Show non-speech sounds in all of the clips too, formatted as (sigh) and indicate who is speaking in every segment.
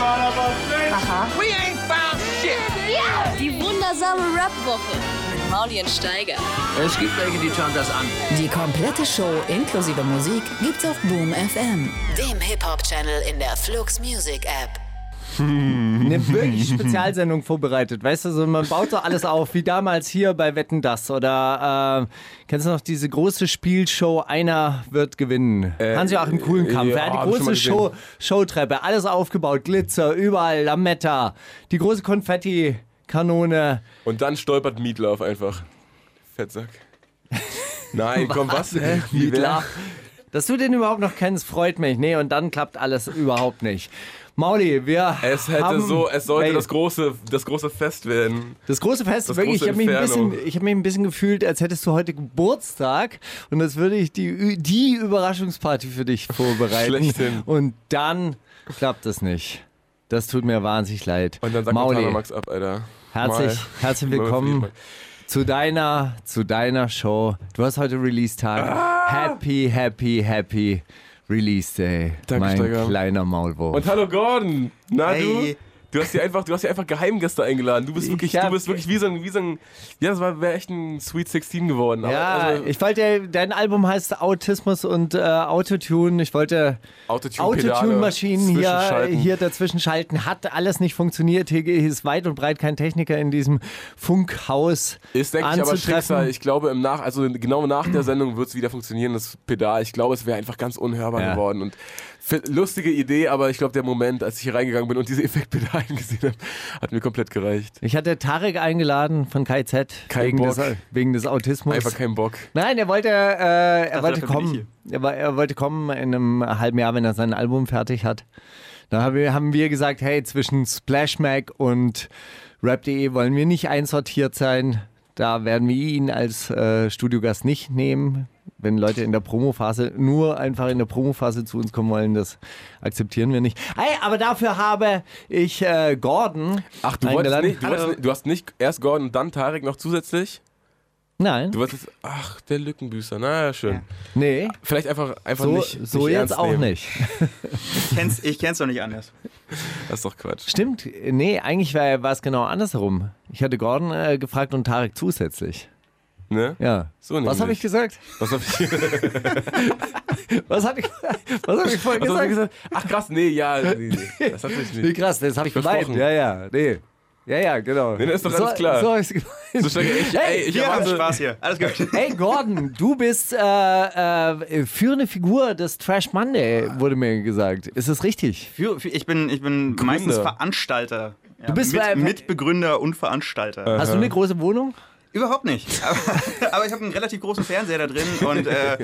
Speaker 1: Aha.
Speaker 2: Die wundersame Rap-Woche mit Mauli und Steiger.
Speaker 3: Es gibt welche, die schauen das an.
Speaker 4: Die komplette Show inklusive Musik gibt's auf Boom FM.
Speaker 5: dem Hip-Hop-Channel in der Flux Music App.
Speaker 6: (laughs)
Speaker 7: eine wirklich Spezialsendung vorbereitet. Weißt du, so, man baut da alles auf, wie damals hier bei Wetten das oder äh, kennst du noch diese große Spielshow Einer wird gewinnen? Hans-Joachim Kuhlenkampf,
Speaker 6: Äh, ja,
Speaker 7: ja, die
Speaker 6: hab ich schon
Speaker 7: große
Speaker 6: mal
Speaker 7: Show, Showtreppe, alles aufgebaut, Glitzer, überall Lametta, die große Konfetti-Kanone.
Speaker 6: Und dann stolpert Meatloaf einfach.
Speaker 7: (laughs)
Speaker 6: Fettsack. Nein, komm, was? Hä? Wie
Speaker 7: Mietler. Dass du den überhaupt noch kennst, freut mich. Nee, und dann klappt alles überhaupt nicht. Mauli, wir
Speaker 6: Es hätte
Speaker 7: haben,
Speaker 6: so, es sollte
Speaker 7: Ey,
Speaker 6: das große, das große Fest werden.
Speaker 7: Das große Fest,
Speaker 6: Das
Speaker 7: wirklich,
Speaker 6: große
Speaker 7: ich habe mich, ein
Speaker 6: Inferno.
Speaker 7: bisschen- ich hab mich ein bisschen gefühlt, als hättest du heute Geburtstag und das würde ich die, die Überraschungsparty für dich vorbereiten.
Speaker 6: Schlechthin.
Speaker 7: Und dann klappt es nicht. Das tut mir wahnsinnig leid.
Speaker 6: Und dann sagt
Speaker 7: Mauli,
Speaker 6: Mauli. Max ab, Alter.
Speaker 7: herzlich,
Speaker 6: Mal. eh
Speaker 7: herzlich
Speaker 6: Mal
Speaker 7: willkommen
Speaker 6: Friedmann.
Speaker 7: zu deiner, zu deiner Show. Du hast heute Release-Tag.
Speaker 6: Ah!
Speaker 7: Happy, happy, happy Release Day.
Speaker 6: Danke,
Speaker 7: mein
Speaker 6: Steiger.
Speaker 7: kleiner Maulwurf.
Speaker 6: Und hallo Gordon. Na
Speaker 7: Hey.
Speaker 6: du? Du hast hier einfach, du hast hier einfach Geheimgäste eingeladen. Du bist
Speaker 7: Ich
Speaker 6: wirklich,
Speaker 7: hab-
Speaker 6: du bist wirklich wie so ein, wie so ein, ja, das war wäre echt ein Sweet 16 geworden. Aber,
Speaker 7: ja,
Speaker 6: also,
Speaker 7: ich wollte, dein Album heißt Autismus und äh, Autotune. Ich wollte
Speaker 6: Autotune-Pedale,
Speaker 7: Autotune-Maschinen hier,
Speaker 6: Zwischenschalten.
Speaker 7: hier dazwischen schalten. Hat alles nicht funktioniert. Hier ist weit und breit kein Techniker in diesem Funkhaus
Speaker 6: Ist, denke ich, aber Schicksal.
Speaker 7: anzutreffen.
Speaker 6: Ich glaube, im nach, also genau nach der Sendung wird es wieder funktionieren, das Pedal. Ich glaube, es wäre einfach ganz unhörbar
Speaker 7: Ja.
Speaker 6: geworden. Und f- lustige Idee, aber ich glaube, der Moment, als ich hier reingegangen bin und diese (laughs) Effektpedalen gesehen habe, hat mir komplett gereicht.
Speaker 7: Ich hatte Tarek eingeladen von KZ
Speaker 6: Kein
Speaker 7: wegen,
Speaker 6: Bock.
Speaker 7: des, wegen des Autismus.
Speaker 6: Einfach keinen Bock.
Speaker 7: Nein, er wollte, äh, er wollte
Speaker 8: dafür bin
Speaker 7: kommen. Er, wa- er wollte kommen in einem halben Jahr, wenn er sein Album fertig hat. Da haben wir, haben wir gesagt, hey, zwischen Splash Mac und Rap.de wollen wir nicht einsortiert sein. Da werden wir ihn als äh, Studiogast nicht nehmen. Wenn Leute in der Promophase nur einfach in der Promophase zu uns kommen wollen, das akzeptieren wir nicht. Hey, aber dafür habe ich äh, Gordon.
Speaker 6: Ach, du wolltest
Speaker 7: eingeladen.
Speaker 6: nicht, du, wolltest, nicht- du hast nicht erst Gordon und dann Tarek noch zusätzlich?
Speaker 7: Nein,
Speaker 6: Du wolltest, ach, der Lückenbüßer. Na ja, schön.
Speaker 7: nee,
Speaker 6: Vielleicht einfach, einfach
Speaker 7: so,
Speaker 6: nicht.
Speaker 7: so
Speaker 6: nicht
Speaker 7: jetzt
Speaker 6: ernst
Speaker 7: auch
Speaker 6: nehmen.
Speaker 7: nicht.
Speaker 8: Ich kenn's, ich kenn's doch nicht anders.
Speaker 6: Das ist doch Quatsch.
Speaker 7: Stimmt, nee, eigentlich war, war es genau andersherum. Ich hatte Gordon äh, gefragt und Tarek zusätzlich.
Speaker 6: Ne?
Speaker 7: Ja.
Speaker 6: So nämlich.
Speaker 7: Was habe ich gesagt?
Speaker 6: Was hab
Speaker 7: (laughs)
Speaker 6: ich, (laughs)
Speaker 7: Was habe ich, was hab ich vorhin
Speaker 6: was hab ich
Speaker 7: gesagt?
Speaker 6: gesagt? Ach krass, nee, ja. Nee, nee, das hat sich
Speaker 7: Nee, (laughs)
Speaker 6: nicht.
Speaker 7: krass, das habe ich
Speaker 6: Versprochen.
Speaker 7: gemeint. Ja, ja, nee. Ja, ja, genau.
Speaker 6: Nee, ist doch
Speaker 7: so,
Speaker 6: alles klar.
Speaker 7: So hab ich's gemeint.
Speaker 6: So stark,
Speaker 7: (laughs)
Speaker 6: ich, ey, ich
Speaker 8: Hier,
Speaker 6: erwarte,
Speaker 8: Spaß hier. Alles gut.
Speaker 7: Hey Gordon, du bist äh, äh, führende Figur des Trash Monday, wurde mir gesagt. Ist das richtig?
Speaker 8: (laughs) Für, für, ich bin, ich bin meistens Veranstalter. Ja,
Speaker 7: Du bist bei-
Speaker 8: Mit, Mitbegründer und Veranstalter.
Speaker 7: Hast du eine große Wohnung?
Speaker 8: Überhaupt nicht. (laughs) Aber, aber ich habe einen relativ großen Fernseher da drin und äh,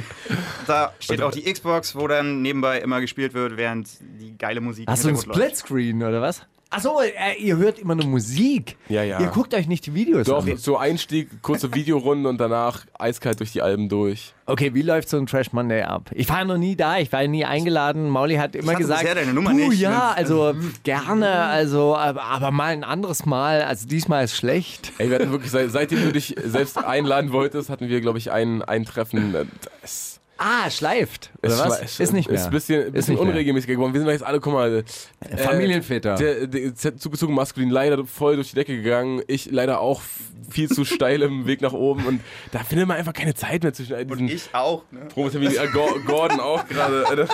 Speaker 8: da steht auch die Xbox, wo dann nebenbei immer gespielt wird, während die geile Musik. im
Speaker 7: Hast du einen
Speaker 8: Hintergrund läuft.
Speaker 7: Splitscreen oder was? Achso, äh, ihr hört immer nur Musik.
Speaker 6: Ja, ja.
Speaker 7: Ihr guckt euch nicht die Videos
Speaker 6: Doch,
Speaker 7: an.
Speaker 6: so Einstieg, kurze Videorunde und danach eiskalt durch die Alben durch.
Speaker 7: Okay, wie läuft so ein Trash Monday ab? Ich war noch nie da, ich war nie eingeladen. Mauli hat immer
Speaker 8: hatte
Speaker 7: gesagt,
Speaker 8: bisher deine Nummer
Speaker 7: du
Speaker 8: nicht." ne?"
Speaker 7: ja,
Speaker 8: (laughs)
Speaker 7: also gerne, also aber, aber mal ein anderes Mal. Also diesmal ist schlecht.
Speaker 6: Ey, wir hatten wirklich, seit, seitdem du dich selbst einladen wolltest, hatten wir, glaube ich, ein, ein Treffen. äh, Es,
Speaker 7: Ah, schleift oder
Speaker 6: es
Speaker 7: was?
Speaker 6: war- es-
Speaker 7: ist nicht mehr.
Speaker 6: Ist ein bisschen, bisschen
Speaker 7: nicht mehr.
Speaker 6: unregelmäßig geworden. Wir sind doch jetzt alle, guck mal. äh,
Speaker 7: Familienväter.
Speaker 6: Der, der Z- zugezogen maskulin leider voll durch die Decke gegangen. Ich leider auch f- viel zu steil im Weg nach oben. Und da findet man einfach keine Zeit mehr zwischen all diesen
Speaker 8: Und ich auch. Ne?
Speaker 6: Probetermin. Äh, Gor- Gordon auch gerade. Alter.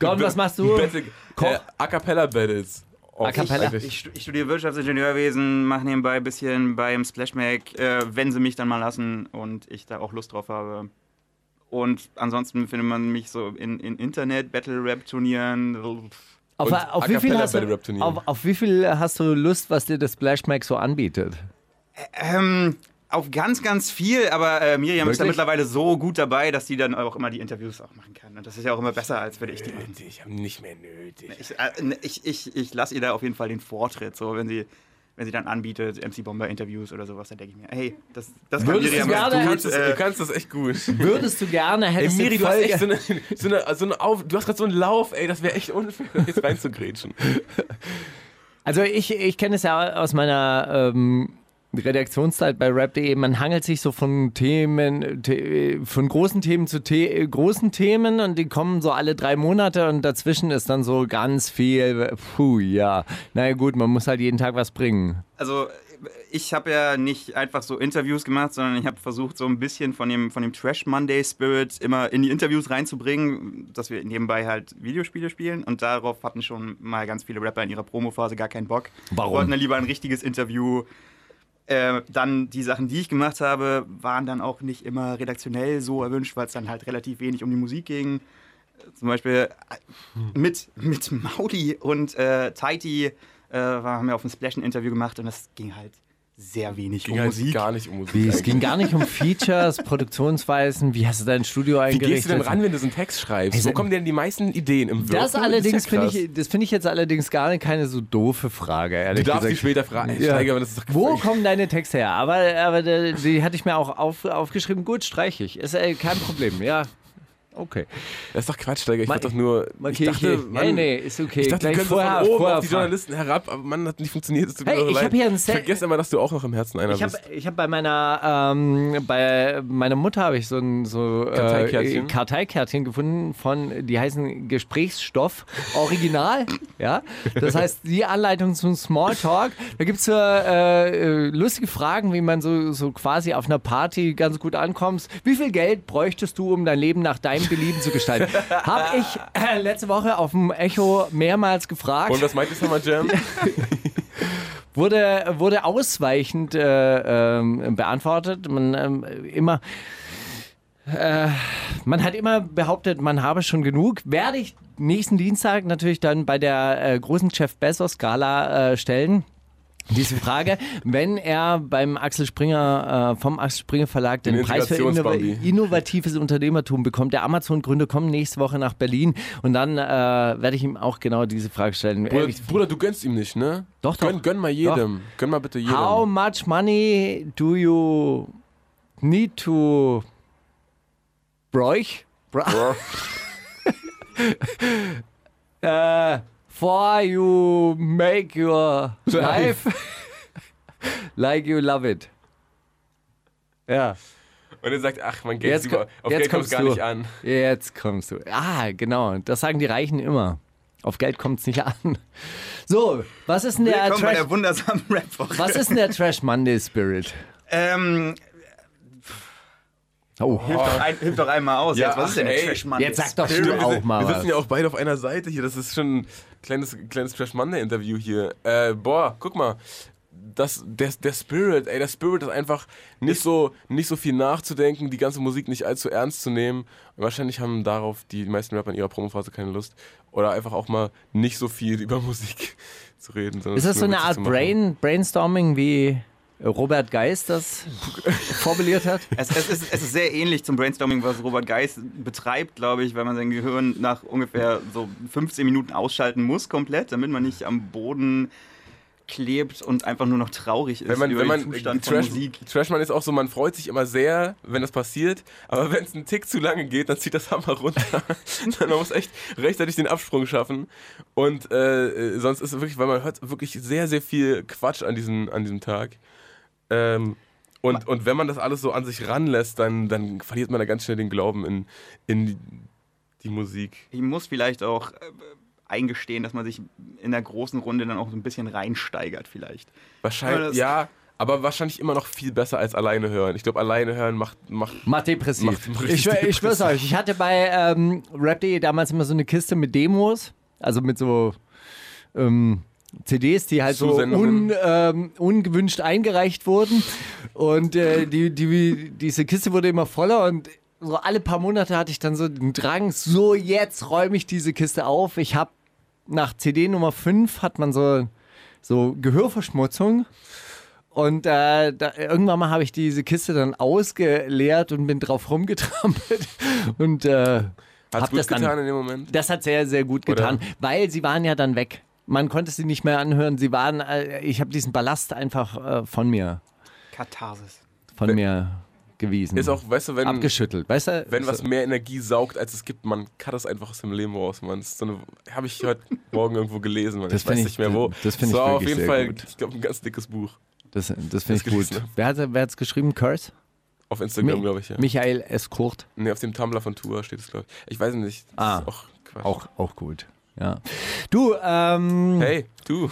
Speaker 7: Gordon, was machst du?
Speaker 6: Battle, äh, A Cappella Battles. Oh,
Speaker 7: A cappella?
Speaker 6: eigentlich.
Speaker 8: Ich, stu- ich studiere Wirtschaftsingenieurwesen, mache nebenbei ein bisschen beim Splashmac, äh, wenn sie mich dann mal lassen und ich da auch Lust drauf habe. Und ansonsten findet man mich so in, in Internet, Battle-Rap-Turnieren.
Speaker 7: Auf,
Speaker 6: Und
Speaker 7: auf,
Speaker 6: A
Speaker 7: wie viel
Speaker 6: cappella
Speaker 7: hast
Speaker 6: bei den
Speaker 7: du,
Speaker 6: Rap-Turnieren.
Speaker 7: auf, auf wie viel hast du Lust, was dir das Splash Mag so anbietet?
Speaker 8: Ähm, auf ganz, ganz viel, aber äh, Miriam ist da
Speaker 6: Wirklich?
Speaker 8: mittlerweile so gut dabei, dass sie dann auch immer die Interviews auch machen kann. Und das ist ja auch immer besser, als würde ich die machen.
Speaker 6: Ich habe nicht mehr nötig.
Speaker 8: Ich, äh, ne, ich, ich, ich lasse ihr da auf jeden Fall den Vortritt, so wenn sie, wenn sie dann anbietet, MC Bomber Interviews oder sowas, dann denke ich mir, hey, das, das kann
Speaker 7: Würdest
Speaker 8: Miriam
Speaker 7: du
Speaker 8: ganz
Speaker 7: gerne-
Speaker 6: du,
Speaker 8: gut,
Speaker 6: kannst das,
Speaker 8: äh,
Speaker 6: du kannst das echt (laughs) gut.
Speaker 7: Würdest du gerne,
Speaker 6: Ey,
Speaker 7: hättest
Speaker 6: Miri,
Speaker 7: du
Speaker 6: du hast
Speaker 7: voll
Speaker 6: echt so eine, so eine, so eine Auf, du hast gerade so einen Lauf, ey, das wäre echt unfair, (laughs) jetzt reinzugrätschen.
Speaker 7: Also ich, ich kenne es ja aus meiner ähm, Redaktionszeit bei rap.de, man hangelt sich so von Themen, The von großen Themen zu The großen Themen und die kommen so alle drei Monate und dazwischen ist dann so ganz viel, puh, ja. Na ja, gut, man muss halt jeden Tag was bringen.
Speaker 8: also ich habe ja nicht einfach so Interviews gemacht, sondern ich habe versucht, so ein bisschen von dem, von dem Trash Monday Spirit immer in die Interviews reinzubringen, dass wir nebenbei halt Videospiele spielen. Und darauf hatten schon mal ganz viele Rapper in ihrer Promophase gar keinen Bock.
Speaker 7: Warum?
Speaker 8: Wollten dann lieber ein richtiges Interview. Äh, dann die Sachen, die ich gemacht habe, waren dann auch nicht immer redaktionell so erwünscht, weil es dann halt relativ wenig um die Musik ging. Zum Beispiel äh, mit, mit Mauli und äh, Taiti äh, war- haben wir auf ein Splash-Interview gemacht und das ging halt sehr wenig
Speaker 6: Ging
Speaker 8: um
Speaker 6: halt
Speaker 8: Musik.
Speaker 6: gar nicht um Musik.
Speaker 7: Wie, es
Speaker 6: eigentlich.
Speaker 7: ging
Speaker 6: (laughs)
Speaker 7: gar nicht um Features, Produktionsweisen, wie hast du dein Studio
Speaker 6: Wie
Speaker 7: eingerichtet?
Speaker 6: gehst du denn ran, wenn du so einen Text schreibst?
Speaker 7: Also-
Speaker 6: Wo kommen denn die meisten Ideen im Wirken?
Speaker 7: Das allerdings
Speaker 6: ist ja
Speaker 7: finde
Speaker 6: krass.
Speaker 7: ich, das finde ich jetzt allerdings gar nicht keine so doofe Frage,
Speaker 6: Du
Speaker 7: ehrlich
Speaker 6: darfst
Speaker 7: gesagt.
Speaker 6: dich später fragen. Ey,
Speaker 7: Ja.
Speaker 6: Steiger, aber das ist doch
Speaker 7: Wo kommen deine Texte her? Aber, aber die, die hatte ich mir auch auf, aufgeschrieben. Gut, streiche ich. Ist äh, kein Problem, ja. Okay.
Speaker 6: Das ist doch Quatsch, Steiger. Ich
Speaker 7: Ma-
Speaker 6: wollte doch nur.
Speaker 7: Markiere
Speaker 6: Ich dachte,
Speaker 7: ich hier.
Speaker 6: Mann,
Speaker 7: nee, nee, ist okay.
Speaker 6: Ich dachte,
Speaker 7: Gleich
Speaker 6: wir können
Speaker 7: vorher,
Speaker 6: so von oben
Speaker 7: vorher
Speaker 6: auf die
Speaker 7: fahren.
Speaker 6: Journalisten herab, aber Mann, hat nicht funktioniert. Es tut mir
Speaker 7: Hey,
Speaker 6: doch
Speaker 7: ich
Speaker 6: leid.
Speaker 7: hab hier ein Set-
Speaker 6: Vergiss immer, dass du auch noch im Herzen einer
Speaker 7: Ich habe
Speaker 6: bist.
Speaker 7: ich hab bei meiner ähm, bei meiner Mutter habe ich so ein so äh,
Speaker 6: Karteikärtchen?
Speaker 7: Karteikärtchen gefunden von die heißen Gesprächsstoff
Speaker 6: (laughs)
Speaker 7: Original, ja. Das heißt die Anleitung zum Smalltalk. Da gibt's so äh, äh, lustige Fragen, wie man so so quasi auf einer Party ganz gut ankommt. Wie viel Geld bräuchtest du, um dein Leben nach deinem Belieben
Speaker 6: (laughs)
Speaker 7: zu gestalten? Hab ich äh, letzte Woche auf dem Echo mehrmals gefragt
Speaker 6: Und was meint ihr nochmal, Jam?
Speaker 7: wurde, wurde ausweichend äh, ähm, beantwortet. Man ähm, immer. Äh, man hat immer behauptet, man habe schon genug. Werde ich nächsten Dienstag natürlich dann bei der äh, großen Jeff Bezos-Gala äh, stellen. Diese Frage, wenn er beim Axel Springer, äh, vom Axel Springer Verlag den,
Speaker 6: Den
Speaker 7: Preis für
Speaker 6: Integrationsbambi.
Speaker 7: innov innovatives Unternehmertum bekommt. Der Amazon-Gründer kommt nächste Woche nach Berlin und dann äh, werde ich ihm auch genau diese Frage stellen.
Speaker 6: Bruder,
Speaker 7: Ehrlich,
Speaker 6: Bruder, du gönnst ihm nicht, ne?
Speaker 7: Doch, doch.
Speaker 6: Gönn, gönn mal jedem. Gönn mal bitte jedem.
Speaker 7: How much money do you need to bräuch? (laughs) Bra äh, for you make your life (laughs) like you love it. Ja,
Speaker 6: Und er sagt, ach, mein Geld
Speaker 7: jetzt,
Speaker 6: ist
Speaker 7: ko-
Speaker 6: über. Auf
Speaker 7: jetzt
Speaker 6: Geld kommt
Speaker 7: kommst
Speaker 6: es gar
Speaker 7: du.
Speaker 6: nicht an.
Speaker 7: Jetzt kommst du. Ah, genau. Das sagen die Reichen immer. Auf Geld kommt es nicht an. So, was ist denn der
Speaker 8: Willkommen bei
Speaker 7: Trash?
Speaker 8: der wundersamen Rap-Woche.
Speaker 7: Was ist denn der Trash Monday Spirit?
Speaker 8: Ähm,
Speaker 7: Oh,
Speaker 8: hilf, doch ein, hilf doch einmal aus.
Speaker 6: Ja,
Speaker 8: jetzt, was ist denn
Speaker 6: ach,
Speaker 8: der
Speaker 6: ey.
Speaker 8: Trash-Mann?
Speaker 7: Jetzt sag doch
Speaker 6: Stimmt,
Speaker 7: du
Speaker 6: wir
Speaker 7: auch
Speaker 6: sind-
Speaker 7: mal
Speaker 6: Wir sitzen
Speaker 7: was.
Speaker 6: ja auch beide auf einer Seite hier. Das ist schon ein kleines, kleines Trash Monday Interview hier. Äh, boah, guck mal. Das, der, der Spirit, ey, der Spirit ist einfach nicht so, nicht so viel nachzudenken, die ganze Musik nicht allzu ernst zu nehmen. Und wahrscheinlich haben darauf die meisten Rapper in ihrer Promophase keine Lust. Oder einfach auch mal nicht so viel (laughs) über Musik zu reden. sondern
Speaker 7: Ist das
Speaker 6: es
Speaker 7: so
Speaker 6: nur
Speaker 7: eine
Speaker 6: witzig
Speaker 7: Art
Speaker 6: zu machen.
Speaker 7: Brain, Brainstorming, wie Robert
Speaker 6: (laughs)
Speaker 7: Geist das formuliert hat?
Speaker 8: (laughs) Es, es, ist, es ist sehr ähnlich zum Brainstorming, was Robert Geis betreibt, glaube ich, weil man sein Gehirn nach ungefähr so 15 Minuten ausschalten muss komplett, damit man nicht am Boden klebt und einfach nur noch traurig ist
Speaker 6: Wenn man,
Speaker 8: über
Speaker 6: wenn
Speaker 8: den
Speaker 6: man
Speaker 8: Zustand
Speaker 6: Trash,
Speaker 8: von Musik.
Speaker 6: Trashman ist auch so, man freut sich immer sehr, wenn das passiert, aber (laughs) wenn es einen Tick zu lange geht, dann zieht das Hammer
Speaker 8: (laughs)
Speaker 6: runter. man muss echt rechtzeitig den Absprung schaffen. Und äh, äh, sonst ist es wirklich, weil man hört wirklich sehr, sehr viel Quatsch an diesem, an diesem Tag. Ähm, und, und wenn man das alles so an sich ranlässt, dann, dann verliert man da ganz schnell den Glauben in, in die, die Musik.
Speaker 8: Ich muss vielleicht auch äh, eingestehen, dass man sich in der großen Runde dann auch so ein bisschen reinsteigert vielleicht. Aber
Speaker 6: Wahrscheinlich,
Speaker 8: das-
Speaker 6: ja, aber wahrscheinlich immer noch viel besser als alleine hören. Ich glaube, alleine hören macht, macht
Speaker 7: Macht depressiv.
Speaker 6: Macht richtig
Speaker 7: ich, schwör- ich
Speaker 6: depressiv.
Speaker 7: schwör's euch, ich hatte bei ähm, Rap.de damals immer so eine Kiste mit Demos, also mit so ähm, CDs, die halt so
Speaker 6: Zusendungen.
Speaker 7: un, ähm, ungewünscht eingereicht wurden. Und äh, die, die, diese Kiste wurde immer voller und so alle paar Monate hatte ich dann so den Drang, so jetzt räume ich diese Kiste auf. Ich habe nach CD Nummer 5 hat man so, so Gehörverschmutzung. Und äh, da, irgendwann mal habe ich diese Kiste dann ausgeleert und bin drauf rumgetrampelt. (laughs) Und äh,
Speaker 6: Hat's
Speaker 7: hab
Speaker 6: gut
Speaker 7: das dann.
Speaker 6: getan in dem Moment.
Speaker 7: Das hat sehr, sehr gut getan,
Speaker 6: Oder?
Speaker 7: weil sie waren ja dann weg. Man konnte sie nicht mehr anhören. Sie waren, äh, ich habe diesen Ballast einfach äh, von mir,
Speaker 8: Katharsis.
Speaker 7: von mir gewiesen.
Speaker 6: Ist auch, weißt du, wenn,
Speaker 7: abgeschüttelt. Weißt du?
Speaker 6: wenn
Speaker 7: so-
Speaker 6: was mehr Energie saugt, als es gibt, man kann das einfach aus dem Leben raus, man. Das ist so eine, habe
Speaker 7: (laughs)
Speaker 6: ich heute Morgen irgendwo gelesen, man.
Speaker 7: Das
Speaker 6: ich weiß
Speaker 7: find
Speaker 6: nicht
Speaker 7: ich-
Speaker 6: mehr wo.
Speaker 7: das find ich
Speaker 6: war auf
Speaker 7: wirklich
Speaker 6: jeden
Speaker 7: sehr
Speaker 6: Fall,
Speaker 7: gut.
Speaker 6: ich glaube, ein ganz dickes Buch.
Speaker 7: Das, das finde ich gut.
Speaker 6: gelesen, ne?
Speaker 7: Wer hat es wer hat's geschrieben? Curse?
Speaker 6: Auf Instagram,
Speaker 7: Mi-
Speaker 6: glaube ich, ja.
Speaker 7: Michael S. Kurt.
Speaker 6: Nee, auf dem Tumblr von Tour steht es, glaube ich. Ich weiß es nicht. Das
Speaker 7: Ah.
Speaker 6: ist auch Quatsch.
Speaker 7: Auch, auch gut. Ja. Du, ähm,
Speaker 6: Hey, du.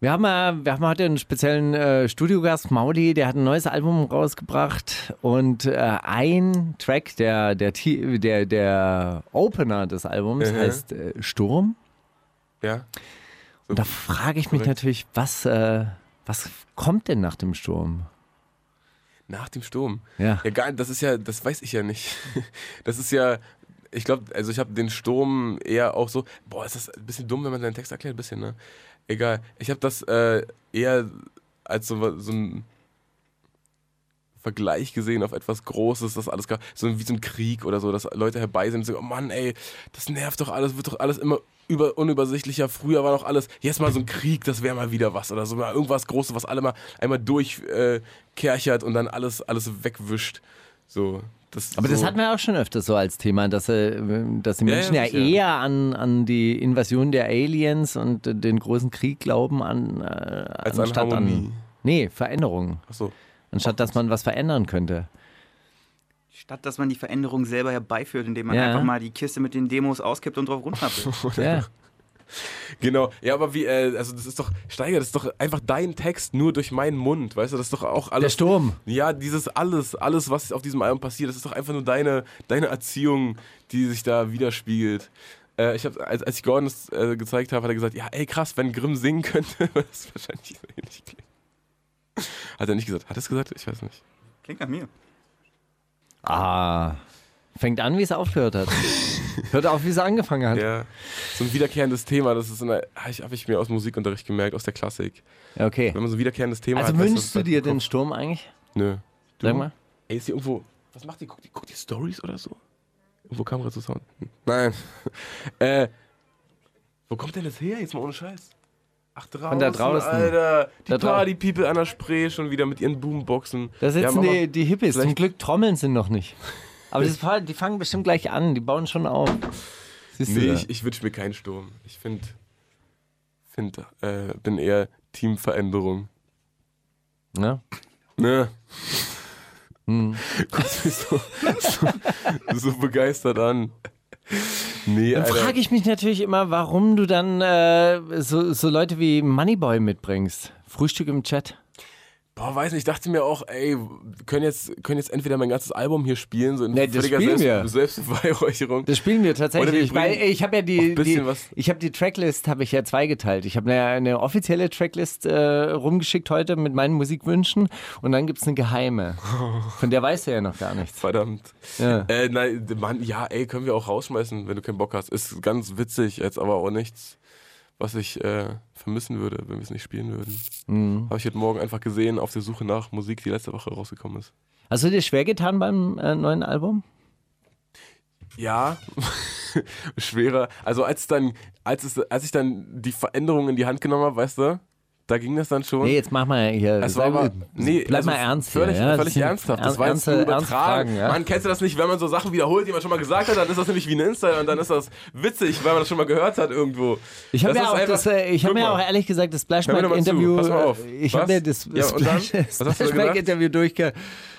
Speaker 7: wir, haben, äh, wir haben heute einen speziellen äh, Studiogast, Mauli, der hat ein neues Album rausgebracht und äh, ein Track, der, der, Ti- der, der Opener des Albums
Speaker 6: Mhm.
Speaker 7: heißt äh, Sturm.
Speaker 6: Ja.
Speaker 7: Und da frage ich mich
Speaker 6: Korrekt.
Speaker 7: natürlich, was, äh, was kommt denn nach dem Sturm?
Speaker 6: Nach dem Sturm.
Speaker 7: Ja.
Speaker 6: Ja, gar, das ist ja, das weiß ich ja nicht. (laughs) Das ist ja, ich glaube, also ich habe den Sturm eher auch so, boah, ist das ein bisschen dumm, wenn man seinen Text erklärt, ein bisschen, ne? Egal. Ich habe das äh, eher als so, wa- so ein Vergleich gesehen auf etwas Großes, das alles gab, so wie so ein Krieg oder so, dass Leute herbei sind und sagen, oh Mann, ey, das nervt doch alles, wird doch alles immer über, unübersichtlicher. Früher war doch alles, jetzt mal so ein Krieg, das wäre mal wieder was oder so, mal irgendwas Großes, was alle mal einmal durchkerchert äh, kerchert und dann alles, alles wegwischt. So, das,
Speaker 7: Aber
Speaker 6: so.
Speaker 7: das hatten wir auch schon öfters so als Thema, dass, äh, dass die
Speaker 6: Ja, ja,
Speaker 7: Menschen ja,
Speaker 6: sicher.
Speaker 7: eher an, an die Invasion der Aliens und äh, den großen Krieg glauben, an, äh,
Speaker 6: Als an
Speaker 7: anstatt
Speaker 6: Harmonie.
Speaker 7: Nee, Veränderung.
Speaker 6: Achso.
Speaker 7: Anstatt dass man was verändern könnte.
Speaker 8: Statt dass man die Veränderung selber herbeiführt, indem man
Speaker 7: Ja.
Speaker 8: einfach mal die Kiste mit den Demos auskippt und drauf runterpillt.
Speaker 7: Ja.
Speaker 6: Genau, ja, aber wie, äh, also das ist doch, Steiger, das ist doch einfach dein Text nur durch meinen Mund, weißt du, das ist doch auch alles.
Speaker 7: Der Sturm.
Speaker 6: Ja, dieses alles, alles, was auf diesem Album passiert, das ist doch einfach nur deine, deine Erziehung, die sich da widerspiegelt. Äh, ich hab, als, als ich Gordon das äh, gezeigt habe, hat er gesagt, ja, ey, krass, wenn Grimm singen könnte, (laughs) würde es wahrscheinlich so ähnlich klingen. Hat er nicht gesagt. Hat er es gesagt? Ich weiß nicht.
Speaker 8: Klingt nach mir.
Speaker 7: Ah. Fängt an, wie es aufgehört (laughs) hat. Hört auf, wie es angefangen hat.
Speaker 6: Ja. So ein wiederkehrendes Thema, das ist eine, habe ich, hab ich mir aus Musikunterricht gemerkt, aus der Klassik.
Speaker 7: Ja, Okay.
Speaker 6: Wenn man so ein wiederkehrendes Thema
Speaker 7: Also
Speaker 6: hat. weißt
Speaker 7: wünschst
Speaker 6: das
Speaker 7: du dir
Speaker 6: bleibt im
Speaker 7: den Sturm eigentlich?
Speaker 6: Kopf. Nö.
Speaker 7: Sag mal.
Speaker 6: Ey, ist die irgendwo. Was macht die? Guckt die, guckt die Stories oder so? Irgendwo Kamera zu Sound. Hm. Nein. (laughs) äh, wo kommt denn das her? Jetzt mal ohne Scheiß. Ach, draußen.
Speaker 7: da draußen.
Speaker 6: Alter. Die
Speaker 7: Da drau-
Speaker 6: Party-People an der Spree schon wieder mit ihren Boomboxen.
Speaker 7: Da sitzen
Speaker 6: Mama,
Speaker 7: die, die Hippies. Zum
Speaker 6: vielleicht-
Speaker 7: Glück trommeln sie noch nicht. Aber das, war- die fangen bestimmt gleich an. Die bauen schon auf. Siehst
Speaker 6: Nee,
Speaker 7: da?
Speaker 6: ich, ich wünsche mir keinen Sturm. Ich finde. Find, äh, bin eher Teamveränderung.
Speaker 7: Ja.
Speaker 6: Ne?
Speaker 7: Hm.
Speaker 6: (laughs) Guckst mich so, so, so begeistert an. Nee,
Speaker 7: Dann
Speaker 6: Alter.
Speaker 7: frage ich mich natürlich immer, warum du dann äh, so, so Leute wie Moneyboy mitbringst. Frühstück im Chat.
Speaker 6: Boah, weiß nicht, ich dachte mir auch, ey, wir können jetzt, können jetzt entweder mein ganzes Album hier spielen, so in
Speaker 7: Nee, das
Speaker 6: völliger
Speaker 7: spielen wir.
Speaker 6: Selbst, Selbstbeweihräucherung.
Speaker 7: Das spielen wir
Speaker 6: Oder wir
Speaker 7: tatsächlich, weil
Speaker 6: bringen
Speaker 7: ich habe ja
Speaker 6: auch
Speaker 7: die,
Speaker 6: ein bisschen
Speaker 7: die
Speaker 6: was-
Speaker 7: ich habe die Tracklist habe ich ja zweigeteilt. Ich habe eine, eine offizielle Tracklist äh, rumgeschickt heute mit meinen Musikwünschen und dann gibt es eine
Speaker 6: (laughs)
Speaker 7: geheime. Von der weiß er ja noch gar
Speaker 6: (laughs)
Speaker 7: nichts.
Speaker 6: Verdammt.
Speaker 7: Ja.
Speaker 6: Äh, nein, Mann, ja, ey, können wir auch rausschmeißen, wenn du keinen Bock hast. Ist ganz witzig, jetzt aber auch nichts, was ich äh, vermissen würde, wenn wir es nicht spielen würden.
Speaker 7: Mhm.
Speaker 6: Habe ich heute Morgen einfach gesehen, auf der Suche nach Musik, die letzte Woche rausgekommen ist.
Speaker 7: Hast du dir schwer getan beim äh, neuen Album?
Speaker 6: Ja, (laughs) schwerer. Also als dann, als es, als ich dann die Veränderung in die Hand genommen habe, weißt du, da ging das dann schon.
Speaker 7: Nee, jetzt mach mal hier.
Speaker 6: Es war
Speaker 7: sei-
Speaker 6: aber, nee,
Speaker 7: bleib
Speaker 6: also
Speaker 7: mal ernst hier.
Speaker 6: Völlig,
Speaker 7: ja? Das
Speaker 6: völlig
Speaker 7: sind
Speaker 6: ernsthaft. Das
Speaker 7: ernst-
Speaker 6: war jetzt nur
Speaker 7: ernste- ernste
Speaker 6: übertragen.
Speaker 7: Fragen, ja?
Speaker 6: Man kennt das nicht, wenn man so Sachen wiederholt, die man schon mal gesagt hat, dann ist das nämlich wie ein Insta und dann ist das witzig, weil man das schon mal gehört hat irgendwo.
Speaker 7: Ich habe
Speaker 6: Das ist
Speaker 7: ja auch,
Speaker 6: einfach-
Speaker 7: das, äh, ich hab
Speaker 6: Guck
Speaker 7: mir
Speaker 6: mal.
Speaker 7: auch ehrlich gesagt das
Speaker 6: Hör mir doch mal zu.
Speaker 7: Splashback-Interview.
Speaker 6: Pass mal auf.
Speaker 7: äh, Ich habe
Speaker 6: Was?
Speaker 7: mir (laughs) das
Speaker 6: Ja, und dann? Was hast du da
Speaker 7: Splashback-Interview durchge,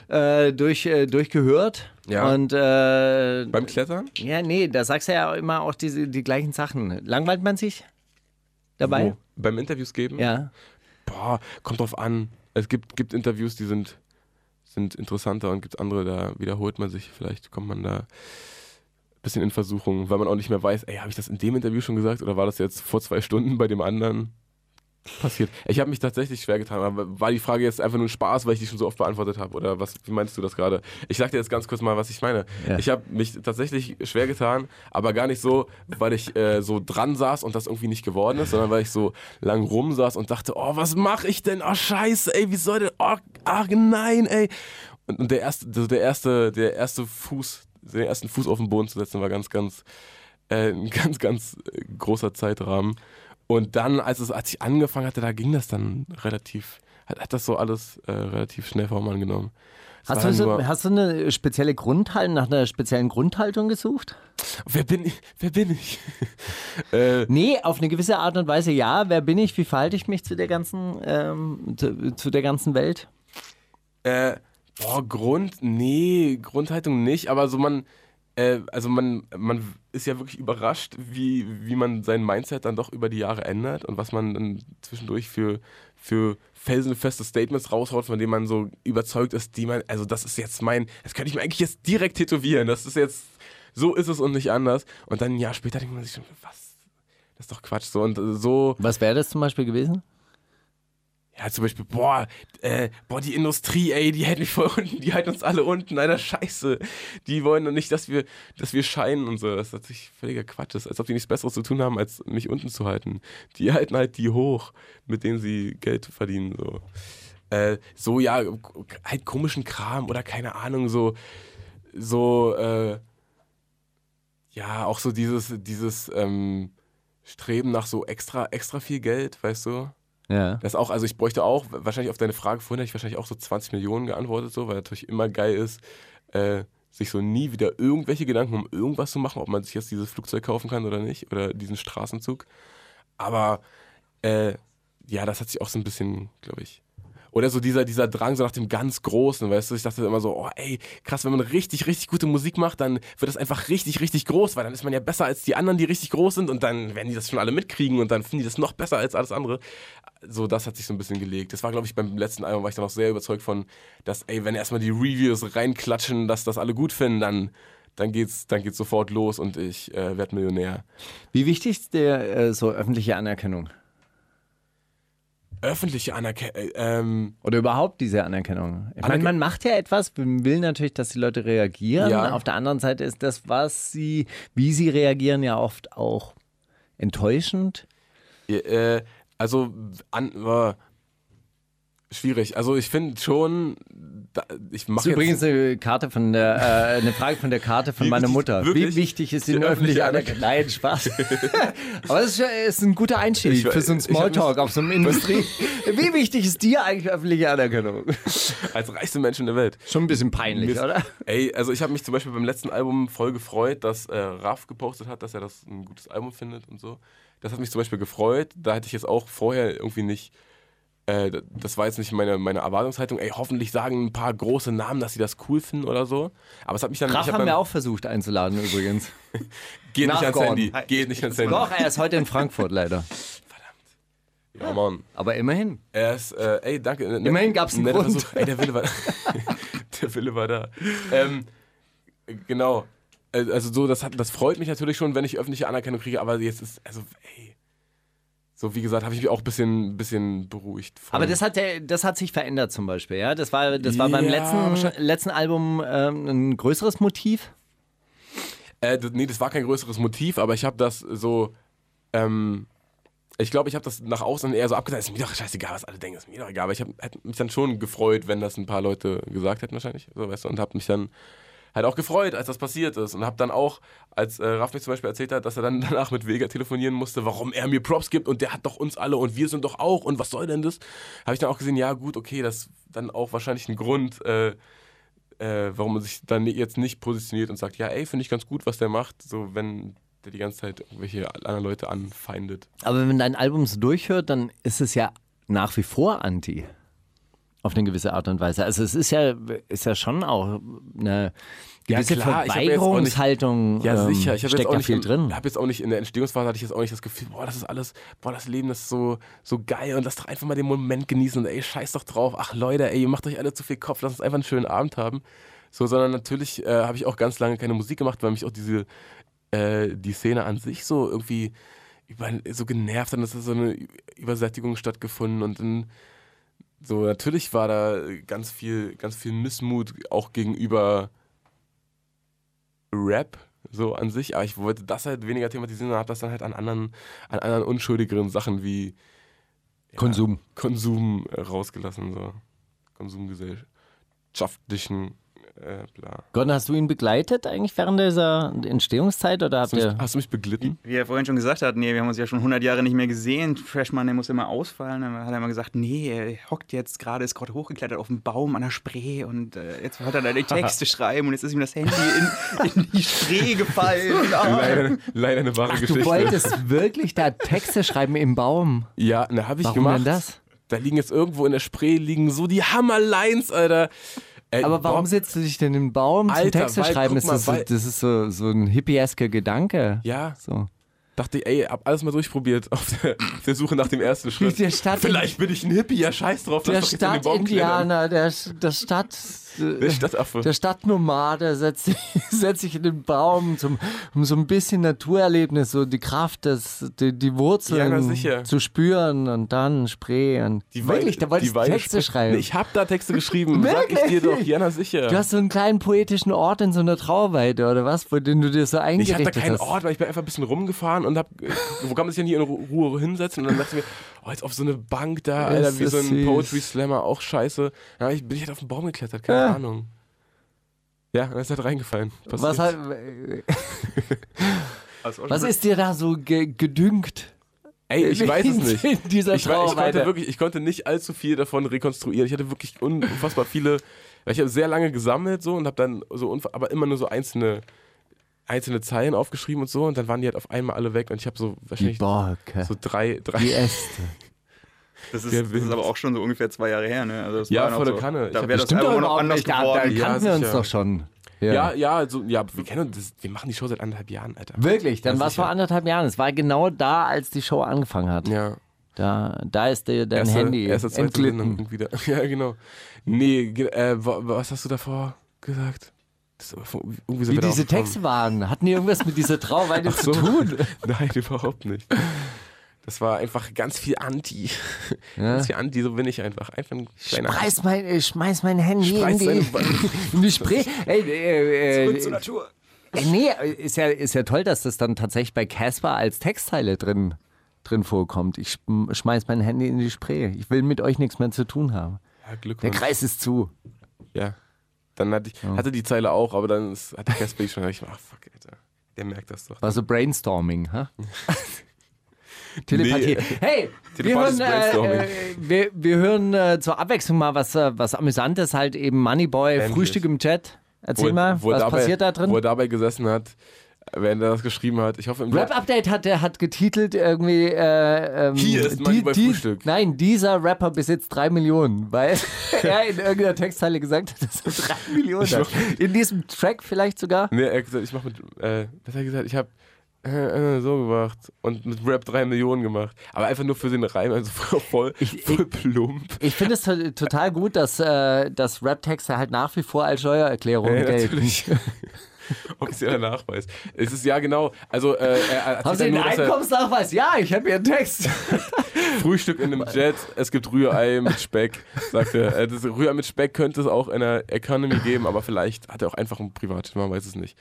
Speaker 7: äh, durch, äh, durchgehört.
Speaker 6: Ja.
Speaker 7: Und äh,
Speaker 6: Beim Klettern?
Speaker 7: ja, nee, da sagst du ja immer auch diese, die gleichen Sachen. Langweilt man sich dabei?
Speaker 6: Wo? Beim Interviews geben?
Speaker 7: Ja.
Speaker 6: Boah, kommt drauf an. Es gibt, gibt Interviews, die sind, sind interessanter und gibt andere, da wiederholt man sich. Vielleicht kommt man da ein bisschen in Versuchung, weil man auch nicht mehr weiß, ey, habe ich das in dem Interview schon gesagt oder war das jetzt vor zwei Stunden bei dem anderen? Passiert. Ich habe mich tatsächlich schwer getan, aber war die Frage jetzt einfach nur ein Spaß, weil ich die schon so oft beantwortet habe? Oder was, wie meinst du das gerade? Ich sag dir jetzt ganz kurz mal, was ich meine.
Speaker 7: Ja.
Speaker 6: Ich habe mich tatsächlich schwer getan, aber gar nicht so, weil ich äh, so dran saß und das irgendwie nicht geworden ist, sondern weil ich so lang rum saß und dachte, oh, was mache ich denn? Oh, scheiße, ey, wie soll denn? Oh, ach, nein, ey. Und, und der erste, so der erste, der erste Fuß, den ersten Fuß auf den Boden zu setzen, war ganz, ganz, äh, ein (laughs) ganz, ganz äh, großer Zeitrahmen. Und dann, als, es, als ich angefangen hatte, da ging das dann relativ, hat, hat das so alles äh, relativ schnell Form angenommen.
Speaker 7: Hast
Speaker 6: war
Speaker 7: du, so,
Speaker 6: nur-
Speaker 7: hast du eine spezielle Grundhaltung, nach einer speziellen Grundhaltung gesucht?
Speaker 6: Wer bin ich? Wer bin ich? äh,
Speaker 7: Nee, auf eine gewisse Art und Weise ja. Wer bin ich? Wie verhalte ich mich zu der ganzen, ähm, zu, zu der ganzen Welt?
Speaker 6: Äh, boah, Grund, nee, Grundhaltung nicht, aber so man, äh, also man, man ist ja wirklich überrascht, wie, wie man sein Mindset dann doch über die Jahre ändert und was man dann zwischendurch für, für felsenfeste Statements raushaut, von denen man so überzeugt ist, die man, also das ist jetzt mein, das könnte ich mir eigentlich jetzt direkt tätowieren, das ist jetzt, so ist es und nicht anders. Und dann ein Jahr später denkt man sich schon, was? Das ist doch Quatsch. So und äh, so.
Speaker 7: Was wäre das zum Beispiel gewesen?
Speaker 6: Ja, zum Beispiel, boah, äh, boah, die Industrie, ey, die hält mich voll (laughs) unten, die halten uns alle unten, alter Scheiße. Die wollen doch nicht, dass wir, dass wir scheinen und so. Das ist natürlich völliger Quatsch. Das ist, als ob die nichts Besseres zu tun haben, als mich unten zu halten. Die halten halt die hoch, mit denen sie Geld verdienen, so. Äh, so, ja, halt komischen Kram oder keine Ahnung, so, so, äh, ja, auch so dieses, dieses, ähm, Streben nach so extra, extra viel Geld, weißt du?
Speaker 7: Ja.
Speaker 6: Das auch, also ich bräuchte auch, wahrscheinlich auf deine Frage vorhin hätte ich wahrscheinlich auch so 20 Millionen geantwortet, so, weil natürlich immer geil ist, äh, sich so nie wieder irgendwelche Gedanken um irgendwas zu machen, ob man sich jetzt dieses Flugzeug kaufen kann oder nicht, oder diesen Straßenzug. Aber äh, ja, das hat sich auch so ein bisschen, glaube ich. Oder so dieser, dieser Drang so nach dem ganz Großen, weißt du? Ich dachte immer so, oh ey, krass, wenn man richtig, richtig gute Musik macht, dann wird das einfach richtig, richtig groß, weil dann ist man ja besser als die anderen, die richtig groß sind und dann werden die das schon alle mitkriegen und dann finden die das noch besser als alles andere. So, das hat sich so ein bisschen gelegt. Das war, glaube ich, beim letzten Album war ich dann auch sehr überzeugt von, dass, ey, wenn erstmal die Reviews reinklatschen, dass das alle gut finden, dann, dann geht's, dann geht's sofort los und ich äh, werde Millionär.
Speaker 7: Wie wichtig ist dir äh, so öffentliche Anerkennung?
Speaker 6: Öffentliche Anerkennung, ähm,
Speaker 7: Oder überhaupt diese Anerkennung? Ich meine,
Speaker 6: Anerken-
Speaker 7: man macht ja etwas, man will natürlich, dass die Leute reagieren.
Speaker 6: Ja.
Speaker 7: Auf der anderen Seite ist das, was sie, wie sie reagieren, ja oft auch enttäuschend.
Speaker 6: Ja, äh, also an, war schwierig. Also ich finde schon, da, ich
Speaker 7: Das
Speaker 6: mache
Speaker 7: ist übrigens eine, Karte von der, äh, eine Frage von der Karte von
Speaker 6: Wie
Speaker 7: meiner
Speaker 6: wichtig-
Speaker 7: Mutter. Wie
Speaker 6: wirklich?
Speaker 7: wichtig ist
Speaker 6: Die
Speaker 7: die
Speaker 6: öffentliche
Speaker 7: öffentliche Anerkennung? Nein, Spaß.
Speaker 6: (laughs)
Speaker 7: (laughs) Aber es ist, ist ein guter Einstieg
Speaker 6: Ich-
Speaker 7: für so einen
Speaker 6: ich hab mich-
Speaker 7: Smalltalk auf so einem
Speaker 6: (laughs)
Speaker 7: Industrie. Wie wichtig ist dir eigentlich öffentliche Anerkennung?
Speaker 6: als reichste Mensch in der Welt.
Speaker 7: Schon ein bisschen peinlich,
Speaker 6: Mist.
Speaker 7: oder?
Speaker 6: Ey, also ich habe mich zum Beispiel beim letzten Album voll gefreut, dass äh, Raff gepostet hat, dass er das ein gutes Album findet und so. Das hat mich zum Beispiel gefreut. Da hätte ich jetzt auch vorher irgendwie nicht. Äh, d- das war jetzt nicht meine, meine Erwartungshaltung. Ey, hoffentlich sagen ein paar große Namen, dass sie das cool finden oder so. Aber es hat mich dann.
Speaker 7: Rach
Speaker 6: ich hab
Speaker 7: haben
Speaker 6: dann
Speaker 7: wir auch versucht einzuladen
Speaker 6: (laughs)
Speaker 7: übrigens.
Speaker 6: geht nicht ans
Speaker 7: nachgehauen.
Speaker 6: Handy. Geht nicht ans Handy.
Speaker 7: Doch, er ist heute in Frankfurt leider.
Speaker 6: Ja, Mann.
Speaker 7: Aber immerhin.
Speaker 6: Er ist, äh, ey, danke. Ne,
Speaker 7: Immerhin gab's einen
Speaker 6: netter
Speaker 7: Grund.
Speaker 6: Versuch. Ey, der Wille war, (laughs) der Wille war da. Ähm, genau. Äh, Also so, das, hat, das freut mich natürlich schon, wenn ich öffentliche Anerkennung kriege, aber jetzt ist, also, ey. So, wie gesagt, habe ich mich auch ein bisschen, bisschen beruhigt. von.
Speaker 7: Aber das hat, der, das hat sich verändert zum Beispiel, ja? Das war, das war beim
Speaker 6: Ja,
Speaker 7: letzten,
Speaker 6: wahrscheinlich-
Speaker 7: letzten Album ähm, ein größeres Motiv.
Speaker 6: Äh, das, nee, das war kein größeres Motiv, aber ich habe das so. Ähm, ich glaube, ich habe das nach außen eher so abgesagt. Ist mir doch scheißegal, was alle denken, ist mir doch egal. Aber ich hab- hätte mich dann schon gefreut, wenn das ein paar Leute gesagt hätten, wahrscheinlich. So, weißt du, und habe mich dann halt auch gefreut, als das passiert ist. Und habe dann auch, als äh, Raff mir zum Beispiel erzählt hat, dass er dann (laughs) danach mit Vega telefonieren musste, warum er mir Props gibt und der hat doch uns alle und wir sind doch auch und was soll denn das? Habe ich dann auch gesehen, ja, gut, okay, das ist dann auch wahrscheinlich ein Grund. Äh, äh, warum man sich dann jetzt nicht positioniert und sagt, ja, ey, finde ich ganz gut, was der macht, so wenn der die ganze Zeit irgendwelche anderen Leute anfeindet.
Speaker 7: Aber wenn man dein Album so durchhört, dann ist es ja nach wie vor anti. Auf eine gewisse Art und Weise. Also es ist ja, ist ja schon auch eine gewisse
Speaker 6: klar, ich hab ja jetzt auch nicht-
Speaker 7: Verweigerungshaltung. ähm,
Speaker 6: hab
Speaker 7: steckt da viel
Speaker 6: im,
Speaker 7: drin.
Speaker 6: Hab jetzt auch nicht in der Entstehungsphase hatte ich jetzt auch nicht das Gefühl, boah, das ist alles, boah, das Leben das ist so, so geil und lasst doch einfach mal den Moment genießen und ey, scheiß doch drauf. Ach Leute, ey, ihr macht euch alle zu viel Kopf, lasst uns einfach einen schönen Abend haben. So, sondern natürlich äh, habe ich auch ganz lange keine Musik gemacht, weil mich auch diese äh, die Szene an sich so irgendwie über, so genervt hat, dass da so eine Ü- Übersättigung stattgefunden und dann so natürlich war da ganz viel ganz viel Missmut auch gegenüber Rap so an sich, aber ich wollte das halt weniger thematisieren und habe das dann halt an anderen an anderen unschuldigeren Sachen wie
Speaker 7: Konsum.
Speaker 6: Konsum äh, rausgelassen so Konsumgesellschaftlichen äh, bla.
Speaker 7: Gordon, hast du ihn begleitet eigentlich während dieser Entstehungszeit oder habt
Speaker 6: Hast du
Speaker 7: ihr.
Speaker 6: mich, hast du mich beglitten?
Speaker 8: Wie er vorhin schon gesagt hat, nee, wir haben uns ja schon 100 Jahre nicht mehr gesehen. Freshman, der muss immer ausfallen. Dann hat er immer gesagt, nee, er hockt jetzt gerade, ist gerade hochgeklettert auf dem Baum an der Spree und äh, jetzt hat er da die Texte schreiben und jetzt ist ihm das Handy in, in die Spree gefallen. Ah.
Speaker 6: (laughs) Leider, leider eine wahre
Speaker 7: Du
Speaker 6: Geschichte.
Speaker 7: wolltest wirklich da Texte schreiben im Baum.
Speaker 6: Ja, na, habe ich
Speaker 7: Warum
Speaker 6: gemacht.
Speaker 7: denn das?
Speaker 6: Da liegen jetzt irgendwo in der Spree liegen so die Hammerlines, Alter. Ey,
Speaker 7: Aber warum
Speaker 6: boah,
Speaker 7: sitzt du dich denn im Baum zum
Speaker 6: Alter,
Speaker 7: Texte
Speaker 6: weil,
Speaker 7: schreiben?
Speaker 6: guck
Speaker 7: Ist
Speaker 6: mal,
Speaker 7: das,
Speaker 6: weil-
Speaker 7: das ist so, so ein hippiesker Gedanke.
Speaker 6: Ja,
Speaker 7: So.
Speaker 6: dachte ich, ey, hab alles mal durchprobiert auf der, auf der Suche nach dem ersten Schritt.
Speaker 7: Der Stadt-
Speaker 6: Vielleicht bin ich ein Hippie, ja scheiß drauf,
Speaker 7: Der
Speaker 6: lass doch jetzt in den Baum klettern.
Speaker 7: Stadt-Indianer, der, der Stadt.
Speaker 6: Der Stadtaffe.
Speaker 7: Der Stadtnomade setzt, sich- (laughs) setzt sich in den Baum, zum, um so ein bisschen Naturerlebnis, so die Kraft, des, die, die Wurzeln
Speaker 6: Ja, na sicher.
Speaker 7: zu spüren und dann Spree. Und
Speaker 6: Die Weide-
Speaker 7: wirklich, da wolltest
Speaker 6: die
Speaker 7: du
Speaker 6: Weide-
Speaker 7: Texte schreiben.
Speaker 6: Nee, ich hab da Texte geschrieben, sag ich dir
Speaker 7: Wirklich?
Speaker 6: doch, Jana, sicher.
Speaker 7: du hast so einen kleinen poetischen Ort in so einer Trauerweide oder was, wo den du dir so
Speaker 6: Nee, Ich hatte
Speaker 7: eingerichtet
Speaker 6: da keinen
Speaker 7: hast.
Speaker 6: Ort, weil ich bin einfach ein bisschen rumgefahren und hab, äh, wo kann man sich ja nie in Ru- Ruhe hinsetzen? Und dann dachte ich mir, oh, jetzt auf so eine Bank da,
Speaker 7: Ist
Speaker 6: Alter, wie
Speaker 7: das
Speaker 6: so ein
Speaker 7: süß.
Speaker 6: Poetry Slammer, auch scheiße. Ja, ich bin ich halt auf den Baum geklettert, keine
Speaker 7: Ja.
Speaker 6: Ahnung. Ja, und ist halt reingefallen.
Speaker 7: Was,
Speaker 6: Passiert.
Speaker 7: hat, was ist dir da so ge gedüngt?
Speaker 6: Ey, ich weiß es nicht.
Speaker 7: In dieser
Speaker 6: Ich, war, ich, konnte
Speaker 7: Trauerweide.
Speaker 6: wirklich, ich konnte nicht allzu viel davon rekonstruieren. Ich hatte wirklich un- unfassbar viele. Ich habe sehr lange gesammelt so und habe dann so unfa- aber immer nur so einzelne, einzelne Zeilen aufgeschrieben und so und dann waren die halt auf einmal alle weg und ich habe so
Speaker 7: die
Speaker 6: wahrscheinlich
Speaker 7: Borke,
Speaker 6: so drei, drei
Speaker 7: die Äste.
Speaker 8: Das ist,
Speaker 6: Wer
Speaker 8: das
Speaker 6: will-
Speaker 8: ist aber auch schon so ungefähr zwei Jahre her, ne? Also das
Speaker 6: Ja,
Speaker 8: war noch
Speaker 6: volle
Speaker 8: so,
Speaker 6: Kanne. Ich hab
Speaker 8: Da wäre das
Speaker 7: Stimmt
Speaker 8: Album
Speaker 7: doch
Speaker 8: noch
Speaker 7: überhaupt
Speaker 8: anders
Speaker 7: nicht, da, da
Speaker 8: geworden.
Speaker 7: kannten
Speaker 6: Ja,
Speaker 7: wir uns
Speaker 6: sicher.
Speaker 7: doch schon.
Speaker 6: Ja, ja, so, ja, wir kennen uns, das- wir machen die Show seit anderthalb Jahren, Alter.
Speaker 7: Wirklich, dann
Speaker 6: Ja,
Speaker 7: war es
Speaker 6: sicher.
Speaker 7: vor anderthalb Jahren. Es war genau da, als die Show angefangen hat.
Speaker 6: Ja,
Speaker 7: Da, da ist dir dein
Speaker 6: erste,
Speaker 7: Handy
Speaker 6: erste zweite
Speaker 7: entglitten.
Speaker 6: Sendung wieder. (laughs) Ja, genau. Nee, ge- äh, wa- was hast du davor gesagt? Das, ist aber irgendwie sind
Speaker 7: Wie
Speaker 6: wir da
Speaker 7: diese
Speaker 6: aufgekommen.
Speaker 7: Texte waren, hatten die irgendwas mit
Speaker 6: (laughs)
Speaker 7: dieser Trauerweide
Speaker 6: Genau. Ach so.
Speaker 7: zu tun?
Speaker 6: (laughs) Nein, überhaupt nicht. Das war einfach ganz viel Anti.
Speaker 7: Ja.
Speaker 6: Ganz viel Anti, so bin ich einfach. Einfach ein kleiner
Speaker 7: Schmeiß mein, äh, schmeiß mein Handy
Speaker 6: Genau. Schmeiß
Speaker 7: in die, (laughs)
Speaker 6: deine Wa-
Speaker 7: in die Spree. Ey, äh,
Speaker 8: Zurück zur
Speaker 7: äh,
Speaker 8: Natur.
Speaker 7: äh, nee, ist ja, ist ja toll, dass das dann tatsächlich bei Casper als Textteile drin, drin vorkommt. Ich schm- schmeiß mein Handy in die Spree. Ich will mit euch nichts mehr zu tun haben.
Speaker 6: Ja,
Speaker 7: Der
Speaker 6: Glückwunsch.
Speaker 7: Kreis ist zu.
Speaker 6: Ja. Dann hatte ich hatte die Zeile auch, aber dann ist, hatte Casper die schon. Ich war, ach, fuck, Alter. Der merkt das doch.
Speaker 7: War so
Speaker 6: (laughs)
Speaker 7: Brainstorming, ha?
Speaker 6: Nee.
Speaker 7: Telepathie.
Speaker 6: äh,
Speaker 7: Hey, wir
Speaker 6: Telepathisches
Speaker 7: hören, äh, äh, wir, wir hören äh, zur Abwechslung mal was, äh, was Amüsantes, halt eben Moneyboy,
Speaker 6: Endlich.
Speaker 7: Frühstück im Chat. Erzähl mal,
Speaker 6: er
Speaker 7: was passiert da drin?
Speaker 6: Wo er dabei gesessen hat, während er das geschrieben hat. Ich hoffe, im
Speaker 7: Rap-Update hat, er- hat getitelt irgendwie. Äh, ähm,
Speaker 6: Hier ist Moneyboy Frühstück.
Speaker 7: Nein, dieser Rapper besitzt 3 Millionen, (laughs) weil er in irgendeiner Textzeile gesagt hat, dass er 3 Millionen hat. In diesem Track vielleicht sogar.
Speaker 6: Nee, er hat gesagt, ich mach mit, äh, was hat er gesagt? Ich hab äh, äh, so gemacht und mit Rap 3 Millionen gemacht. Aber einfach nur für den Reim, also (laughs) voll, voll plump.
Speaker 7: Ich finde es to- total gut, dass, äh, dass Rap-Texte halt nach wie vor als Steuererklärung
Speaker 6: Ey,
Speaker 7: gelten. (laughs)
Speaker 6: natürlich. Offizieller Nachweis. Es ist ja genau. Also äh, er erzählt
Speaker 7: Haben Sie
Speaker 6: dann
Speaker 7: einen
Speaker 6: nur, dass er
Speaker 7: Einkommensnachweis? Ja, ich habe hier einen Text.
Speaker 6: Frühstück in einem Jet. Es gibt Rührei mit Speck, sagt er. Äh, Das Rührei mit Speck könnte es auch in der Economy geben, aber vielleicht hat er auch einfach ein Privat. Man weiß es nicht.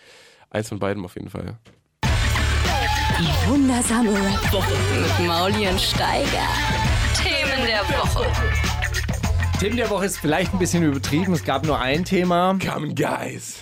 Speaker 6: Eins von beidem auf jeden Fall.
Speaker 2: Wundersame Rap-Woche mit Mauli und Steiger. Themen der Woche.
Speaker 7: Themen der Woche ist vielleicht ein bisschen übertrieben. Es gab nur ein Thema.
Speaker 6: Kamen Guys.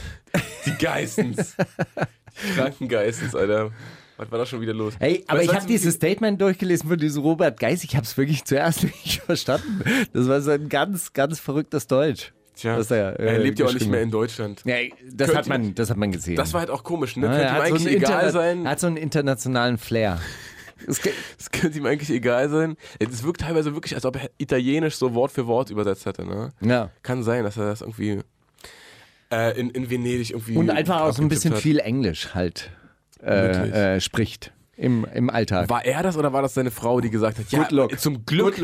Speaker 6: Die Geistens. Die kranken Geistens, Alter. Was war da schon wieder los?
Speaker 7: Hey,
Speaker 6: Weißt du,
Speaker 7: aber ich
Speaker 6: weißt
Speaker 7: habe
Speaker 6: du,
Speaker 7: dieses Statement durchgelesen von diesem Robert Geis. Ich habe es wirklich zuerst (laughs) nicht verstanden. Das war so ein ganz, ganz verrücktes Deutsch.
Speaker 6: Tja,
Speaker 7: was er,
Speaker 6: er,
Speaker 7: äh,
Speaker 6: lebt ja auch nicht
Speaker 7: geschrieben
Speaker 6: mehr in Deutschland.
Speaker 7: Ja, das,
Speaker 6: Könnt
Speaker 7: hat man, das hat man gesehen.
Speaker 6: Das war halt auch komisch, ne?
Speaker 7: Ja,
Speaker 6: Könnte
Speaker 7: er
Speaker 6: ihm
Speaker 7: hat so
Speaker 6: eigentlich
Speaker 7: einen
Speaker 6: egal
Speaker 7: Interna-
Speaker 6: sein.
Speaker 7: er hat so einen internationalen Flair. Es ge-
Speaker 6: Es könnte ihm eigentlich egal sein. Es wirkt teilweise wirklich, als ob er Italienisch so Wort für Wort übersetzt hätte. Ne?
Speaker 7: ja.
Speaker 6: Kann sein, dass er das irgendwie äh, in, in Venedig irgendwie.
Speaker 7: Und einfach auch so ein
Speaker 6: abgetippt
Speaker 7: bisschen
Speaker 6: hat.
Speaker 7: viel Englisch halt
Speaker 6: Wirklich.
Speaker 7: äh, äh, spricht im, im Alltag.
Speaker 6: War er das oder war das seine Frau, die gesagt hat, ja,
Speaker 7: Good luck.
Speaker 6: zum Glück,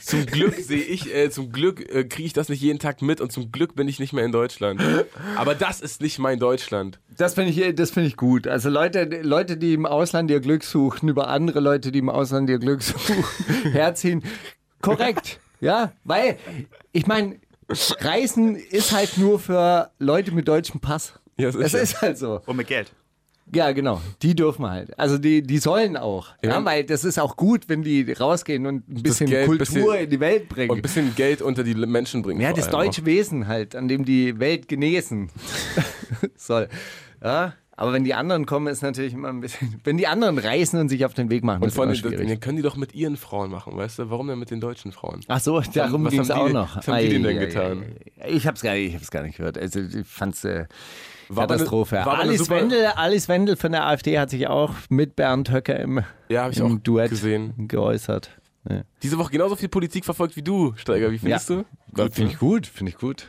Speaker 6: zum Glück sehe ich, äh, zum Glück äh, kriege ich das nicht jeden Tag mit und zum Glück bin ich nicht mehr in Deutschland. Aber das ist nicht mein Deutschland.
Speaker 7: Das finde ich, das finde ich gut. Also Leute, Leute, die im Ausland ihr Glück suchen, über andere Leute, die im Ausland ihr Glück suchen, (laughs) herziehen. Korrekt. Ja, weil ich meine, Reisen ist halt nur für Leute mit deutschem Pass.
Speaker 6: Ja,
Speaker 7: Es
Speaker 6: sicher.
Speaker 7: ist halt so.
Speaker 8: Und mit Geld.
Speaker 7: Ja, genau. Die dürfen halt. Also die, die sollen auch. Ja.
Speaker 6: Ja.
Speaker 7: weil das ist auch gut, wenn die rausgehen und ein bisschen
Speaker 6: Geld,
Speaker 7: Kultur
Speaker 6: bisschen-
Speaker 7: in die Welt bringen.
Speaker 6: Und ein bisschen Geld unter die Menschen bringen.
Speaker 7: ja,
Speaker 6: vor
Speaker 7: das
Speaker 6: allem ne? auch.
Speaker 7: deutsche Wesen halt, an dem die Welt genesen (laughs) soll. Ja, aber wenn die anderen kommen, ist natürlich immer ein bisschen. (laughs) Wenn die anderen reisen und sich auf den Weg machen,
Speaker 6: Und
Speaker 7: ist
Speaker 6: vor
Speaker 7: immer
Speaker 6: allem,
Speaker 7: schwierig.
Speaker 6: dann können die doch mit ihren Frauen machen, weißt du? Warum denn mit den deutschen Frauen?
Speaker 7: Ach so, darum
Speaker 6: was
Speaker 7: ging es
Speaker 6: haben
Speaker 7: auch
Speaker 6: die-
Speaker 7: noch.
Speaker 6: was haben die denn denn
Speaker 7: Ei, ei,
Speaker 6: getan?
Speaker 7: ei, ei. Ich hab's gar nicht, ich hab's gar nicht gehört. Also ich fand's äh,
Speaker 6: War aber eine-
Speaker 7: Katastrophe.
Speaker 6: war aber eine
Speaker 7: Alice,
Speaker 6: super-
Speaker 7: Wendel, Alice Wendel von der AfD hat sich auch mit Bernd Höcker im,
Speaker 6: Ja, habe ich
Speaker 7: im
Speaker 6: auch
Speaker 7: Duett
Speaker 6: gesehen.
Speaker 7: geäußert. Ja.
Speaker 6: Diese Woche genauso viel Politik verfolgt wie du, Steiger. Wie findest
Speaker 7: Ja.
Speaker 6: du?
Speaker 7: Finde ich gut, finde ich gut.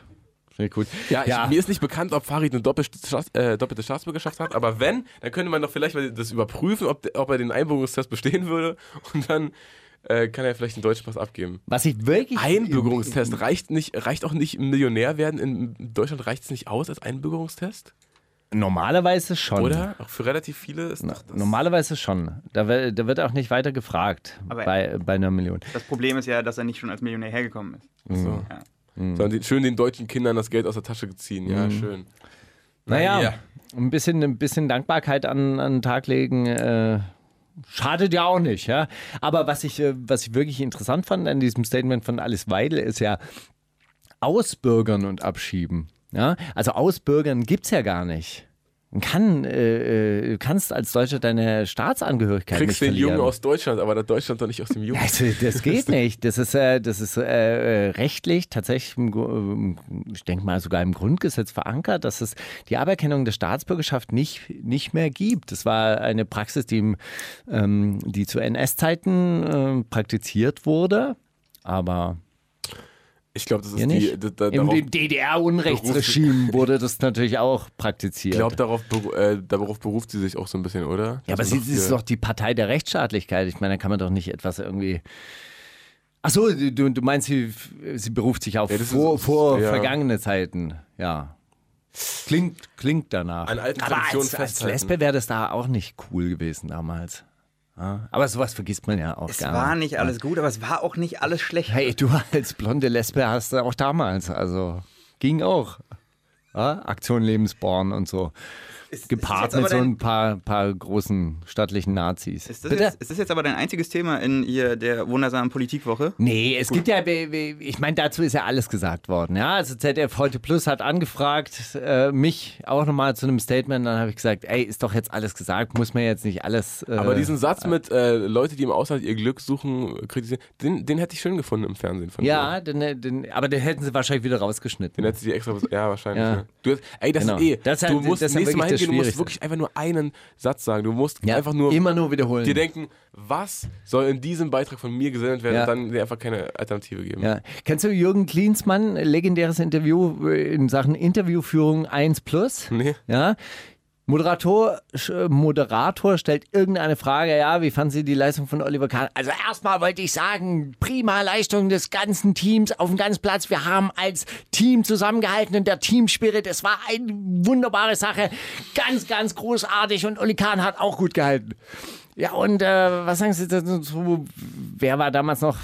Speaker 7: Finde ich gut.
Speaker 6: Ja, Ich, mir ist nicht bekannt, ob Farid eine doppelte, Staats, äh, doppelte Staatsbürgerschaft hat, aber wenn, dann könnte man doch vielleicht mal das überprüfen, ob, der- ob er den Einbürgerungstest bestehen würde (laughs) und dann äh, kann er vielleicht einen deutschen Pass abgeben.
Speaker 7: was ich wirklich.
Speaker 6: Einbürgerungstest reicht nicht, reicht auch nicht Millionär werden. In Deutschland reicht es nicht aus als Einbürgerungstest,
Speaker 7: Normalerweise schon.
Speaker 6: oder? Auch für relativ viele ist doch das.
Speaker 7: Normalerweise schon. Da, wer- da wird auch nicht weiter gefragt
Speaker 8: Aber-
Speaker 7: bei, bei einer Million.
Speaker 8: Das Problem ist ja, dass er nicht schon als Millionär hergekommen ist.
Speaker 6: So.
Speaker 8: Ja.
Speaker 6: Sondern den, schön den deutschen Kindern das Geld aus der Tasche ziehen.
Speaker 7: Mhm.
Speaker 6: Ja, schön.
Speaker 7: Naja,
Speaker 6: Ja.
Speaker 7: ein, bisschen, ein bisschen Dankbarkeit an, an den Tag legen. Äh, Schadet ja auch nicht, ja. Aber was ich, äh, was ich wirklich interessant fand an diesem Statement von Alice Weidel ist ja Ausbürgern und Abschieben. Ja? Also Ausbürgern gibt es ja gar nicht. Man Kann, äh, äh, du kannst als Deutscher deine Staatsangehörigkeit
Speaker 6: Kriegst
Speaker 7: nicht
Speaker 6: den
Speaker 7: verlieren.
Speaker 6: Jungen aus Deutschland, aber der Deutschland doch nicht aus dem Jungen.
Speaker 7: Also, das geht nicht. Das ist, äh, das ist äh, äh, rechtlich tatsächlich, im, Gru- ähm, ich denke mal, sogar im Grundgesetz verankert, dass es die Aberkennung der Staatsbürgerschaft nicht, nicht mehr gibt. Das war eine Praxis, die, im, ähm, die zu NS-Zeiten ähm, praktiziert wurde. Aber
Speaker 6: Ich glaube, das ist
Speaker 7: hier
Speaker 6: die.
Speaker 7: nicht.
Speaker 6: Da, da,
Speaker 7: Im
Speaker 6: darauf,
Speaker 7: dem DDR-Unrechtsregime wurde das natürlich auch praktiziert.
Speaker 6: ich glaube, darauf, beru- äh, darauf beruft sie sich auch so ein bisschen, oder? Also
Speaker 7: Ja, aber
Speaker 6: Dass
Speaker 7: sie
Speaker 6: man
Speaker 7: sie ist
Speaker 6: hier-
Speaker 7: doch die Partei der Rechtsstaatlichkeit. Ich meine, da kann man doch nicht etwas irgendwie. Achso, du, du meinst, sie, sie beruft sich auf
Speaker 6: Ja, das ist-
Speaker 7: vor, vor
Speaker 6: ja.
Speaker 7: vergangene Zeiten. Ja. Klingt, klingt danach.
Speaker 6: An alten
Speaker 7: aber
Speaker 6: Traditionen
Speaker 7: als, als
Speaker 6: festhalten.
Speaker 7: Lesbe wäre das da auch nicht cool gewesen damals. Ja. Aber sowas vergisst man ja auch
Speaker 8: Es
Speaker 7: gar
Speaker 8: war nicht alles gut, aber es war auch nicht alles schlecht.
Speaker 7: Hey, du als blonde Lesbe hast du auch damals. Also ging auch. Ja? Aktion Lebensborn und so.
Speaker 8: Ist-
Speaker 7: Gepaart
Speaker 8: ist das jetzt
Speaker 7: mit so
Speaker 8: aber
Speaker 7: ein paar, paar großen stattlichen Nazis.
Speaker 8: Ist das, jetzt, ist das jetzt aber dein einziges Thema in hier der wundersamen Politikwoche?
Speaker 7: Nee, es gibt ja, ich meine, dazu ist ja alles gesagt worden. Ja, also ZDF Heute Plus hat angefragt, äh, mich auch nochmal zu einem Statement. Dann habe ich gesagt, ey, ist doch jetzt alles gesagt, muss man jetzt nicht alles. Äh,
Speaker 6: Aber diesen Satz mit äh, Leute, die im Ausland ihr Glück suchen, äh, kritisieren, den, den hätte ich schön gefunden im Fernsehen von dir.
Speaker 7: Ja, den, äh, den, aber den hätten sie wahrscheinlich wieder rausgeschnitten.
Speaker 6: Den hätte sie dir extra. Ja, wahrscheinlich.
Speaker 7: Ja.
Speaker 6: ne. Du hast, ey, das
Speaker 7: Genau.
Speaker 6: ist eh.
Speaker 7: Das ist
Speaker 6: du
Speaker 7: halt-
Speaker 6: musst
Speaker 7: das
Speaker 6: nächstes Mal
Speaker 7: ist halt wirklich das
Speaker 6: hingehen, du musst
Speaker 7: Schwierigste.
Speaker 6: wirklich einfach nur einen Satz sagen. Du musst
Speaker 7: ja,
Speaker 6: einfach nur
Speaker 7: immer nur wiederholen.
Speaker 6: dir denken, was soll in diesem Beitrag von mir gesendet werden
Speaker 7: Ja.
Speaker 6: und dann dir einfach keine Alternative geben.
Speaker 7: Ja. Kennst du Jürgen Klinsmann, legendäres Interview äh, in Sachen Interviewführung 1 Plus?
Speaker 6: Nee.
Speaker 7: Ja. Moderator, sch- äh, Moderator stellt irgendeine Frage, ja, wie fanden Sie die Leistung von Oliver Kahn? Also erstmal wollte ich sagen, prima Leistung des ganzen Teams auf dem ganzen Platz. Wir haben als Team zusammengehalten und der Teamspirit, es war eine wunderbare Sache. Ganz, ganz großartig und Oli Kahn hat auch gut gehalten. Ja, und äh, was sagen Sie dazu? Wer war damals noch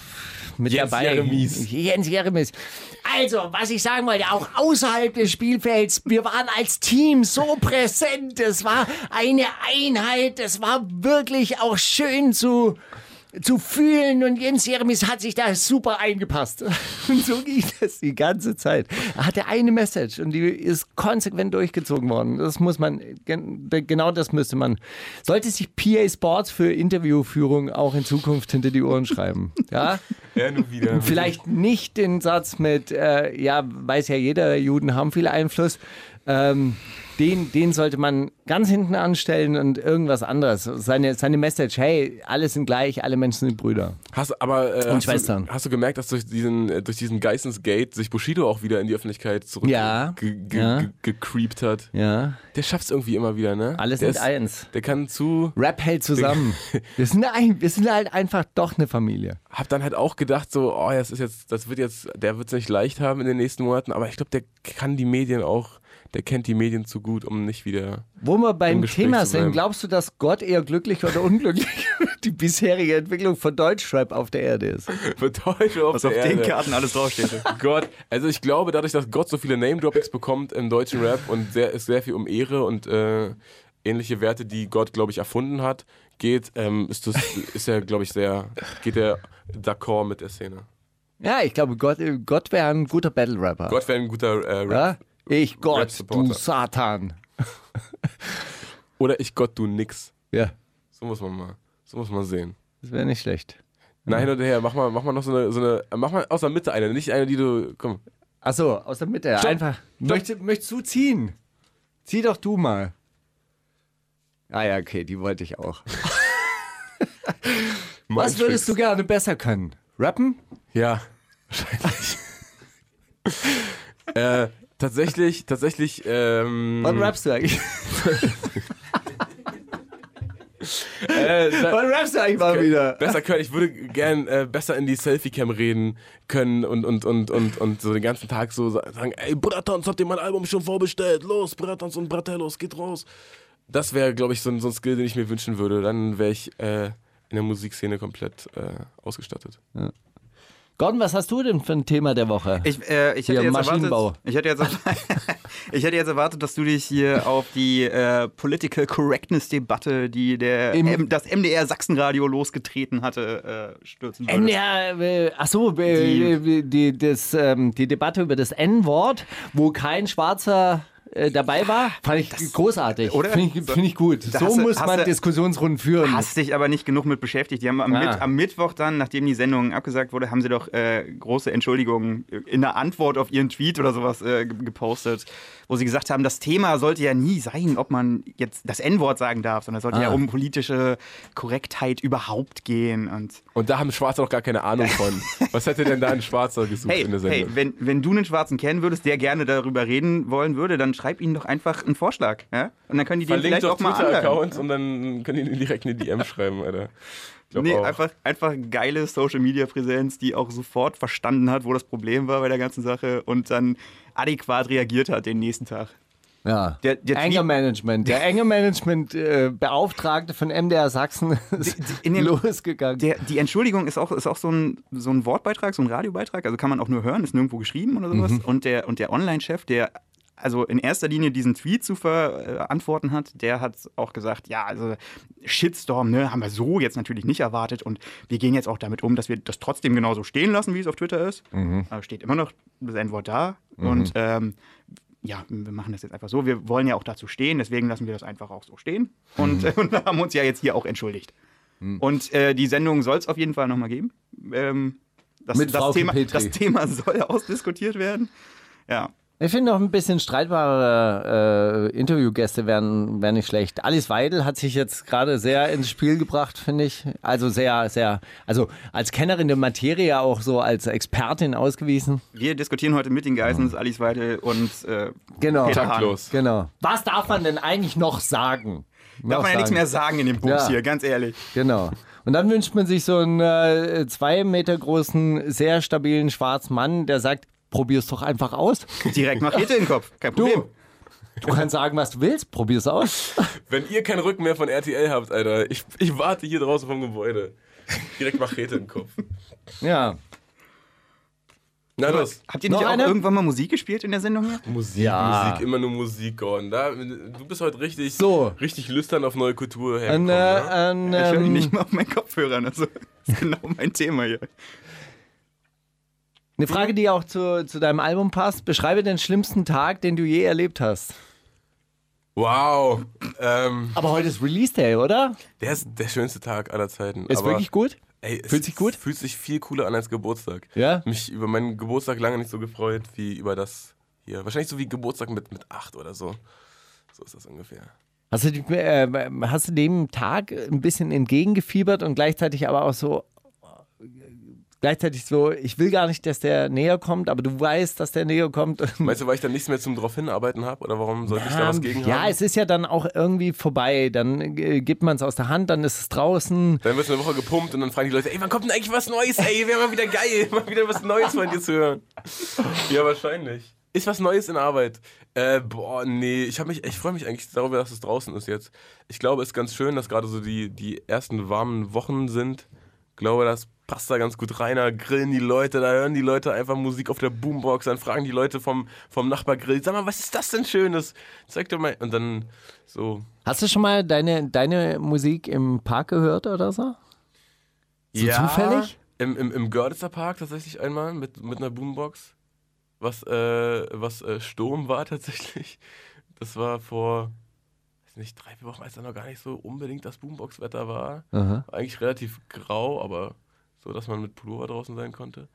Speaker 7: mit
Speaker 6: Jens
Speaker 7: dabei?
Speaker 6: Jeremies.
Speaker 7: Jens Jeremies. Also, was ich sagen wollte, auch außerhalb des Spielfelds, wir waren als Team so präsent. Es war eine Einheit. Es war wirklich auch schön zu, zu fühlen. Und Jens Jeremies hat sich da super eingepasst. (laughs) Und so ging das die ganze Zeit. Er hatte eine Message und die ist konsequent durchgezogen worden. Das muss man, gen- genau das müsste man. Sollte sich PA Sports für Interviewführung auch in Zukunft hinter die Ohren schreiben. (laughs) Ja?
Speaker 6: Ja, nur wieder.
Speaker 7: Vielleicht nicht den Satz mit, äh, ja, weiß ja jeder, Juden haben viel Einfluss. Ähm, den, den sollte man ganz hinten anstellen und irgendwas anderes. Seine, seine Message, hey, alle sind gleich, alle Menschen sind Brüder.
Speaker 6: Hast, aber, äh, hast,
Speaker 7: Schwestern.
Speaker 6: Du, hast du gemerkt, dass durch diesen, äh, durch diesen Geistensgate sich Bushido auch wieder in die Öffentlichkeit zurück
Speaker 7: Ja.
Speaker 6: ge ge
Speaker 7: Ja.
Speaker 6: ge gecreept hat?
Speaker 7: Ja,
Speaker 6: Der schafft es irgendwie immer wieder, ne?
Speaker 7: alle
Speaker 6: der
Speaker 7: sind eins.
Speaker 6: Der kann zu.
Speaker 7: Rap hält zusammen. (laughs) Wir sind, ein, wir sind halt einfach doch eine Familie.
Speaker 6: Hab dann halt auch gedacht, so, oh, das ist jetzt, das wird jetzt, der wird es nicht leicht haben in den nächsten Monaten, aber ich glaube, der kann die Medien auch, der kennt die Medien zu gut, um nicht wieder. (laughs)
Speaker 7: Wo wir
Speaker 6: Im
Speaker 7: beim
Speaker 6: Gespräch
Speaker 7: Thema
Speaker 6: zu bleiben.
Speaker 7: sind, glaubst du, dass Gott eher glücklich oder unglücklich (laughs) über die bisherige Entwicklung von Deutschrap auf der Erde ist?
Speaker 6: Betäusche auf
Speaker 8: Was
Speaker 6: der
Speaker 8: auf den
Speaker 6: Erde.
Speaker 8: Karten alles draufsteht.
Speaker 6: Gott, also ich glaube, dadurch, dass Gott so viele Name-Droppings bekommt im deutschen Rap und sehr, es sehr viel um Ehre und äh, ähnliche Werte, die Gott, glaube ich, erfunden hat, geht, ähm, ist, das, ist er, glaube ich, sehr, geht er d'accord mit der Szene.
Speaker 7: Ja, ich glaube, Gott, Gott wäre ein guter Battle-Rapper.
Speaker 6: Gott wäre ein guter äh,
Speaker 7: ja?
Speaker 6: Rap.
Speaker 7: Ich Gott, du
Speaker 6: Rap-Supporter.
Speaker 7: Satan.
Speaker 6: Oder ich Gott, du nix.
Speaker 7: Ja,
Speaker 6: So muss man mal, so muss man sehen.
Speaker 7: das wäre nicht schlecht.
Speaker 6: Na, hin und her, mach mal, mach mal noch so eine, so eine, mach mal aus der Mitte eine, nicht eine, die du, komm.
Speaker 7: Achso, aus der Mitte. Einfach. Möchtest, möchtest du ziehen? Zieh doch du mal. Ah ja, okay, die wollte
Speaker 6: (laughs)
Speaker 7: ich auch. Was würdest du gerne besser können? Rappen?
Speaker 6: Ja, wahrscheinlich. (laughs) äh, tatsächlich, tatsächlich, ähm,
Speaker 7: Wann rappst du eigentlich?
Speaker 6: (laughs) äh, da-
Speaker 7: Wann rappst du eigentlich mal wieder?
Speaker 6: Besser können, ich würde gern äh, besser in die Selfie-Cam reden können und, und, und, und, und so den ganzen Tag so sa- sagen, ey, Bratans, habt ihr mein Album schon vorbestellt? Los, Bratans und Bratellos, geht raus. Das wäre, glaube ich, so ein, so ein Skill, den ich mir wünschen würde. Dann wäre ich äh, in der Musikszene komplett äh, ausgestattet.
Speaker 7: Gordon, was hast du denn für ein Thema der Woche?
Speaker 8: Ich, äh, ich, hätte
Speaker 7: Hier,
Speaker 8: jetzt
Speaker 7: Maschinenbau.
Speaker 8: erwartet, ich, hätte jetzt, (laughs) ich hätte jetzt erwartet, dass du dich hier auf die äh, Political Correctness-Debatte, die der,
Speaker 7: Im-
Speaker 8: M, das MDR Sachsenradio losgetreten hatte, äh, stürzen würdest.
Speaker 7: NDR, äh, ach so, äh, die, die, das, ähm, die Debatte über das N-Wort, wo kein Schwarzer äh, dabei war, fand ich großartig.
Speaker 8: oder?
Speaker 7: Finde ich, find ich gut.
Speaker 8: Da
Speaker 7: So
Speaker 8: hast du-
Speaker 7: muss
Speaker 8: hast
Speaker 7: man
Speaker 8: du-
Speaker 7: Diskussionsrunden führen.
Speaker 8: Hast dich aber nicht genug mit beschäftigt. Die haben am,
Speaker 7: Ah.
Speaker 8: Mit, am Mittwoch dann, nachdem die Sendung abgesagt wurde, haben sie doch äh, große Entschuldigungen in der Antwort auf ihren Tweet oder sowas äh, ge- gepostet, wo sie gesagt haben, das Thema sollte ja nie sein, ob man jetzt das N-Wort sagen darf, sondern es sollte
Speaker 7: Ah.
Speaker 8: ja um politische Korrektheit überhaupt gehen. Und
Speaker 6: Und da haben Schwarze noch gar keine
Speaker 8: (laughs)
Speaker 6: Ahnung von. Was hätte denn da ein Schwarzer gesucht
Speaker 8: hey,
Speaker 6: in der
Speaker 8: hey
Speaker 6: Sendung?
Speaker 8: wenn, wenn du einen Schwarzen kennen würdest, der gerne darüber reden wollen würde, dann schreib ihnen doch einfach einen Vorschlag. Ja? Und dann können die den
Speaker 6: Verlinkt
Speaker 8: vielleicht
Speaker 6: doch
Speaker 8: auch mal anhören.
Speaker 6: Twitter-Accounts und dann können die direkt eine DM schreiben, Alter. Ich glaub
Speaker 8: Nee,
Speaker 6: auch.
Speaker 8: einfach, einfach geile Social-Media-Präsenz, die auch sofort verstanden hat, wo das Problem war bei der ganzen Sache und dann adäquat reagiert hat den nächsten Tag.
Speaker 7: Ja.
Speaker 8: Der- der
Speaker 7: Anger
Speaker 8: Tweet-
Speaker 7: Management. Der Anger Management äh, Beauftragte von MDR Sachsen ist
Speaker 8: in dem-
Speaker 7: (laughs) losgegangen.
Speaker 8: Der, die Entschuldigung ist auch, ist auch so, ein, so ein Wortbeitrag, so ein Radiobeitrag, also kann man auch nur hören, ist nirgendwo geschrieben oder sowas. Und der, und der Online-Chef, der also in erster Linie diesen Tweet zu verantworten hat, der hat auch gesagt, ja, also Shitstorm, ne, haben wir so jetzt natürlich nicht erwartet und wir gehen jetzt auch damit um, dass wir das trotzdem genauso stehen lassen, wie es auf Twitter ist. Aber steht immer noch das N-Wort da und ähm, ja, wir machen das jetzt einfach so. Wir wollen ja auch dazu stehen, deswegen lassen wir das einfach auch so stehen und, (laughs) und haben uns ja jetzt hier auch entschuldigt. Und äh, die Sendung soll es auf jeden Fall nochmal geben. Ähm, das,
Speaker 7: Mit
Speaker 8: das,
Speaker 7: Frauke
Speaker 8: Thema,
Speaker 7: Petri.
Speaker 8: das Thema soll ausdiskutiert werden. Ja,
Speaker 7: Ich finde noch ein bisschen streitbare äh, Interviewgäste wären, wären nicht schlecht. Alice Weidel hat sich jetzt gerade sehr ins Spiel gebracht, finde ich. Also sehr, sehr, also als Kennerin der Materie auch so als Expertin ausgewiesen.
Speaker 8: wir diskutieren heute mit den Geissens, Alice Weidel und äh,
Speaker 7: Genau.
Speaker 8: Peter Hahn.
Speaker 6: Taktlos.
Speaker 7: Genau. Was darf man denn eigentlich noch sagen?
Speaker 8: Darf man ja nichts mehr sagen in dem Bums
Speaker 7: Ja.
Speaker 8: hier, ganz ehrlich.
Speaker 7: Genau. Und dann wünscht man sich so einen äh, zwei Meter großen, sehr stabilen schwarzen Mann, der sagt, probier's doch einfach aus.
Speaker 8: Direkt Machete in den Kopf, kein Problem.
Speaker 7: Du, du
Speaker 8: (laughs)
Speaker 7: kannst sagen, was du willst, probier's aus.
Speaker 6: Wenn ihr keinen Rücken mehr von RTL habt, Alter, ich, ich warte hier draußen vom Gebäude. Direkt Machete im Kopf.
Speaker 7: Ja.
Speaker 6: Na los.
Speaker 8: Habt ihr
Speaker 7: Noch
Speaker 8: nicht auch
Speaker 7: eine?
Speaker 8: irgendwann mal Musik gespielt in der Sendung hier?
Speaker 6: Musik,
Speaker 7: Ja.
Speaker 6: Musik, immer nur Musik, Gordon. Da, du bist heute richtig,
Speaker 7: So.
Speaker 6: richtig lüstern auf neue Kultur
Speaker 7: An,
Speaker 6: hergekommen.
Speaker 7: äh,
Speaker 6: ne?
Speaker 7: an,
Speaker 8: Ich höre die
Speaker 7: ähm,
Speaker 8: nicht mal auf meinen Kopfhörern. Also, das ist genau mein Thema hier.
Speaker 7: eine Frage, die auch zu, zu deinem Album passt. Beschreibe den schlimmsten Tag, den du je erlebt hast.
Speaker 6: Wow. Ähm,
Speaker 7: Aber heute ist Release Day, oder?
Speaker 6: der ist der schönste Tag aller Zeiten.
Speaker 7: Ist
Speaker 6: aber,
Speaker 7: wirklich gut?
Speaker 6: ey, es
Speaker 7: fühlt sich gut?
Speaker 6: Fühlt sich viel cooler an als Geburtstag.
Speaker 7: Ja?
Speaker 6: Mich über meinen Geburtstag lange nicht so gefreut wie über das hier. Wahrscheinlich so wie Geburtstag mit, mit acht oder so. So ist das ungefähr.
Speaker 7: Hast du, die- äh, hast du dem Tag ein bisschen entgegengefiebert und gleichzeitig aber auch so, gleichzeitig so, ich will gar nicht, dass der näher kommt, aber du weißt, dass der näher kommt.
Speaker 6: Meinst du, weil ich dann nichts mehr zum drauf hinarbeiten habe? Oder warum sollte ich da was gegen
Speaker 7: ja,
Speaker 6: haben?
Speaker 7: es ist ja dann auch irgendwie vorbei. Dann äh, gibt man es aus der Hand, dann ist es draußen.
Speaker 6: Dann wird eine Woche gepumpt und dann fragen die Leute, ey, wann kommt denn eigentlich was Neues? Ey, wäre mal wieder geil, (laughs) mal wieder was Neues von dir zu hören. Ja, wahrscheinlich. Ist was Neues in Arbeit? Äh, boah, nee, ich, hab mich- ich freue mich eigentlich darüber, dass es draußen ist jetzt. Ich glaube, es ist ganz schön, dass gerade so die, die ersten warmen Wochen sind. Ich glaube, das passt da ganz gut rein. Da grillen die Leute, da hören die Leute einfach Musik auf der Boombox, dann fragen die Leute vom, vom Nachbargrill, sag mal, was ist das denn Schönes? Zeig doch mal. Und dann so.
Speaker 7: Hast du schon mal deine, deine Musik im Park gehört oder so? So zufällig?
Speaker 6: Im, im, im Görlitzer Park tatsächlich einmal mit, mit einer Boombox. Was, äh, was äh, Sturm war tatsächlich. Das war vor, weiß nicht, drei, vier Wochen, als da noch gar nicht so unbedingt das Boombox-Wetter war.
Speaker 7: Aha.
Speaker 6: War Eigentlich relativ grau, aber so, dass man mit Pullover draußen sein konnte.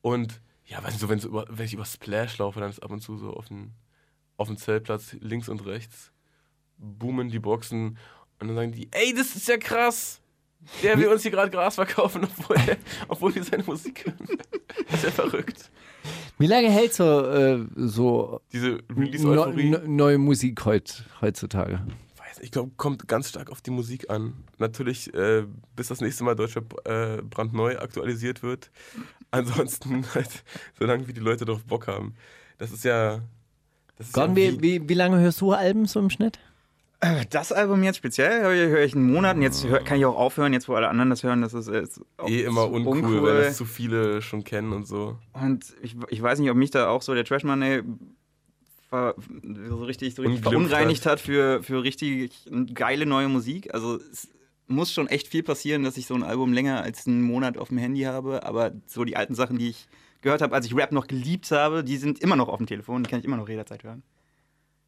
Speaker 6: Und ja, weißt du, wenn, über, wenn ich über Splash laufe, dann ist ab und zu so auf dem, auf dem Zeltplatz links und rechts boomen die Boxen und dann sagen die, ey, das ist ja krass, der will uns hier gerade Gras verkaufen, (laughs) obwohl, er, obwohl wir seine Musik hören. ist ja verrückt.
Speaker 7: Wie lange hält so, äh, so
Speaker 6: Diese
Speaker 7: neu-
Speaker 6: Release-Euphorie.
Speaker 7: neu- neue Musik heut, heutzutage?
Speaker 6: weiß nicht, ich glaube, kommt ganz stark auf die Musik an. Natürlich, äh, bis das nächste Mal Deutscher äh, brandneu aktualisiert wird. Ansonsten (laughs) halt, solange wie die Leute drauf Bock haben. Das ist ja. Das ist
Speaker 7: Gordon,
Speaker 6: ja
Speaker 7: wie, wie, wie lange hörst du Alben so im Schnitt?
Speaker 8: Das Album jetzt speziell höre ich, höre ich einen Monat und jetzt hör, kann ich auch aufhören, jetzt wo alle anderen das hören, das ist, äh, ist auch
Speaker 6: eh immer
Speaker 8: zu
Speaker 6: uncool, weil das zu viele schon kennen und so.
Speaker 8: Und ich, ich weiß nicht, ob mich da auch so der Trash Money ver, so richtig, so richtig
Speaker 6: Unglimpft
Speaker 8: verunreinigt hat für, für richtig geile neue Musik. Also es muss schon echt viel passieren, dass ich so ein Album länger als einen Monat auf dem Handy habe. Aber so die alten Sachen, die ich gehört habe, als ich Rap noch geliebt habe, die sind immer noch auf dem Telefon, die kann ich immer noch jederzeit hören.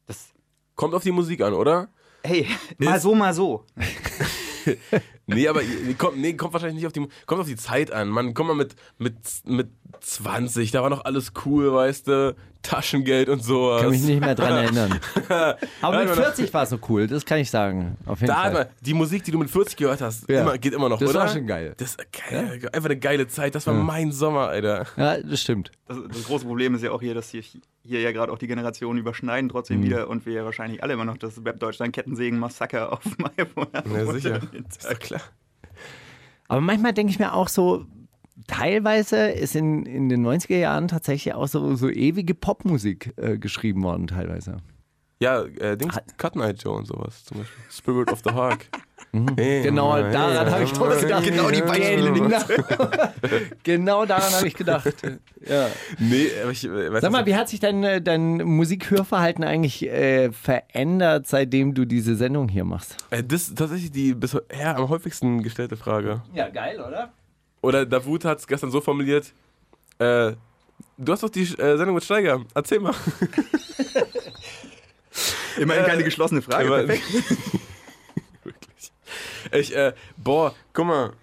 Speaker 8: Das,
Speaker 6: Kommt auf die Musik an, oder?
Speaker 8: hey, mal so, mal so.
Speaker 6: Nee, aber nee, kommt, nee, kommt wahrscheinlich nicht auf die kommt auf die Zeit an. Man kommt mal mit, mit, mit 20, da war noch alles cool, weißt du, Taschengeld und sowas.
Speaker 7: Kann mich nicht mehr
Speaker 6: (laughs)
Speaker 7: dran erinnern. Aber mit
Speaker 6: Warte mal.
Speaker 7: 40 war es so cool, das kann ich sagen. Auf jeden
Speaker 6: Da hat
Speaker 7: Fall.
Speaker 6: man, die Musik, die du mit 40 gehört hast,
Speaker 7: Ja.
Speaker 6: immer, geht immer noch,
Speaker 7: Das
Speaker 6: oder?
Speaker 7: war schon geil.
Speaker 6: Das ist geil, einfach eine geile Zeit. Das war mein Sommer, Alter.
Speaker 7: Ja, das stimmt.
Speaker 8: Das, das große Problem ist ja auch hier, dass hier, hier ja gerade auch die Generationen überschneiden trotzdem
Speaker 6: Mhm.
Speaker 8: wieder und wir ja wahrscheinlich alle immer noch das Web Deutschland Kettensägen Massaker auf dem (laughs) iPhone haben.
Speaker 6: Ja, sicher.
Speaker 8: Und den
Speaker 6: Ist
Speaker 8: Tag.
Speaker 6: doch klar.
Speaker 7: Aber manchmal denke ich mir auch so, teilweise ist in, in den 90er Jahren tatsächlich auch so, so ewige Popmusik äh, geschrieben worden, teilweise.
Speaker 6: Ja, äh,
Speaker 7: Ah.
Speaker 6: Dings, Cut Night Joe und sowas zum Beispiel. Spirit of the
Speaker 7: (laughs)
Speaker 6: Hawk. Hey,
Speaker 7: Genau
Speaker 6: Oh, hey,
Speaker 7: daran habe ich
Speaker 6: hey,
Speaker 7: (laughs) doch gedacht.
Speaker 8: Genau die Beispiele, die
Speaker 6: (laughs)
Speaker 7: Genau daran habe ich gedacht. Ja.
Speaker 6: Nee, aber ich äh, weiß
Speaker 7: Sag mal,
Speaker 6: nicht.
Speaker 7: wie hat sich dein, äh, dein Musikhörverhalten eigentlich äh, verändert, seitdem du diese Sendung hier machst?
Speaker 6: Äh, das ist tatsächlich die bisher am häufigsten gestellte Frage.
Speaker 7: Ja, geil, oder?
Speaker 6: Oder Davut hat es gestern so formuliert: äh, Du hast doch die äh, Sendung mit Steiger. Erzähl
Speaker 7: (laughs)
Speaker 6: mal.
Speaker 8: Immerhin keine geschlossene Frage.
Speaker 6: Aber-
Speaker 8: perfekt.
Speaker 6: (laughs) Wirklich. Ich, äh, boah, guck mal.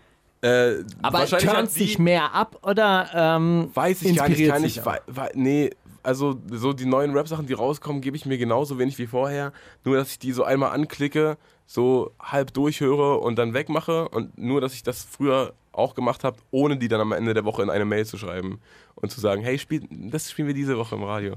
Speaker 6: Äh,
Speaker 7: Aber
Speaker 6: wahrscheinlich hat
Speaker 7: turns
Speaker 6: sie-
Speaker 7: dich mehr ab oder ähm,
Speaker 6: Weiß ich gar nicht,
Speaker 7: inspiriert
Speaker 6: kann ich.
Speaker 7: sich
Speaker 6: wei- wei- nee, also so die neuen Rap-Sachen, die rauskommen, gebe ich mir genauso wenig wie vorher. Nur, dass ich die so einmal anklicke, so halb durchhöre und dann wegmache. Und nur, dass ich das früher auch gemacht habe, ohne die dann am Ende der Woche in eine Mail zu schreiben und zu sagen, hey, spiel, das spielen wir diese Woche im Radio.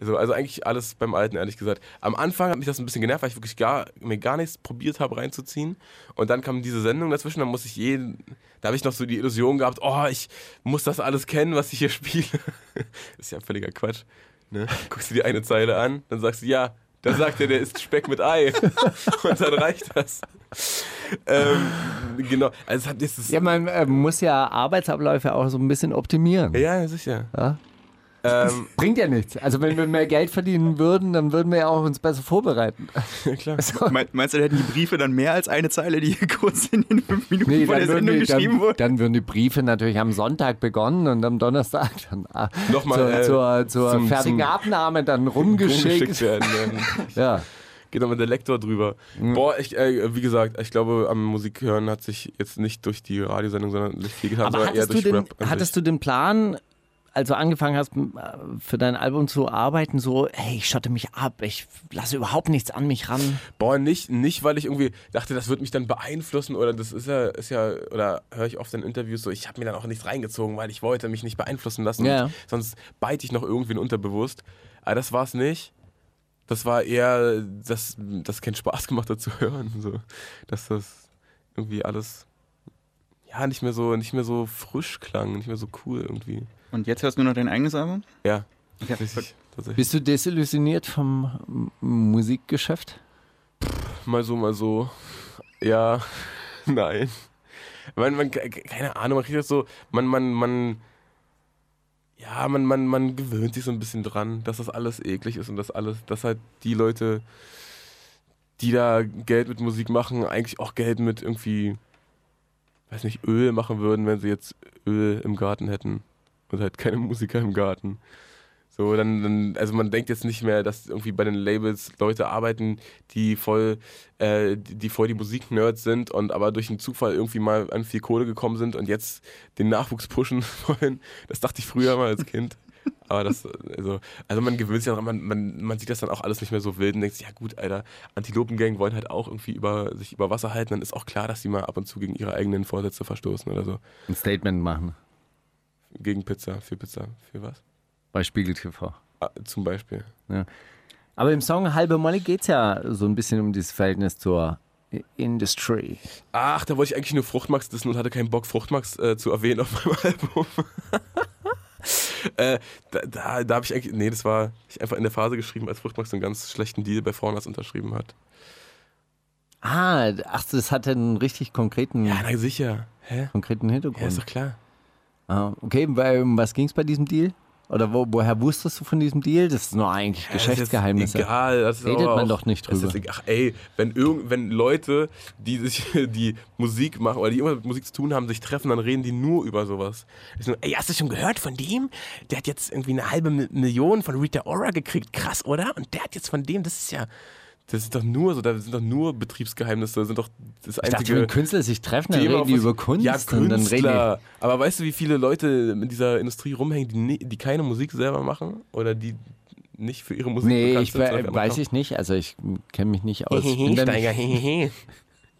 Speaker 6: Also, also eigentlich alles beim Alten, ehrlich gesagt. Am Anfang hat mich das ein bisschen genervt, weil ich wirklich gar, mir gar nichts probiert habe reinzuziehen. Und dann kam diese Sendung dazwischen, da muss ich jeden, da habe ich noch so die Illusion gehabt, oh, ich muss das alles kennen, was ich hier spiele. (laughs) ist ja völliger Quatsch. Ne? (laughs) Guckst du dir eine Zeile an, dann sagst du, ja, da sagt er, der isst Speck mit Ei. (laughs) Und dann reicht das. Ähm, genau, also es hat dieses...
Speaker 7: Ja, man äh, muss ja Arbeitsabläufe auch so ein bisschen optimieren.
Speaker 6: ja, sicher.
Speaker 7: Ja.
Speaker 6: Ähm, (laughs)
Speaker 7: Bringt ja nichts. Also wenn wir mehr Geld verdienen würden, dann würden wir ja auch uns besser (laughs) vorbereiten.
Speaker 6: ja, klar.
Speaker 8: Me- Meinst du, da hätten die Briefe dann mehr als eine Zeile, die hier kurz in den fünf Minuten vor der Sendung geschrieben
Speaker 7: dann,
Speaker 8: wurde?
Speaker 7: dann würden die Briefe natürlich am Sonntag begonnen und am Donnerstag dann ah,
Speaker 6: Nochmal,
Speaker 7: zur,
Speaker 6: äh,
Speaker 7: zur, zur
Speaker 6: zum-
Speaker 7: fertigen
Speaker 6: zum-
Speaker 7: Abnahme dann rumgeschickt.
Speaker 6: Rumgeschickt werden. Ja.
Speaker 7: Ja.
Speaker 6: geht nochmal der Lektor drüber. Boah, ich, äh, wie gesagt, ich glaube, am Musik hören hat sich jetzt nicht durch die Radiosendung, sondern durch viel getan,
Speaker 7: Aber
Speaker 6: sondern eher
Speaker 7: hattest, du
Speaker 6: durch
Speaker 7: den,
Speaker 6: Rap. an
Speaker 7: hattest du
Speaker 6: sich.
Speaker 7: den Plan, als du angefangen hast, m- äh, für dein Album zu arbeiten, so, hey, ich schotte mich ab, ich lasse überhaupt nichts an mich ran?
Speaker 6: Boah, nicht, nicht, weil ich irgendwie dachte, das wird mich dann beeinflussen oder das ist ja, ist ja oder höre ich oft in Interviews so, ich habe mir dann auch nichts reingezogen, weil ich wollte mich nicht beeinflussen lassen.
Speaker 7: Ja.
Speaker 6: Und Sonst beite ich noch irgendwen unterbewusst. Aber das war es nicht. Das war eher, dass das keinen Spaß (laughs) gemacht hat zu hören. So. Dass das irgendwie alles ja nicht mehr so, nicht mehr so frisch klang, nicht mehr so cool irgendwie.
Speaker 8: Und jetzt hörst du nur noch dein eigenes Album?
Speaker 6: Ja,
Speaker 8: Ja,
Speaker 6: richtig. Tatsächlich.
Speaker 7: Bist du desillusioniert vom m- Musikgeschäft?
Speaker 6: Mal so, mal so. Ja, (laughs) nein. Man, man, keine Ahnung, man kriegt das so, man, man, man, ja, man, man, man gewöhnt sich so ein bisschen dran, dass das alles eklig ist und dass alles, dass halt die Leute, die da Geld mit Musik machen, eigentlich auch Geld mit irgendwie, weiß nicht, Öl machen würden, wenn sie jetzt Öl im Garten hätten und halt keine Musiker im Garten. So, dann, dann, also man denkt jetzt nicht mehr, dass irgendwie bei den Labels Leute arbeiten, die voll, äh, die, die voll die Musiknerds sind und aber durch einen Zufall irgendwie mal an viel Kohle gekommen sind und jetzt den Nachwuchs pushen (laughs) wollen. Das dachte ich früher mal als Kind. Aber das, also, also man gewöhnt sich daran, man, man, man sieht das dann auch alles nicht mehr so wild und denkt sich, ja gut, Alter, Antilopengang wollen halt auch irgendwie über, sich über Wasser halten, dann ist auch klar, dass sie mal ab und zu gegen ihre eigenen Vorsätze verstoßen oder so.
Speaker 7: Ein Statement machen
Speaker 6: Gegen Pizza, für Pizza, für was?
Speaker 7: bei Spiegel TV.
Speaker 6: Ah, zum Beispiel.
Speaker 7: Aber im Song Halbe Molle geht es ja so ein bisschen um dieses Verhältnis zur I- Industry.
Speaker 6: Ach, da wollte ich eigentlich nur Fruchtmax dissen und hatte keinen Bock, Fruchtmax äh, zu erwähnen auf meinem (laughs) Album. äh, da da, da habe ich eigentlich. Nee, das war ich einfach in der Phase geschrieben, als Fruchtmax so einen ganz schlechten Deal bei Frauenarzt unterschrieben hat.
Speaker 7: Ah, ach, das hatte einen richtig konkreten,
Speaker 6: Ja, Ah, na sicher. Hä?
Speaker 7: konkreten
Speaker 6: Ja,
Speaker 7: Hintergrund.
Speaker 6: ist doch klar.
Speaker 7: ah, okay, weil, um was ging es bei diesem Deal? Oder wo, woher wusstest du von diesem Deal? Das sind nur eigentlich
Speaker 6: Ja, das Äh, ist jetzt
Speaker 7: Geschäftsgeheimnisse.
Speaker 6: Egal, das ist
Speaker 7: Redet
Speaker 6: aber
Speaker 7: man
Speaker 6: auch-
Speaker 7: doch nicht
Speaker 6: das
Speaker 7: drüber.
Speaker 6: Ist, ach, ey, wenn, irgend, wenn Leute, die sich (laughs) die Musik machen oder die immer mit Musik zu tun haben, sich treffen, dann reden die nur über sowas. Ich so, ey, hast du schon gehört von dem? Der hat jetzt irgendwie eine halbe Mi- Million von Rita Ora gekriegt. Krass, oder? Und der hat jetzt von dem, das ist ja. Das ist doch nur so, da sind doch nur Betriebsgeheimnisse, das sind doch das
Speaker 7: Ich dachte,
Speaker 6: einzige.
Speaker 7: wenn Künstler sich treffen, dann
Speaker 6: Thema,
Speaker 7: reden die
Speaker 6: was-
Speaker 7: über Kunst.
Speaker 6: Ja,
Speaker 7: Und dann reden die,
Speaker 6: Künstler. Aber weißt du, wie viele Leute in dieser Industrie rumhängen, die, ni- die keine Musik selber machen oder die nicht für ihre Musik
Speaker 7: nee,
Speaker 6: bekannt
Speaker 7: ich
Speaker 6: sind?
Speaker 7: we-
Speaker 6: sondern für andere
Speaker 7: weiß
Speaker 6: kaufen?
Speaker 7: ich nicht. Also ich kenne mich nicht aus.
Speaker 6: Hehehe,
Speaker 7: Und dann-
Speaker 6: Steiger, hehehe.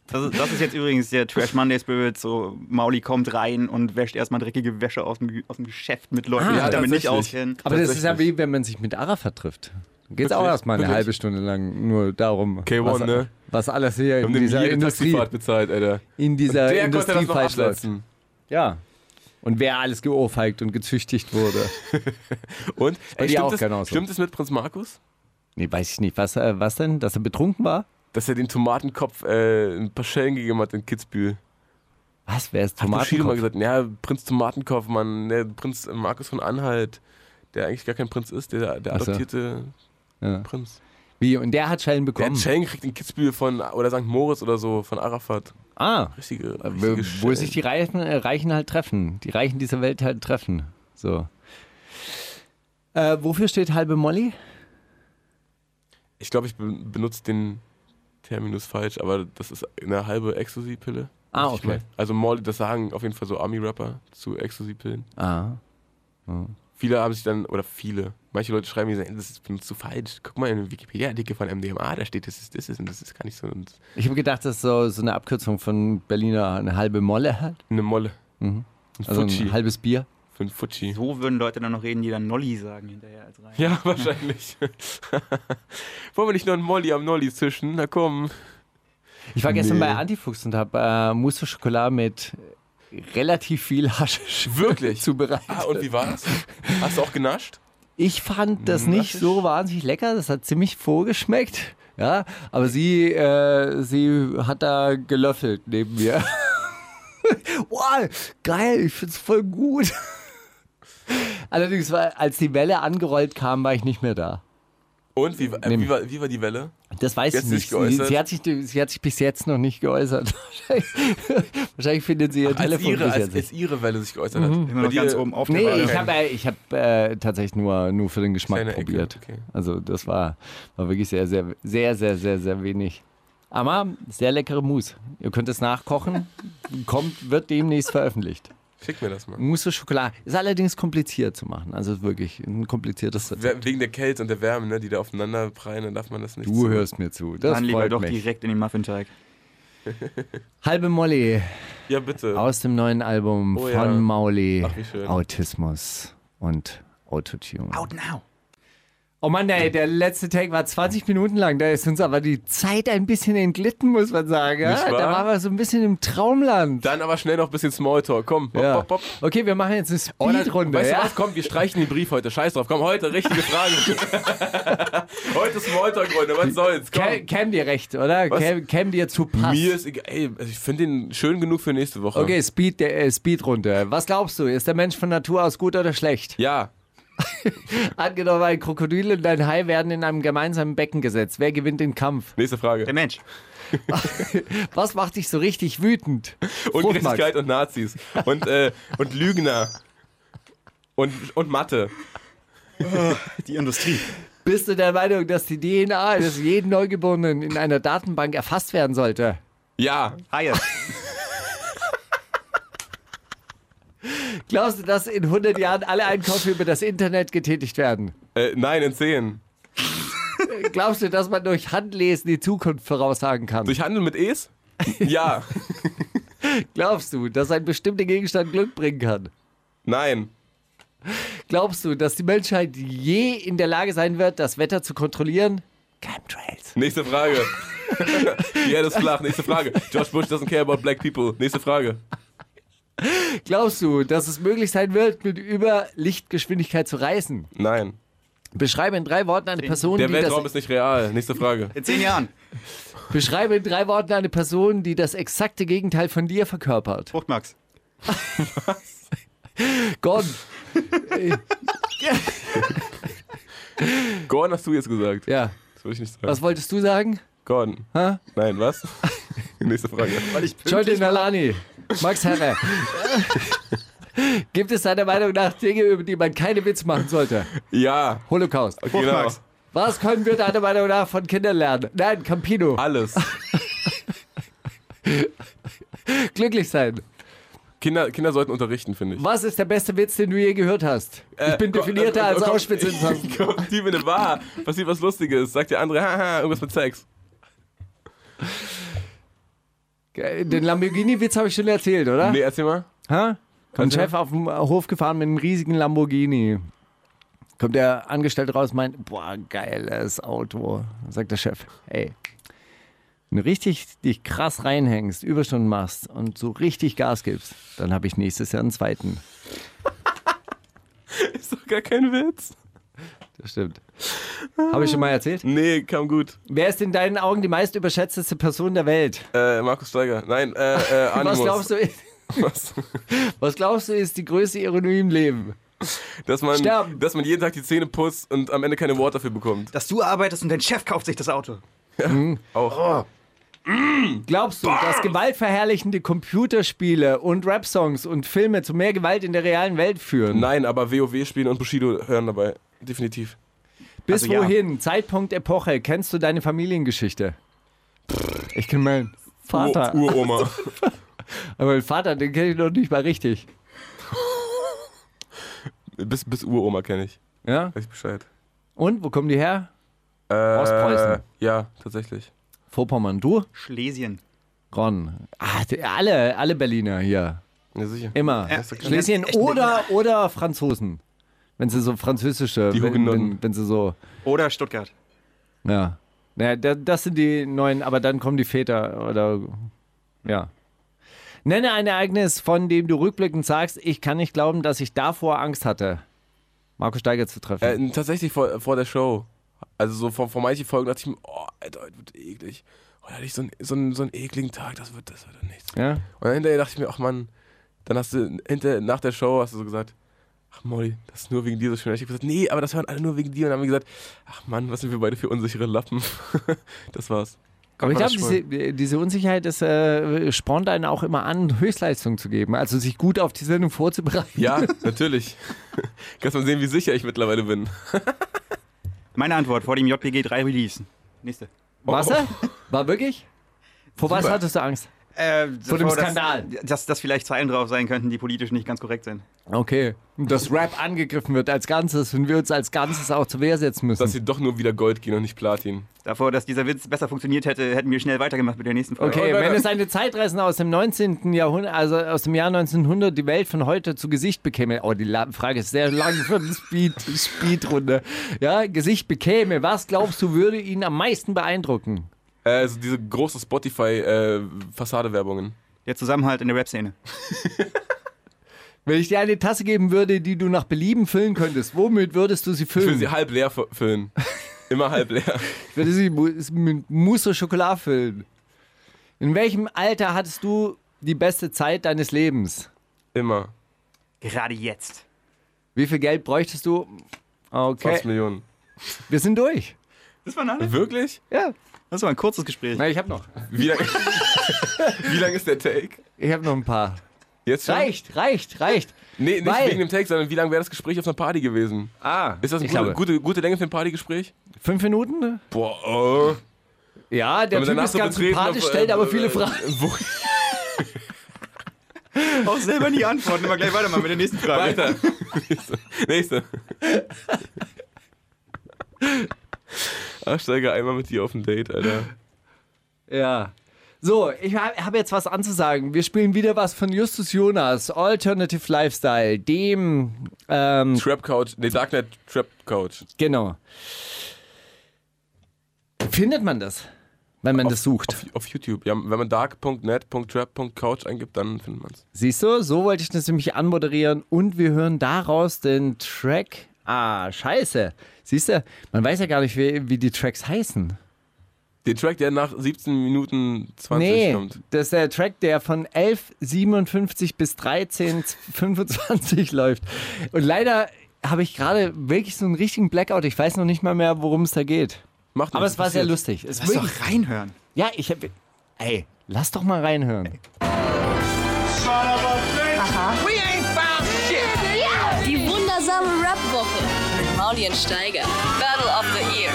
Speaker 8: Das ist, das ist jetzt übrigens der Trash Monday Spirit. So, Mauli kommt rein und wäscht erstmal dreckige Wäsche aus dem, Gü- aus dem Geschäft mit Leuten, die
Speaker 6: Ah,
Speaker 8: sich damit nicht
Speaker 6: tatsächlich.
Speaker 8: auskennen.
Speaker 7: Aber das ist ja
Speaker 6: Tatsächlich.
Speaker 7: wie, wenn man sich mit Arafat trifft. Geht es auch
Speaker 6: Wirklich?
Speaker 7: erstmal eine
Speaker 6: Wirklich?
Speaker 7: halbe Stunde lang nur darum,
Speaker 6: K1,
Speaker 7: was,
Speaker 6: ne?
Speaker 7: was alles hier
Speaker 6: Wir
Speaker 7: in
Speaker 6: haben dem
Speaker 7: dieser
Speaker 6: jede
Speaker 7: Industrie,
Speaker 6: Taxifahrt bezahlt, Alter.
Speaker 7: in dieser
Speaker 6: Der konnte
Speaker 7: Industrie
Speaker 6: das noch
Speaker 7: falsch läuft.
Speaker 6: absetzen.
Speaker 7: Ja. Und wer alles geohrfeigt und gezüchtigt wurde.
Speaker 6: Und
Speaker 7: bei
Speaker 6: ey,
Speaker 7: dir auch
Speaker 6: stimmt,
Speaker 7: genauso.
Speaker 6: es, stimmt es mit Prinz Markus,
Speaker 7: nee, weiß ich nicht. Was, äh, was denn? Dass er betrunken war?
Speaker 6: dass er den Tomatenkopf äh, ein paar Schellen gegeben hat in Kitzbühel?
Speaker 7: Was? Wer ist
Speaker 6: Hat Bushido mal
Speaker 7: Tomatenkopf?
Speaker 6: gesagt, ja, Prinz Tomatenkopf, Mann, der Prinz Markus von Anhalt, der eigentlich gar kein Prinz ist, der, der
Speaker 7: Ach so.
Speaker 6: adoptierte
Speaker 7: Ja.
Speaker 6: Prinz.
Speaker 7: Wie? Und der hat Schellen
Speaker 6: Der
Speaker 7: bekommen.
Speaker 6: hat Schellen gekriegt in Kitzbühel von, oder St. Moritz oder so, von Arafat.
Speaker 7: ah.
Speaker 6: Richtige,
Speaker 7: Wo,
Speaker 6: richtige
Speaker 7: wo
Speaker 6: Schellen.
Speaker 7: sich die Reichen, äh, Reichen halt treffen. Die Reichen dieser Welt halt treffen. So. Äh, wofür steht halbe Molly?
Speaker 6: Ich glaube, ich be- benutze den Terminus falsch, aber das ist eine halbe Ecstasy-Pille.
Speaker 7: Ah,
Speaker 6: Was ich
Speaker 7: okay.
Speaker 6: meine. Also Molly, das sagen auf jeden Fall so Army-Rapper zu Ecstasy-Pillen.
Speaker 7: Ah.
Speaker 6: Viele haben sich dann, oder viele, manche Leute schreiben mir, so, "Ey, das ist- benutzt du falsch. Guck mal in den Wikipedia-Artikel von MDMA, da steht, das ist, das ist und das ist gar nicht so. Und
Speaker 7: Ich habe gedacht, das ist so, so eine Abkürzung von Berliner eine halbe Molle halt.
Speaker 6: eine Molle. Ein
Speaker 7: Also
Speaker 6: Futschi.
Speaker 7: ein halbes Bier.
Speaker 6: Für ein Futschi.
Speaker 8: So würden Leute dann noch reden, die dann Nolli sagen hinterher als rein.
Speaker 6: Ja, (laughs) wahrscheinlich. Wollen wir nicht noch einen Molly am Nolli zischen? Na komm.
Speaker 7: Ich war gestern
Speaker 6: Nee.
Speaker 7: bei Antifuchs und habe äh, Mousse au Schokolade mit relativ viel Haschisch
Speaker 6: Wirklich?
Speaker 7: (laughs) zubereitet.
Speaker 6: Ah, und wie war's? Hast du auch genascht?
Speaker 7: Ich fand das
Speaker 6: Mm,
Speaker 7: nicht
Speaker 6: Haschisch.
Speaker 7: so wahnsinnig lecker. Das hat ziemlich vorgeschmeckt. Ja, aber sie, äh, sie hat da gelöffelt neben mir. (laughs) wow, geil, ich find's voll gut. Allerdings, war, als die Welle angerollt kam, war ich nicht mehr da.
Speaker 6: Und wie, äh, wie, war, wie war die Welle?
Speaker 7: Das weiß
Speaker 6: Sie
Speaker 7: ich
Speaker 6: hat sich nicht
Speaker 7: nicht. sie,
Speaker 6: geäußert?
Speaker 7: sie, hat sich, sie hat sich bis jetzt noch nicht geäußert. (laughs) Wahrscheinlich, wahrscheinlich findet sie ihr
Speaker 6: Als
Speaker 7: Telefon
Speaker 6: ihre,
Speaker 7: bis
Speaker 6: als,
Speaker 7: jetzt
Speaker 6: als
Speaker 7: nicht.
Speaker 6: ihre Welle sich geäußert
Speaker 7: Mhm.
Speaker 6: hat.
Speaker 8: Immer noch
Speaker 6: dir-
Speaker 8: ganz oben auf der
Speaker 7: Nee,
Speaker 8: Waage.
Speaker 7: ich habe äh, ich hab, äh, tatsächlich nur, nur für den Geschmack
Speaker 6: Kleine Ecke,
Speaker 7: probiert.
Speaker 6: okay.
Speaker 7: Also das war, war wirklich sehr, sehr, sehr, sehr, sehr, sehr wenig. Aber sehr leckere Mousse. Ihr könnt
Speaker 6: (laughs)
Speaker 7: es nachkochen. Kommt, wird demnächst veröffentlicht.
Speaker 6: Schick mir das mal.
Speaker 7: Mousse au Schokolade. Ist allerdings kompliziert zu machen. Also ist wirklich ein kompliziertes Rezept.
Speaker 6: We- Wegen der Kälte und der Wärme, ne, die da aufeinander prallen, dann darf man das nicht.
Speaker 7: Du
Speaker 6: zu-
Speaker 7: hörst mir zu. Das
Speaker 8: Dann lieber
Speaker 7: freut
Speaker 8: doch
Speaker 7: mich.
Speaker 8: direkt in den Muffinteig.
Speaker 7: Halbe Molly
Speaker 6: Ja, bitte.
Speaker 7: aus dem neuen Album
Speaker 6: Oh
Speaker 7: von
Speaker 6: ja.
Speaker 7: Mauli.
Speaker 6: Ach, wie schön.
Speaker 7: Autismus und Autotune.
Speaker 8: Out now.
Speaker 7: Oh Mann, ey, der letzte Take war 20 Minuten lang. Da ist uns aber die Zeit ein bisschen entglitten, muss man sagen.
Speaker 6: Nicht
Speaker 7: Ja?
Speaker 6: wahr?
Speaker 7: Da waren wir so ein bisschen im Traumland.
Speaker 6: Dann aber schnell noch ein bisschen Smalltalk. Komm, hopp,
Speaker 7: Ja.
Speaker 6: hopp, hopp.
Speaker 7: Okay, wir machen jetzt eine
Speaker 6: Oh, dann-
Speaker 7: Speedrunde.
Speaker 6: weißt du
Speaker 7: ja? (laughs)
Speaker 6: was? Komm, wir streichen den Brief heute. Scheiß drauf. Komm, heute richtige Fragen. Heute ist Montag, Freunde, was soll's?
Speaker 7: Kä
Speaker 6: Komm.
Speaker 7: käm dir recht, oder?
Speaker 6: Was?
Speaker 7: Käm, käm dir zu Pass.
Speaker 6: Mir ist egal. Ey, also ich finde den schön genug für nächste Woche.
Speaker 7: okay, Speed, der, äh, Speedrunde. Was glaubst du, ist der Mensch von Natur aus gut oder schlecht?
Speaker 6: Ja.
Speaker 7: Angenommen, ein Krokodil und ein Hai werden in einem gemeinsamen Becken gesetzt. Wer gewinnt den Kampf?
Speaker 6: Nächste Frage.
Speaker 8: Der Mensch.
Speaker 7: Was macht dich so richtig wütend?
Speaker 6: Ungerechtigkeit und Nazis. Und, äh, und Lügner. Und, und Mathe.
Speaker 8: (laughs) Die Industrie.
Speaker 7: Bist du der Meinung, dass die DNA des jeden Neugeborenen in einer Datenbank erfasst werden sollte?
Speaker 6: Ja.
Speaker 8: Haie.
Speaker 7: Glaubst du, dass in 100 Jahren alle Einkäufe über das Internet getätigt werden?
Speaker 6: Äh, nein, in 10.
Speaker 7: Glaubst du, dass man durch Handlesen die Zukunft voraussagen kann?
Speaker 6: Durch Handel mit Es? Ja.
Speaker 7: Glaubst du, dass ein bestimmter Gegenstand Glück bringen kann?
Speaker 6: nein.
Speaker 7: Glaubst du, dass die Menschheit je in der Lage sein wird, das Wetter zu kontrollieren? Chemtrails.
Speaker 6: Nächste Frage. (laughs) ja, das ist flach. Nächste Frage. George Bush doesn't care about black people. Nächste Frage.
Speaker 7: Glaubst du, dass es möglich sein wird, mit über Lichtgeschwindigkeit zu reisen?
Speaker 6: Nein.
Speaker 7: Beschreibe in drei Worten eine Person,
Speaker 6: Der
Speaker 7: Um die das
Speaker 6: Weltraum ist nicht real. Nächste Frage.
Speaker 8: In zehn Jahren.
Speaker 7: Beschreibe in drei Worten eine Person, die das exakte Gegenteil von dir verkörpert.
Speaker 8: Fruchtmax.
Speaker 7: Gordon.
Speaker 6: Gordon hast du jetzt gesagt.
Speaker 7: Ja.
Speaker 6: Das würde ich nicht sagen.
Speaker 7: Was wolltest du sagen?
Speaker 6: Gordon.
Speaker 7: Hä?
Speaker 6: Nein,
Speaker 7: (laughs)
Speaker 6: was? Nächste Frage.
Speaker 7: Jordi Nalani. Max Herre. Gibt es deiner Meinung nach Dinge, über die man keine Witz machen sollte?
Speaker 6: Ja.
Speaker 7: Holocaust.
Speaker 6: Genau.
Speaker 8: Max.
Speaker 7: Was können wir deiner Meinung nach von Kindern lernen? Nein, Campino.
Speaker 6: Alles.
Speaker 7: Glücklich sein.
Speaker 6: Kinder, Kinder sollten unterrichten, finde ich.
Speaker 7: Was ist der beste Witz, den du je gehört hast?
Speaker 6: Äh,
Speaker 7: ich bin definierter
Speaker 6: also,
Speaker 7: als Auschwitz.
Speaker 6: (laughs) Auschwitz. Kommt die mit dem Bar, passiert was Lustiges, sagt der andere, haha, irgendwas mit Sex.
Speaker 7: Den Lamborghini-Witz habe ich schon erzählt, oder?
Speaker 6: Nee, erzähl mal.
Speaker 7: Hä? Kommt Chef auf dem Hof gefahren mit einem riesigen Lamborghini. Kommt der Angestellte raus und meint, boah, geiles Auto. Sagt der Chef, ey, wenn du richtig dich krass reinhängst, Überstunden machst und so richtig Gas gibst, dann habe ich nächstes Jahr einen zweiten.
Speaker 6: Ist doch gar kein Witz.
Speaker 7: Das stimmt. Habe ich schon mal erzählt?
Speaker 6: Nee, kam gut.
Speaker 7: Wer ist in deinen Augen die meist überschätzteste Person der Welt?
Speaker 6: Äh, Markus Steiger. Nein, äh, äh, Animus.
Speaker 7: (laughs) Was glaubst, du, (laughs) ist-
Speaker 6: Was?
Speaker 7: was glaubst du ist die größte Ironie im Leben?
Speaker 6: Dass man,
Speaker 7: Sterben.
Speaker 6: dass man jeden Tag die Zähne putzt und am Ende keine Wort dafür bekommt.
Speaker 8: Dass du arbeitest und dein Chef kauft sich das Auto.
Speaker 7: Oh.
Speaker 6: Auch.
Speaker 7: Glaubst du, dass gewaltverherrlichende Computerspiele und Rap-Songs und Filme zu mehr Gewalt in der realen Welt führen?
Speaker 6: Nein, aber WoW spielen und Bushido hören dabei. Definitiv.
Speaker 7: Bis
Speaker 8: also ja.
Speaker 7: wohin? Zeitpunkt, Epoche. Kennst du deine Familiengeschichte? Ich kenne meinen Vater.
Speaker 6: Ur Uroma.
Speaker 7: Aber meinen Vater, den kenne ich noch nicht mal richtig.
Speaker 6: (laughs) bis bis Uroma kenne ich.
Speaker 7: Ja?
Speaker 6: Weiß ich Bescheid.
Speaker 7: Und, wo kommen die her?
Speaker 6: Äh,
Speaker 7: Ostpreußen.
Speaker 6: Ja, tatsächlich.
Speaker 7: Vorpommern. Du?
Speaker 8: Schlesien.
Speaker 7: Ron. Ah, die, alle, alle Berliner hier.
Speaker 6: Ja, sicher.
Speaker 7: Immer.
Speaker 8: Ja,
Speaker 7: Schlesien
Speaker 8: echt
Speaker 7: oder, oder Franzosen. Wenn sie so französische,
Speaker 6: Die
Speaker 7: wenn,
Speaker 6: Hugenotten.
Speaker 7: wenn, wenn sie so...
Speaker 8: Oder Stuttgart.
Speaker 7: Ja. Naja, da, das sind die neuen, aber dann kommen die Väter oder. Ja. Nenne ein Ereignis, von dem du rückblickend sagst, ich kann nicht glauben, dass ich davor Angst hatte, Marco Steiger zu treffen.
Speaker 6: Äh, tatsächlich vor, vor der Show. Also so vor, vor manchen Folgen dachte ich mir, oh, Alter, heute wird eklig. Und dann hatte ich so einen, so einen, so einen ekligen Tag, das wird, das wird doch nichts.
Speaker 7: ja?
Speaker 6: Und dann hinterher dachte ich mir, ach Mann, dann hast du hinter, nach der Show hast du so gesagt, ach Molly, das ist nur wegen dir so schön. Ich habe gesagt, nee, aber das hören alle nur wegen dir. Und dann haben wir gesagt, ach Mann, was sind wir beide für unsichere Lappen. (laughs) das war's.
Speaker 7: Aber ich
Speaker 6: War
Speaker 7: glaube,
Speaker 6: das schwul?
Speaker 7: diese, diese Unsicherheit ist, äh, spornt einen auch immer an, Höchstleistung zu geben. Also sich gut auf die Sendung vorzubereiten.
Speaker 6: Ja, natürlich. (laughs) Kannst mal sehen, wie sicher ich mittlerweile bin.
Speaker 8: Meine Antwort vor dem JPG 3 Release. Nächste.
Speaker 7: Warst du? War wirklich? Vor was
Speaker 8: Super.
Speaker 7: hattest du Angst?
Speaker 8: Äh,
Speaker 7: Vor dem Skandal.
Speaker 8: Dass, dass, dass vielleicht Zeilen drauf sein könnten, die politisch nicht ganz korrekt sind.
Speaker 7: Okay. Und Dass Rap angegriffen wird als Ganzes und wir uns als Ganzes auch zur Wehr setzen müssen.
Speaker 6: Dass sie doch nur wieder Gold gehen und nicht Platin.
Speaker 8: Davor, dass dieser Witz besser funktioniert hätte, hätten wir schnell weitergemacht mit der nächsten Frage.
Speaker 7: Okay,
Speaker 6: Oh, nein,
Speaker 7: wenn
Speaker 6: nein.
Speaker 7: es eine Zeitreisende aus dem 19. Jahrhundert, also aus dem Jahr 1900, die Welt von heute zu Gesicht bekäme, oh, die La- Frage ist sehr lang für eine Speed, (laughs) Speedrunde, ja, Gesicht bekäme, was glaubst du, würde ihn am meisten beeindrucken?
Speaker 6: Äh, so diese große äh, Spotify-Fassade-Werbungen.
Speaker 8: Der Zusammenhalt in der Rap-Szene.
Speaker 7: Wenn ich dir eine Tasse geben würde, die du nach Belieben füllen könntest, womit würdest du sie
Speaker 6: ich will
Speaker 7: füllen?
Speaker 6: sie halb leer fü- füllen. Immer halb leer.
Speaker 7: Ich würde sie mu- s- mit Mousse Schokolade füllen. In welchem Alter hattest du die beste Zeit deines Lebens?
Speaker 6: Immer.
Speaker 8: Gerade jetzt.
Speaker 7: Wie viel Geld bräuchtest du?
Speaker 6: 20
Speaker 7: Okay,
Speaker 6: Millionen.
Speaker 7: wir sind durch.
Speaker 8: Das waren alle.
Speaker 6: Wirklich?
Speaker 7: Ja,
Speaker 8: Das war ein kurzes Gespräch.
Speaker 7: Na, ich habe noch.
Speaker 6: Wie
Speaker 7: (laughs)
Speaker 6: lange Wie lang ist der Take?
Speaker 7: Ich habe noch ein paar.
Speaker 6: Jetzt schon?
Speaker 7: (laughs) Reicht, reicht, reicht.
Speaker 6: Nee, nicht
Speaker 7: Weil-
Speaker 6: wegen dem Take, sondern wie lang wäre das Gespräch auf einer Party gewesen?
Speaker 7: Ah,
Speaker 6: Ist das eine
Speaker 7: ich
Speaker 6: gute,
Speaker 7: glaube,
Speaker 6: gute, gute Länge für ein Partygespräch?
Speaker 7: fünf Minuten? ne?
Speaker 6: Boah, oh.
Speaker 7: Ja, der
Speaker 6: Wenn man danach
Speaker 7: Typ ist
Speaker 6: so
Speaker 7: ganz
Speaker 6: betreten
Speaker 7: sympathisch,
Speaker 6: auf,
Speaker 7: stellt
Speaker 6: äh,
Speaker 7: aber
Speaker 6: äh,
Speaker 7: viele Fragen.
Speaker 6: (laughs) Wo,
Speaker 8: auch selber nie antworten. Immer gleich weitermachen mit der nächsten Frage.
Speaker 6: weiter. Nächste. (laughs)
Speaker 7: (laughs)
Speaker 6: Nächste. Ach, steige einmal mit dir auf ein Date, Alter.
Speaker 7: Ja. So, ich habe hab jetzt was anzusagen. Wir spielen wieder was von Justus Jonas, Alternative Lifestyle, dem, ähm,
Speaker 6: Trap Couch, nee, Darknet Trap Couch.
Speaker 7: genau. Findet man das, wenn man das sucht?
Speaker 6: Auf, auf YouTube. Ja, wenn man dark.net.trap.couch eingibt, dann findet man es.
Speaker 7: Siehst du, so wollte ich das nämlich anmoderieren und wir hören daraus den Track. Ah, scheiße. Siehst du, man weiß ja gar nicht, wie, wie die Tracks heißen.
Speaker 6: Den Track, der nach 17 Minuten 20
Speaker 7: Nee,
Speaker 6: kommt.
Speaker 7: das ist der Track, der von 11.57 bis 13.25 (laughs) läuft. Und leider habe ich gerade wirklich so einen richtigen Blackout. Ich weiß noch nicht mal mehr, worum es da geht.
Speaker 6: Macht
Speaker 7: Aber
Speaker 6: nichts,
Speaker 7: es war sehr
Speaker 6: passiert.
Speaker 7: lustig. Es
Speaker 8: Lass
Speaker 7: wirklich,
Speaker 8: doch reinhören.
Speaker 7: ja, ich habe... Ey, lass doch mal reinhören.
Speaker 2: Die wundersame Rap-Woche mit Maulien Steiger. Battle of the Year.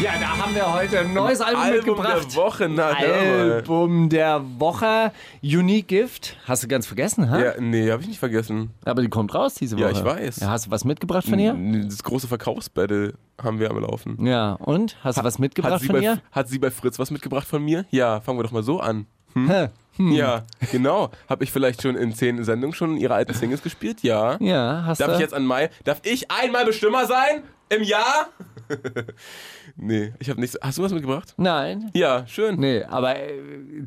Speaker 7: Ja, da haben wir heute ein neues Album,
Speaker 6: Album
Speaker 7: mitgebracht.
Speaker 6: der Woche, na Album.
Speaker 7: Album der Woche, Unique Gift. Hast du ganz vergessen, ha?
Speaker 6: Ja, nee, habe ich nicht vergessen.
Speaker 7: Aber die kommt raus diese Woche.
Speaker 6: Ja, ich weiß.
Speaker 7: Ja, hast du was mitgebracht von ihr?
Speaker 6: N- Das große Verkaufsbattle haben wir am Laufen.
Speaker 7: Ja, und? Hast du was mitgebracht
Speaker 6: Hat sie,
Speaker 7: von
Speaker 6: bei,
Speaker 7: ihr?
Speaker 6: hat sie bei Fritz was mitgebracht von mir? Ja, fangen wir doch mal so an.
Speaker 7: Hä?
Speaker 6: Ja, genau. Habe ich vielleicht schon in zehn Sendungen schon ihre alten Singles gespielt? Ja.
Speaker 7: Ja, hast
Speaker 6: Darf
Speaker 7: du?
Speaker 6: ich jetzt an Mai? Darf ich einmal Bestimmer sein? Im Jahr? (laughs) nee, ich habe nichts. Hast du was mitgebracht?
Speaker 7: Nein.
Speaker 6: Ja, schön.
Speaker 7: Nee, aber äh,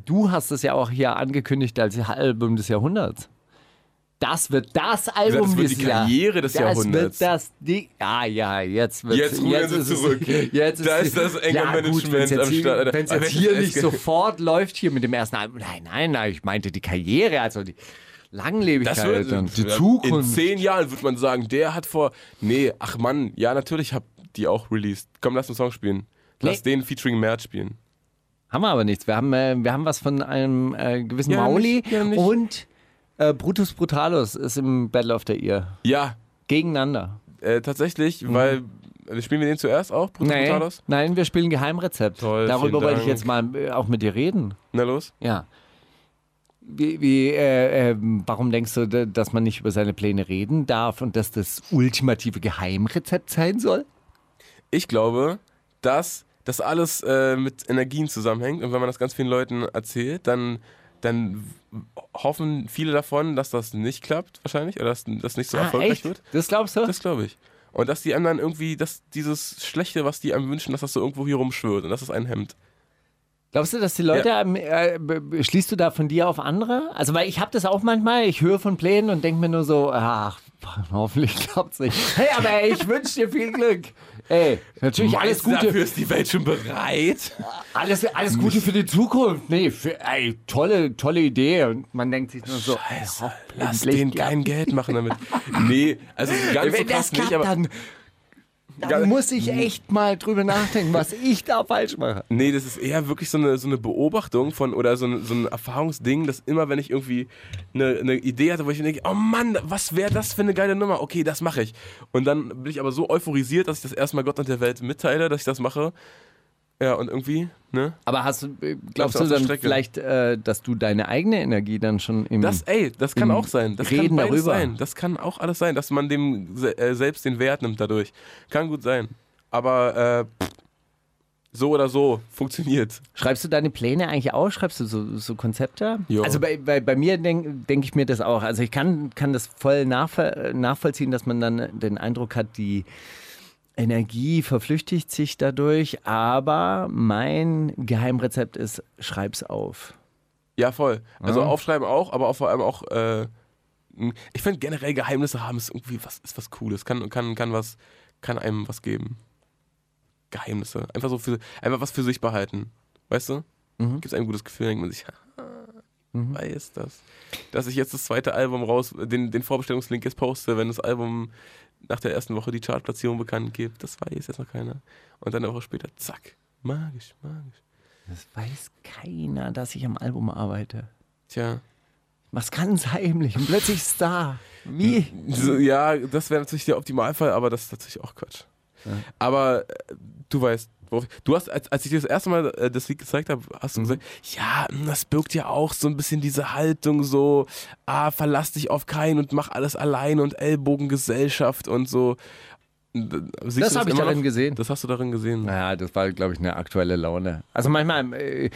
Speaker 7: du hast es ja auch hier angekündigt als Album des Jahrhunderts. Das wird das Album
Speaker 6: das wird
Speaker 7: dieses
Speaker 6: die
Speaker 7: Jahr.
Speaker 6: Karriere des Jahrhunderts.
Speaker 7: Das wird das Ding. Ah ja, jetzt wird
Speaker 6: Jetzt rudern sie zurück.
Speaker 7: (laughs) Jetzt ist
Speaker 6: Da
Speaker 7: es-
Speaker 6: ist das enge
Speaker 7: ja, gut,
Speaker 6: Management
Speaker 7: wenn's jetzt
Speaker 6: am Start,
Speaker 7: hier-
Speaker 6: Alter.
Speaker 7: Wenn es
Speaker 6: Aber
Speaker 7: jetzt
Speaker 6: wenn
Speaker 7: hier
Speaker 6: es
Speaker 7: nicht
Speaker 6: ge-
Speaker 7: sofort läuft, hier mit dem ersten Album. Nein, nein, nein, ich meinte die Karriere, also die Langlebigkeit
Speaker 6: Das wird,
Speaker 7: und die
Speaker 6: ja, In
Speaker 7: Zukunft.
Speaker 6: zehn Jahren wird man sagen, der hat vor. Nee, ach Mann, ja, natürlich hab die auch released. Komm, lass einen Song spielen. Lass
Speaker 7: Nee.
Speaker 6: den featuring Mert spielen.
Speaker 7: Haben wir aber nichts. Wir haben, äh, wir haben was von einem äh, gewissen
Speaker 6: Ja,
Speaker 7: Mauli
Speaker 6: nicht- ja, nicht.
Speaker 7: und äh, Brutus Brutalus ist im Battle of the Year.
Speaker 6: Ja,
Speaker 7: Gegeneinander.
Speaker 6: äh, tatsächlich,
Speaker 7: Mhm.
Speaker 6: weil. äh, Spielen wir den zuerst auch, Brutus
Speaker 7: Nein,
Speaker 6: Brutalos?
Speaker 7: nein, wir spielen Geheimrezept.
Speaker 6: Toll,
Speaker 7: Darüber
Speaker 6: vielen
Speaker 7: wollte ich
Speaker 6: Dank.
Speaker 7: jetzt mal äh, auch mit dir reden.
Speaker 6: Na los.
Speaker 7: Ja. Wie, wie, äh, ähm, warum denkst du, d- dass man nicht über seine Pläne reden darf und dass das ultimative Geheimrezept sein soll?
Speaker 6: Ich glaube, dass das alles äh, mit Energien zusammenhängt und wenn man das ganz vielen Leuten erzählt, dann, dann w- hoffen viele davon, dass das nicht klappt, wahrscheinlich, oder dass das nicht so erfolgreich
Speaker 7: Ah, echt?
Speaker 6: wird.
Speaker 7: Das glaubst du?
Speaker 6: Das glaube ich. Und dass die anderen irgendwie, dass dieses Schlechte, was die einem wünschen, dass das so irgendwo hier rumschwirrt und dass es einen hemmt.
Speaker 7: Glaubst du, dass die Leute,
Speaker 6: Ja.
Speaker 7: ähm, äh, b- b- schließt du da von dir auf andere? Also, weil ich habe das auch manchmal, ich höre von Plänen und denke mir nur so, ach, hoffentlich klappt's nicht. Hey, aber ey, ich wünsche dir viel Glück. Ey, natürlich alles
Speaker 6: Meinst du,
Speaker 7: Gute.
Speaker 6: Dafür ist die Welt schon bereit.
Speaker 7: Alles, alles Gute für die Zukunft. Nee, für, ey, tolle, tolle Idee. Und man denkt sich nur so,
Speaker 6: Scheiße,
Speaker 7: ey,
Speaker 6: Äh, Lass
Speaker 7: hoffentlich
Speaker 6: denen
Speaker 7: klappt-
Speaker 6: kein Geld machen damit. Nee,
Speaker 7: (laughs)
Speaker 6: also ganz so
Speaker 7: Wenn das
Speaker 6: krass
Speaker 7: klappt,
Speaker 6: nicht, aber hm.
Speaker 7: dann,
Speaker 6: Gar-
Speaker 7: dann muss ich echt mal drüber nachdenken, was ich da falsch mache.
Speaker 6: Nee, das ist eher wirklich so eine, so eine Beobachtung von oder so ein, so ein Erfahrungsding, dass immer, wenn ich irgendwie eine, eine Idee hatte, wo ich mir denke, oh Mann, was wäre das für eine geile Nummer? Okay, das mache ich. Und dann bin ich aber so euphorisiert, dass ich das erstmal Gott und der Welt mitteile, dass ich das mache. Ja, und irgendwie, ne?
Speaker 7: Aber hast du, äh,
Speaker 6: Bleibst
Speaker 7: glaubst
Speaker 6: du
Speaker 7: du
Speaker 6: auf der
Speaker 7: dann
Speaker 6: Strecke?
Speaker 7: vielleicht, äh, dass du deine eigene Energie dann schon im...
Speaker 6: Das, ey, das kann
Speaker 7: Im
Speaker 6: auch sein. Das
Speaker 7: Hm. Reden
Speaker 6: kann beides
Speaker 7: darüber.
Speaker 6: sein. Das kann auch alles sein, dass man dem se äh, selbst den Wert nimmt dadurch. Kann gut sein. Aber äh, pff, so oder so funktioniert.
Speaker 7: Schreibst du deine Pläne eigentlich auch? Schreibst du so, so Konzepte?
Speaker 6: Jo.
Speaker 7: Also bei, bei, bei mir denke denk ich mir das auch. Also ich kann, kann das voll nachvoll, nachvollziehen, dass man dann den Eindruck hat, die Energie verflüchtigt sich dadurch. Aber mein Geheimrezept ist, schreib's auf.
Speaker 6: Ja, voll. Also aufschreiben auch, aber auch vor allem auch äh, ein- ich finde generell Geheimnisse haben ist irgendwie was, ist was Cooles. Kann, kann, kann was, kann einem was geben. Geheimnisse. Einfach so für, einfach was für sich behalten. Weißt du? Gibt es ein gutes Gefühl, denkt man sich, weiß das. Dass ich jetzt das zweite Album raus, den, den Vorbestellungslink jetzt poste, wenn das Album nach der ersten Woche die Chartplatzierung bekannt gibt, das weiß jetzt noch keiner. Und dann eine Woche später, zack. Magisch, magisch.
Speaker 7: Das weiß keiner, dass ich am Album arbeite.
Speaker 6: Tja.
Speaker 7: Mach's ganz heimlich und plötzlich ist es da. Wie?
Speaker 6: So,
Speaker 7: Mhm.
Speaker 6: ja, das wäre natürlich der Optimalfall, aber das ist natürlich auch Quatsch. Aber äh, du weißt, worauf ich- du hast, als, als ich dir das erste Mal äh, das Lied gezeigt habe, hast
Speaker 7: Mhm.
Speaker 6: du gesagt, ja, mh, das birgt ja auch so ein bisschen diese Haltung, so, ah, verlass dich auf keinen und mach alles alleine und Ellbogengesellschaft und so. Siehst du
Speaker 7: Das habe ich
Speaker 6: immer
Speaker 7: darin
Speaker 6: noch?
Speaker 7: gesehen.
Speaker 6: Das hast du darin gesehen.
Speaker 7: Naja, das war, glaube ich, eine aktuelle Laune. Also manchmal. Äh,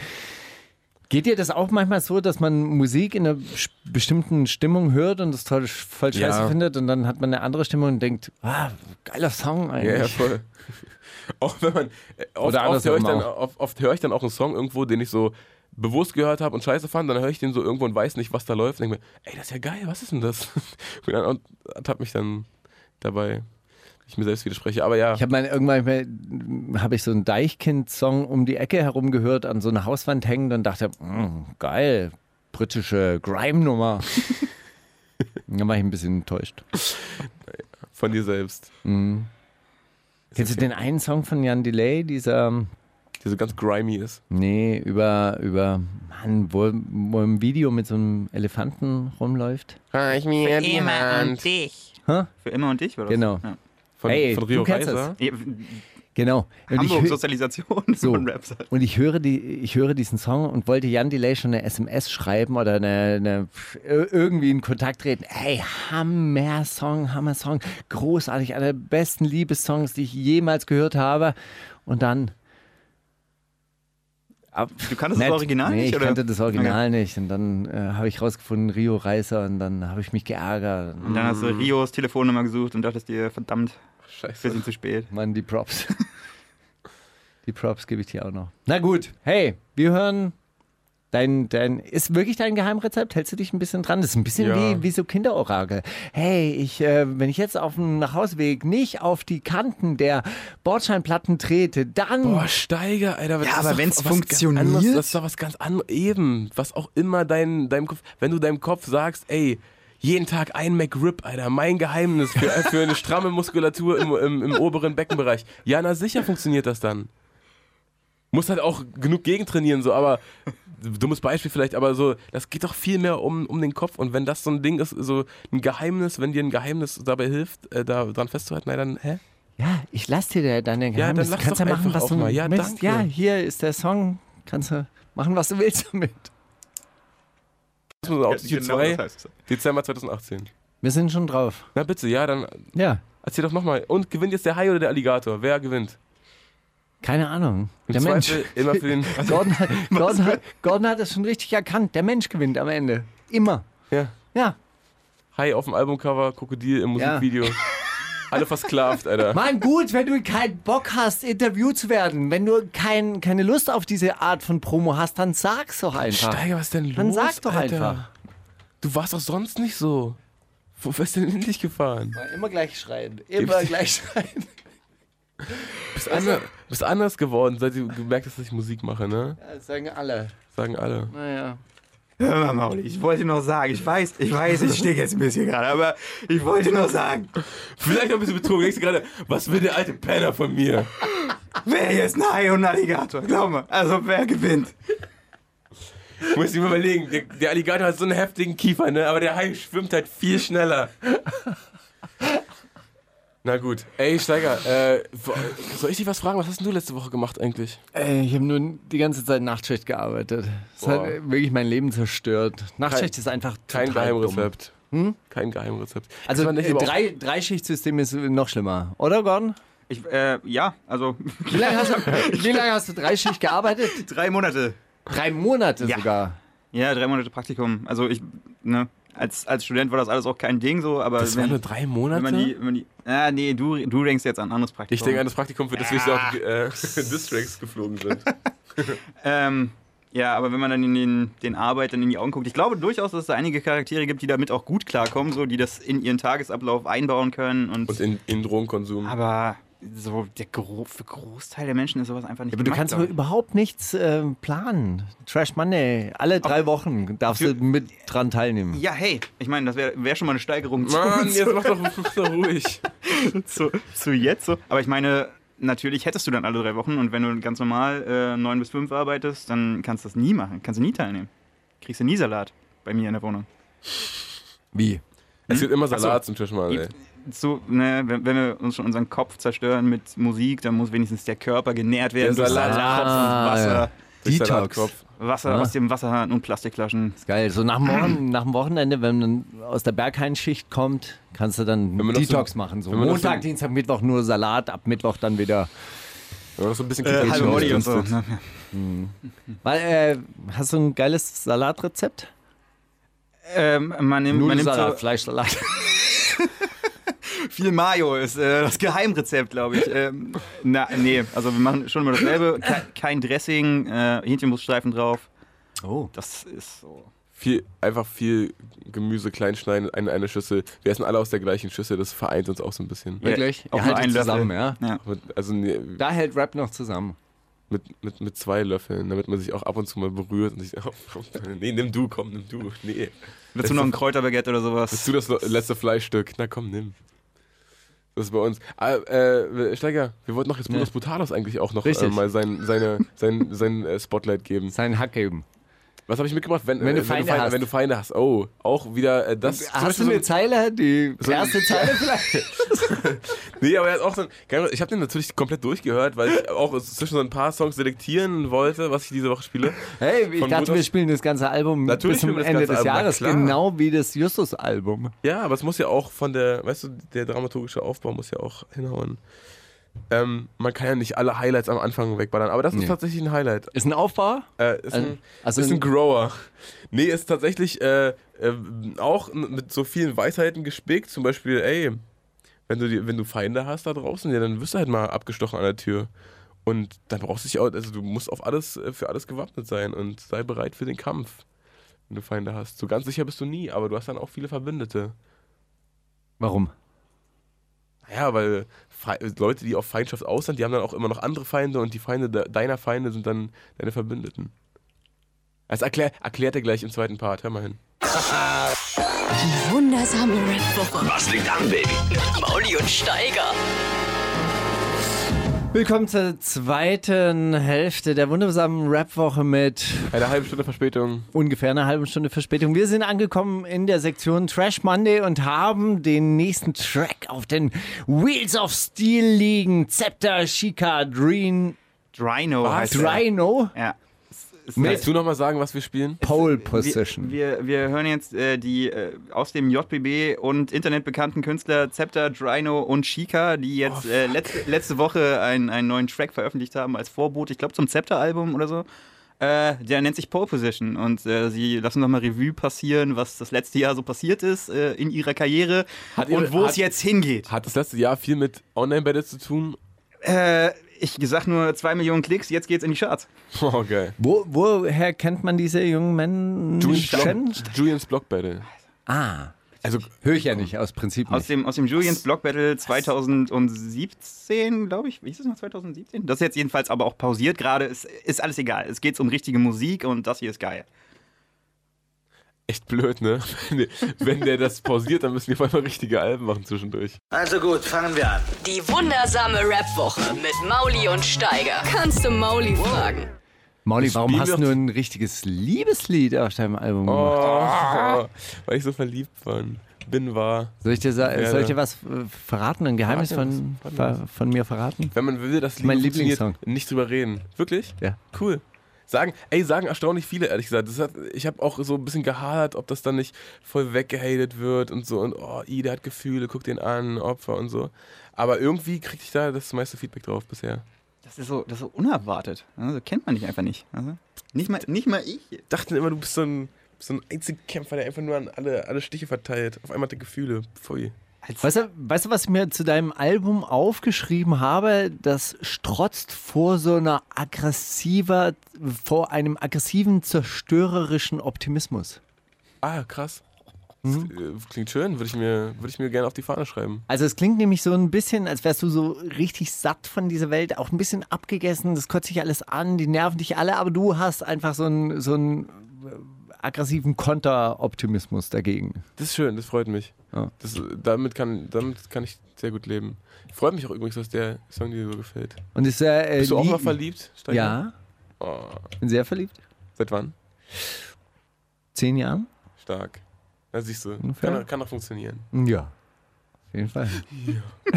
Speaker 7: Geht dir das auch manchmal so, dass man Musik in einer sch- bestimmten Stimmung hört und das toll, voll scheiße
Speaker 6: Ja.
Speaker 7: findet und dann hat man eine andere Stimmung und denkt, ah, geiler Song
Speaker 6: Ja, ja,
Speaker 7: eigentlich.
Speaker 6: voll. (laughs) Auch wenn man. äh, Oft,
Speaker 7: Oder
Speaker 6: oft höre ich,
Speaker 7: andersrum
Speaker 6: dann- oft, oft höre ich dann auch einen Song irgendwo, den ich so bewusst gehört habe und scheiße fand, dann höre ich den so irgendwo und weiß nicht, was da läuft. Denke mir, ey, das ist ja geil, was ist denn das? (laughs) Und dann und ertappe mich dann dabei, dass ich mir selbst widerspreche. Aber ja,
Speaker 7: Ich habe mal irgendwann habe ich so einen Deichkind-Song um die Ecke herum gehört, an so einer Hauswand hängend und dachte, "Mm, geil, britische
Speaker 6: (laughs)
Speaker 7: Grime-Nummer. da war ich ein bisschen enttäuscht.
Speaker 6: von dir selbst.
Speaker 7: Kennst du den einen Song von Jan Delay, dieser, ähm,
Speaker 6: Die so ganz grimy ist.
Speaker 7: nee, über, über, Mann, wo, wo im Video mit so einem Elefanten rumläuft?
Speaker 6: Reich mir die
Speaker 8: Immer und dich.
Speaker 7: Hä?
Speaker 8: Für immer und dich, oder?
Speaker 7: Genau.
Speaker 8: Ja.
Speaker 6: Von,
Speaker 7: Ey,
Speaker 6: von
Speaker 7: du
Speaker 6: Rio
Speaker 7: kennst das.
Speaker 6: Reiser.
Speaker 8: Ja,
Speaker 7: Genau. Und ich
Speaker 8: Hamburg
Speaker 7: hö-
Speaker 8: Sozialisation (laughs)
Speaker 7: So.
Speaker 8: von Raps.
Speaker 7: Und ich höre, die, ich höre diesen Song und wollte Jan Delay schon eine SMS schreiben oder eine, eine, irgendwie in Kontakt treten. Hey, Hammer-Song, Hammer-Song. Großartig, einer der besten Liebessongs, die ich jemals gehört habe. Und dann. Ab-
Speaker 8: Du kanntest das Original
Speaker 7: nee,
Speaker 8: nicht,
Speaker 7: Ich
Speaker 8: oder?
Speaker 7: kannte das Original nicht. Und dann äh, habe ich rausgefunden, Rio Reiser. Und dann habe ich mich geärgert.
Speaker 8: Und dann hast
Speaker 7: Mhm.
Speaker 8: du Rios Telefonnummer gesucht und dachtest dir, verdammt,
Speaker 6: Scheiße.
Speaker 8: bisschen zu spät.
Speaker 7: Mann, die Props. (laughs) die Props gebe ich dir auch noch. Na gut, hey, wir hören. Dein, dein, ist wirklich dein Geheimrezept? Hältst du dich ein bisschen dran? Das ist ein bisschen
Speaker 6: Ja.
Speaker 7: wie, wie so Kinderorakel. Hey, ich, äh, wenn ich jetzt auf dem Nachhauseweg nicht auf die Kanten der Bordscheinplatten trete, dann.
Speaker 6: Boah, Steiger, Alter. das
Speaker 8: Ja,
Speaker 6: ist
Speaker 8: aber
Speaker 6: doch
Speaker 8: wenn's
Speaker 6: was ganz
Speaker 8: funktioniert?
Speaker 6: anderes, das ist doch was ganz anderes. Eben, was auch immer dein, deinem Kopf. Wenn du deinem Kopf sagst, ey, jeden Tag ein McRib, Alter, mein Geheimnis für, äh, für eine stramme Muskulatur im, im, im oberen Beckenbereich. Ja, na sicher funktioniert das dann. Muss halt auch genug gegentrainieren, so, aber dummes Beispiel vielleicht, aber so, das geht doch viel mehr um, um den Kopf und wenn das so ein Ding ist, so ein Geheimnis, wenn dir ein Geheimnis dabei hilft, äh, da dran festzuhalten, na dann, hä?
Speaker 7: Ja, ich lass dir de- deine
Speaker 6: Ja, dann
Speaker 7: Geheimnisse.
Speaker 6: lass
Speaker 7: kannst
Speaker 6: doch
Speaker 7: ja machen,
Speaker 6: einfach
Speaker 7: was
Speaker 6: auch
Speaker 7: du
Speaker 6: mal. Ja,
Speaker 7: willst.
Speaker 6: danke.
Speaker 7: Ja, hier ist der Song. Kannst du machen, was du willst damit.
Speaker 6: Das muss man auf die
Speaker 8: Genau,
Speaker 6: 2.
Speaker 8: das heißt es.
Speaker 6: Dezember 2018.
Speaker 7: Wir sind schon drauf.
Speaker 6: Na bitte, ja, dann
Speaker 7: Ja,
Speaker 6: erzähl doch nochmal. Und gewinnt jetzt der Hai oder der Alligator? Wer gewinnt?
Speaker 7: keine Ahnung.
Speaker 6: Im
Speaker 7: Der Mensch.
Speaker 6: Zweifel immer für (laughs) den.
Speaker 7: (laughs) Gordon, hat- Gordon, hat, Gordon hat es schon richtig erkannt. Der Mensch gewinnt am Ende. Immer.
Speaker 6: Ja.
Speaker 7: Ja.
Speaker 6: Hai auf dem Albumcover, Krokodil im
Speaker 7: Ja.
Speaker 6: Musikvideo. Alle versklavt, Alter.
Speaker 7: Mann, gut, wenn du keinen Bock hast, interviewt zu werden, wenn du kein, keine Lust auf diese Art von Promo hast, dann sag's doch einfach.
Speaker 6: Steiger, was ist denn los?
Speaker 7: Dann sag doch einfach.
Speaker 6: Du warst doch sonst nicht so. Wo bist du denn endlich gefahren?
Speaker 7: Immer gleich schreien. Immer
Speaker 6: Gib's-
Speaker 7: gleich schreien. (laughs)
Speaker 6: Bist, ander, bist anders geworden, seit du gemerkt hast, dass ich Musik mache, ne?
Speaker 7: Ja, das sagen alle.
Speaker 6: Sagen alle.
Speaker 7: Naja.
Speaker 8: Hör mal, Mauli, ich wollte dir noch sagen, ich weiß, ich weiß, ich stehe jetzt ein bisschen gerade, aber ich wollte dir noch sagen,
Speaker 6: Vielleicht noch ein bisschen betrogen. Denkst du gerade, was will der alte Penner von mir?
Speaker 8: wer jetzt ein Hai und ein Alligator? Glaub mal, also wer gewinnt?
Speaker 6: Muss ich mir überlegen, der, der Alligator hat so einen heftigen Kiefer, ne? Aber der Hai schwimmt halt viel schneller. Na gut. Ey, Steiger, äh, wo- soll ich dich was fragen? Was hast denn du letzte Woche gemacht eigentlich?
Speaker 7: Ey, ich habe nur die ganze Zeit Nachtschicht gearbeitet. Das hat
Speaker 6: Boah.
Speaker 7: äh, wirklich mein Leben zerstört. Nachtschicht
Speaker 6: Kein-
Speaker 7: ist einfach
Speaker 6: Kein
Speaker 7: total dumm.
Speaker 6: Geheimrezept.
Speaker 8: Hm?
Speaker 6: Kein Geheimrezept.
Speaker 7: Also
Speaker 6: Kann man nicht
Speaker 7: äh,
Speaker 6: aber auch-
Speaker 7: drei, Dreischichtsystem ist noch schlimmer, oder Gordon?
Speaker 8: Ich, äh, ja, also (laughs)
Speaker 7: Wie lange hast du, (laughs) wie lange hast du Dreischicht gearbeitet?
Speaker 8: drei Monate.
Speaker 7: Drei Monate
Speaker 8: Ja.
Speaker 7: sogar.
Speaker 8: Ja, drei Monate Praktikum. Also ich, ne, als, als Student war das alles auch kein Ding so, aber
Speaker 6: das waren nur drei
Speaker 8: wenn man die,
Speaker 6: Monate?
Speaker 8: wenn man die, ah, nee, du, du denkst jetzt an ein anderes Praktikum.
Speaker 6: Ich
Speaker 8: Ah. (laughs)
Speaker 6: (laughs) denke an das Praktikum, für das wir auch äh, Districts geflogen sind.
Speaker 8: Ähm, Ja, aber wenn man dann in den, den Arbeitern in die Augen guckt, ich glaube durchaus, dass es da einige Charaktere gibt, die damit auch gut klarkommen, so, die das in ihren Tagesablauf einbauen können. Und,
Speaker 6: Und in, in Drogenkonsum.
Speaker 8: aber so der Gro für Großteil der Menschen ist sowas einfach nicht
Speaker 7: Aber du
Speaker 8: gemacht,
Speaker 7: kannst
Speaker 8: glaub
Speaker 7: wohl
Speaker 8: ich.
Speaker 7: überhaupt nichts ähm, planen. Trash Money, alle drei Wochen darfst du mit dran teilnehmen.
Speaker 8: Ja, hey, ich meine, das wäre wär schon mal eine Steigerung zu,
Speaker 6: Mann,
Speaker 8: zu,
Speaker 6: jetzt mach doch, mach doch ruhig.
Speaker 8: zu, zu jetzt. So. Aber ich meine, natürlich hättest du dann alle drei Wochen und wenn du ganz normal äh, 9 bis 5 arbeitest, dann kannst du das nie machen, kannst du nie teilnehmen. Kriegst du nie Salat bei mir in der Wohnung.
Speaker 7: Wie?
Speaker 6: Es gibt
Speaker 8: Hm?
Speaker 6: immer Salat zum Tisch mal. Ey.
Speaker 8: So, ne, wenn, wenn wir uns schon unseren Kopf zerstören mit Musik, dann muss wenigstens der Körper genährt werden.
Speaker 6: Der
Speaker 8: durch
Speaker 6: Salat.
Speaker 8: Kopf und Wasser,
Speaker 6: Durch
Speaker 7: Detox.
Speaker 6: Salatkopf.
Speaker 8: Wasser aus dem Wasserhahn und Plastikflaschen.
Speaker 7: Geil.
Speaker 6: (clears throat)
Speaker 7: So nach dem, Morgen, nach dem Wochenende, wenn man aus der Bergheinschicht kommt, kannst du dann
Speaker 6: Wenn man noch
Speaker 7: Detox
Speaker 6: so-
Speaker 7: machen. So
Speaker 6: wenn man noch
Speaker 7: Montag,
Speaker 6: so-
Speaker 7: Dienstag, Mittwoch nur Salat, ab Mittwoch dann wieder.
Speaker 6: Wenn man noch so ein bisschen
Speaker 8: Äh,
Speaker 6: Kichererbsen
Speaker 8: halbe Molly und so.
Speaker 6: ausdünstet.
Speaker 8: Ne?
Speaker 7: Weil, äh, hast du ein geiles Salatrezept?
Speaker 8: Ähm, man nimmt, man nimmt so
Speaker 7: Nudelsalat, Fleischsalat.
Speaker 6: (laughs)
Speaker 8: viel Mayo ist äh, das Geheimrezept, glaube ich. Ähm, na, nee, also wir machen schon immer dasselbe. Kein, kein Dressing, äh, Hähnchenbruststreifen drauf.
Speaker 7: Oh.
Speaker 8: Das ist so.
Speaker 6: Viel, einfach viel Gemüse klein schneiden in eine Schüssel. Wir essen alle aus der gleichen Schüssel, das vereint uns auch so ein bisschen.
Speaker 8: Ja,
Speaker 7: Wirklich?
Speaker 8: auch
Speaker 7: Ihr
Speaker 8: nur
Speaker 7: haltet
Speaker 8: ein Äh, Löffel.
Speaker 7: zusammen, ja.
Speaker 8: Ja.
Speaker 6: Mit, also nee,
Speaker 7: Da hält Rap noch zusammen.
Speaker 6: mit, mit, mit zwei Löffeln, damit man sich auch ab und zu mal berührt und sich. oh, nee, nimm du, komm, nimm du. Nee.
Speaker 8: Willst du noch ein Kräuterbaguette oder sowas?
Speaker 6: Bist du das lo- letzte Fleischstück? Na komm, nimm. Das ist bei uns. Ah, äh, Steiger, wir wollten noch jetzt Modus Brutalos eigentlich auch noch äh,
Speaker 7: Richtig.
Speaker 6: mal sein, seine, sein, sein äh, Spotlight geben.
Speaker 7: Sein Hack eben.
Speaker 6: Was habe ich mitgebracht? Wenn,
Speaker 7: Wenn du
Speaker 6: äh,
Speaker 7: Feinde hast.
Speaker 6: wenn du Feinde hast. Oh, auch wieder äh, das. zum
Speaker 7: Hast du
Speaker 6: Beispiel
Speaker 7: eine Zeile? Die
Speaker 6: so-
Speaker 7: erste Zeile
Speaker 6: (laughs)
Speaker 7: vielleicht?
Speaker 6: Nee, aber er hat auch so ein, Keine Ahnung, Ich habe den natürlich komplett durchgehört, weil ich auch zwischen so ein paar Songs selektieren wollte, was ich diese Woche spiele.
Speaker 7: Hey, ich
Speaker 6: Von
Speaker 7: dachte,
Speaker 6: Brutus-
Speaker 7: wir spielen das ganze Album
Speaker 6: Natürlich
Speaker 7: bis zum
Speaker 6: spielen wir das
Speaker 7: Ende
Speaker 6: ganze
Speaker 7: des
Speaker 6: Album, na
Speaker 7: Jahres.
Speaker 6: klar.
Speaker 7: Genau wie das Justus-Album.
Speaker 6: Ja, aber es muss ja auch von der, weißt du, der dramaturgische Aufbau muss ja auch hinhauen. Ähm, man kann ja nicht alle Highlights am Anfang wegballern, aber das ist
Speaker 7: Nee.
Speaker 6: tatsächlich ein Highlight.
Speaker 7: Ist ein Aufbau?
Speaker 6: Äh, ist ein,
Speaker 7: Also
Speaker 6: ist ein
Speaker 7: ein-
Speaker 6: Grower. Nee, ist tatsächlich äh, ähm, auch n- mit so vielen Weisheiten gespickt. Zum Beispiel, ey, wenn du, die, wenn du Feinde hast da draußen, ja, dann wirst du halt mal abgestochen an der Tür. Und dann brauchst du dich auch, also du musst auf alles, äh, für alles gewappnet sein und sei bereit für den Kampf, wenn du Feinde hast. So ganz sicher bist du nie, aber du hast dann auch viele Verbündete.
Speaker 7: Warum?
Speaker 6: Ja, weil Fe Leute, die auf Feindschaft aus sind, die haben dann auch immer noch andere Feinde und die Feinde de deiner Feinde sind dann deine Verbündeten. Das erklär erklärt er gleich im zweiten Part. Hör mal hin.
Speaker 2: Wundersame Rap-Woche.
Speaker 3: Was liegt an, Baby?
Speaker 2: Mauli und Steiger.
Speaker 7: Willkommen zur zweiten Hälfte der wundersamen Rap-Woche mit
Speaker 6: Eine halbe Stunde Verspätung.
Speaker 7: ungefähr einer halben Stunde Verspätung. Wir sind angekommen in der Sektion Trash Monday und haben den nächsten Track auf den Wheels of Steel liegen. Zepter, Chica, Dream,
Speaker 8: Drino heißt er.
Speaker 7: Drino,
Speaker 8: Ja. Es- es-
Speaker 6: Willst du nochmal sagen, was wir spielen?
Speaker 7: Pole
Speaker 8: wir,
Speaker 7: Position.
Speaker 8: wir, wir hören jetzt äh, die äh, aus dem JBB und internetbekannten Künstler Zepter, Drino und Chica, die
Speaker 6: Oh,
Speaker 8: jetzt äh, letzte, letzte Woche einen, einen neuen Track veröffentlicht haben als Vorbote, ich glaube zum Zepter-Album oder so. Äh, der nennt sich Pole Position und äh, sie lassen nochmal Revue passieren, was das letzte Jahr so passiert ist äh, in ihrer Karriere
Speaker 6: Hat ihre-
Speaker 8: und wo
Speaker 6: hat-
Speaker 8: es jetzt hingeht.
Speaker 6: Hat das letzte Jahr viel mit Online-Battles zu tun?
Speaker 8: Äh, ich sag nur 2 Millionen Klicks, jetzt geht's in die Charts.
Speaker 6: (laughs) Oh, geil.
Speaker 7: Wo, woher kennt man diese jungen Menschen?
Speaker 6: Block, Julians Block Battle.
Speaker 7: Ah, also höre ich ja nicht, aus Prinzip
Speaker 8: Aus
Speaker 7: nicht.
Speaker 8: dem, aus dem Julians Block Battle 2017, glaube ich. Hieß es noch 2017? Das ist jetzt jedenfalls aber auch pausiert gerade. Ist, ist alles egal. Es geht um richtige Musik und das hier ist geil.
Speaker 6: Echt blöd, ne? Wenn der, wenn der das pausiert, dann müssen wir mal richtige Alben machen zwischendurch.
Speaker 1: Also gut, fangen wir an.
Speaker 2: Die wundersame Rap-Woche mit Mauli und Steiger. Kannst du Mauli fragen?
Speaker 7: Mauli, warum
Speaker 6: Spiel
Speaker 7: hast
Speaker 6: wird-
Speaker 7: du ein richtiges Liebeslied auf deinem Album gemacht?
Speaker 6: Oh, weil ich so verliebt bin. Bin war.
Speaker 7: Soll ich dir, sa-
Speaker 6: Ja,
Speaker 7: soll ich
Speaker 6: ja.
Speaker 7: dir was äh, verraten, ein Geheimnis
Speaker 6: Verraten
Speaker 7: von,
Speaker 6: was, verraten
Speaker 7: ver, von mir verraten?
Speaker 6: Wenn man will, dass Liebe
Speaker 7: Mein
Speaker 6: funktioniert,
Speaker 7: Lieblingssong.
Speaker 6: nicht drüber reden. Wirklich?
Speaker 7: Ja.
Speaker 6: Cool. Sagen, ey, sagen erstaunlich viele, ehrlich gesagt. Das hat, ich habe auch so ein bisschen gehadert, ob das dann nicht voll weggehatet wird und so. Und oh, I, der hat Gefühle, guck den an, Opfer und so. Aber irgendwie kriegte ich da das meiste Feedback drauf bisher.
Speaker 8: Das ist so, das ist so unerwartet. Also kennt man dich einfach nicht. Also, nicht, mal, nicht mal ich.
Speaker 6: Dachten immer, du bist so ein, bist so ein Einzelkämpfer, der einfach nur an alle, alle Stiche verteilt. Auf einmal hat er Gefühle. Pfui.
Speaker 7: Weißt du, weißt du, was ich mir zu deinem Album aufgeschrieben habe? Das strotzt vor so einer aggressiver, vor einem aggressiven, zerstörerischen Optimismus.
Speaker 6: Ah, krass. Das,
Speaker 7: Mhm.
Speaker 6: äh, Klingt schön, würde ich, mir, würde ich mir gerne auf die Fahne schreiben.
Speaker 7: Also es klingt nämlich so ein bisschen, als wärst du so richtig satt von dieser Welt, auch ein bisschen abgegessen, das kotzt dich alles an, die nerven dich alle, aber du hast einfach so einen, so einen äh, aggressiven Konteroptimismus dagegen.
Speaker 6: Das ist schön, das freut mich.
Speaker 7: Ja.
Speaker 6: Das, damit, kann, damit kann ich sehr gut leben. Freut mich auch übrigens, dass der Song dir so gefällt.
Speaker 7: Und ist sehr, äh,
Speaker 6: Bist du auch
Speaker 7: lie-
Speaker 6: mal verliebt? Steiger?
Speaker 7: Ja,
Speaker 6: Oh,
Speaker 7: bin sehr verliebt.
Speaker 6: seit wann?
Speaker 7: Zehn Jahren?
Speaker 6: Stark. Da siehst du,
Speaker 7: Ungefähr.
Speaker 6: kann, kann doch funktionieren.
Speaker 7: Ja. Auf jeden Fall.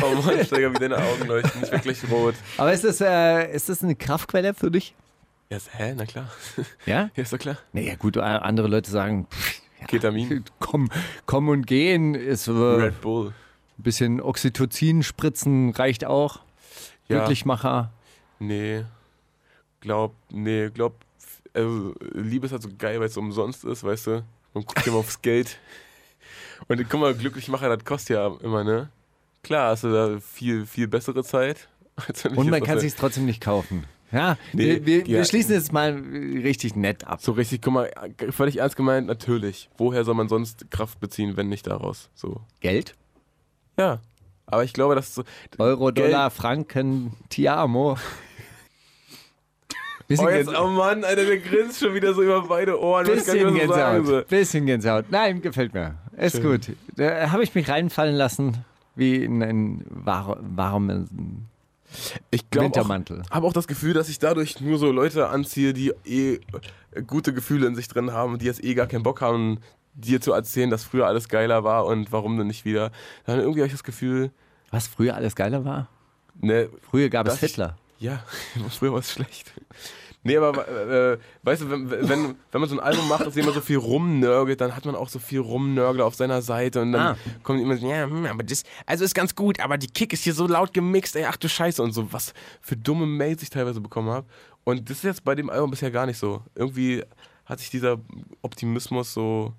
Speaker 6: Oh
Speaker 7: (laughs)
Speaker 6: Mann, Steiger, wie deine Augen leuchten. Ich werd gleich rot.
Speaker 7: Aber ist das, äh, ist das eine Kraftquelle für dich?
Speaker 6: Ja, ist- hä? Na klar.
Speaker 7: Ja?
Speaker 6: Ja, ist doch klar.
Speaker 7: Naja, gut, äh, andere Leute sagen, pff,
Speaker 6: Ketamin,
Speaker 7: komm, komm und gehen, ist äh, ein
Speaker 6: Red Bull.
Speaker 7: bisschen Oxytocin spritzen, reicht auch.
Speaker 6: Ja.
Speaker 7: Glücklichmacher.
Speaker 6: Nee. Glaub, nee, glaub, also Liebe ist halt so geil, weil es so umsonst ist, weißt du? Man guckt immer aufs Geld. Und guck mal, glücklich machen, das kostet ja immer, ne? Klar, hast du da viel, viel bessere Zeit. (laughs) als wenn ich
Speaker 7: Und
Speaker 6: jetzt
Speaker 7: man
Speaker 6: auf
Speaker 7: kann
Speaker 6: der-
Speaker 7: sich trotzdem nicht kaufen. Ja,
Speaker 6: Nee,
Speaker 7: wir, wir,
Speaker 6: ja.
Speaker 7: wir schließen jetzt mal richtig nett ab.
Speaker 6: So richtig, guck mal, völlig ernst gemeint, natürlich. Woher soll man sonst Kraft beziehen, wenn nicht daraus? So.
Speaker 7: Geld?
Speaker 6: Ja. Aber ich glaube, dass so.
Speaker 7: Euro,
Speaker 6: Geld-
Speaker 7: Dollar, Franken, Tiamo. Bisschen,
Speaker 6: Oh,
Speaker 7: Gänse-
Speaker 6: jetzt, oh Mann, Alter, der grinst schon wieder so über beide Ohren. Ich weiß gar nicht,
Speaker 7: bisschen
Speaker 6: was ich sagen soll.
Speaker 7: Gänsehaut. Bisschen Gänsehaut. Nein, gefällt mir. Ist gut. Da habe ich mich reinfallen lassen wie in einen war- warmen
Speaker 6: Ich glaube,
Speaker 7: Wintermantel.
Speaker 6: habe auch das Gefühl, dass ich dadurch nur so Leute anziehe, die eh äh, gute Gefühle in sich drin haben und die jetzt eh gar keinen Bock haben, dir zu erzählen, dass früher alles geiler war und warum denn nicht wieder. Dann irgendwie habe ich das Gefühl,
Speaker 7: Was früher alles geiler war?
Speaker 6: ne,
Speaker 7: Früher gab es
Speaker 6: Das-
Speaker 7: Hitler.
Speaker 6: ja, (laughs) früher war es schlecht. Nee, aber äh, weißt du, wenn, wenn, wenn man so ein Album macht, auf dem man so viel rumnörgelt, dann hat man auch so viel Rumnörgel auf seiner Seite und dann
Speaker 7: Ah.
Speaker 6: kommt immer so, ja, hm, aber das, also ist ganz gut, aber die Kick ist hier so laut gemixt, ey, ach du Scheiße und so, was für dumme Mails ich teilweise bekommen habe. Und das ist jetzt bei dem Album bisher gar nicht so. Irgendwie hat sich dieser Optimismus so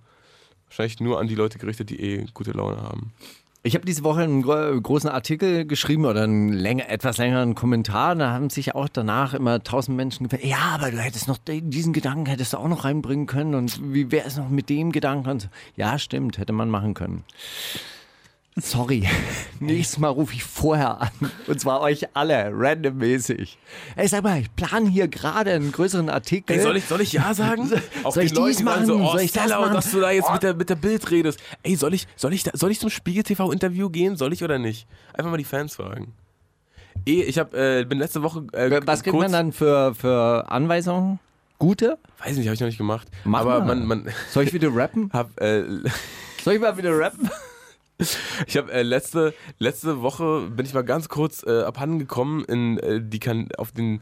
Speaker 6: wahrscheinlich nur an die Leute gerichtet, die eh gute Laune haben.
Speaker 7: Ich habe diese Woche einen gro großen Artikel geschrieben oder einen länger, etwas längeren Kommentar. Da haben sich auch danach immer tausend Menschen gefragt, ja, aber du hättest noch den- diesen Gedanken, hättest du auch noch reinbringen können. Und wie wäre es noch mit dem Gedanken? Und so. ja, stimmt, hätte man machen können. Sorry, (laughs) nächstes Mal rufe ich vorher an. Und zwar euch alle, randommäßig. Ey, sag mal, ich plane hier gerade einen größeren Artikel.
Speaker 6: soll ich ja sagen? Auch
Speaker 7: (laughs) Soll
Speaker 6: den
Speaker 7: ich
Speaker 6: Leuten sagen
Speaker 7: dies machen?
Speaker 6: So, oh,
Speaker 7: Soll ich das
Speaker 6: Sellout,
Speaker 7: machen? Ah.
Speaker 6: dass du da jetzt mit, der, mit der Bild redest. Ey, soll ich, soll ich, da, soll ich zum Spiegel TV Interview gehen? Soll ich oder nicht? Einfach mal die Fans fragen. Ey, ich hab, äh, bin letzte Woche. Äh,
Speaker 7: Was kriegt
Speaker 6: kurz,
Speaker 7: man dann für, für Anweisungen? Gute?
Speaker 6: Weiß nicht, habe ich noch nicht gemacht.
Speaker 7: Mach
Speaker 6: aber
Speaker 7: mal.
Speaker 6: man, man (laughs)
Speaker 7: Soll ich wieder rappen?
Speaker 6: hab, äh,
Speaker 7: Soll ich mal wieder rappen?
Speaker 6: Ich habe äh, letzte, letzte Woche bin ich mal ganz kurz äh, abhanden gekommen in äh, die kan auf den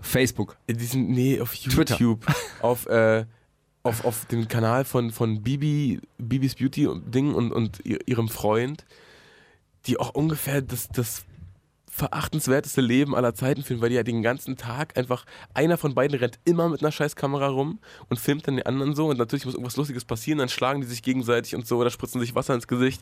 Speaker 7: Facebook.
Speaker 6: in diesen nee auf
Speaker 7: Twitter. (laughs)
Speaker 6: YouTube auf äh, auf, auf dem Kanal von, von Bibi, Bibis Beauty und Ding und, und ihr- ihrem Freund, die auch ungefähr das, das verachtenswerteste Leben aller Zeiten filmen, weil die ja den ganzen Tag einfach, einer von beiden rennt immer mit einer Scheißkamera rum und filmt dann den anderen so und natürlich muss irgendwas Lustiges passieren, dann schlagen die sich gegenseitig und so oder spritzen sich Wasser ins Gesicht,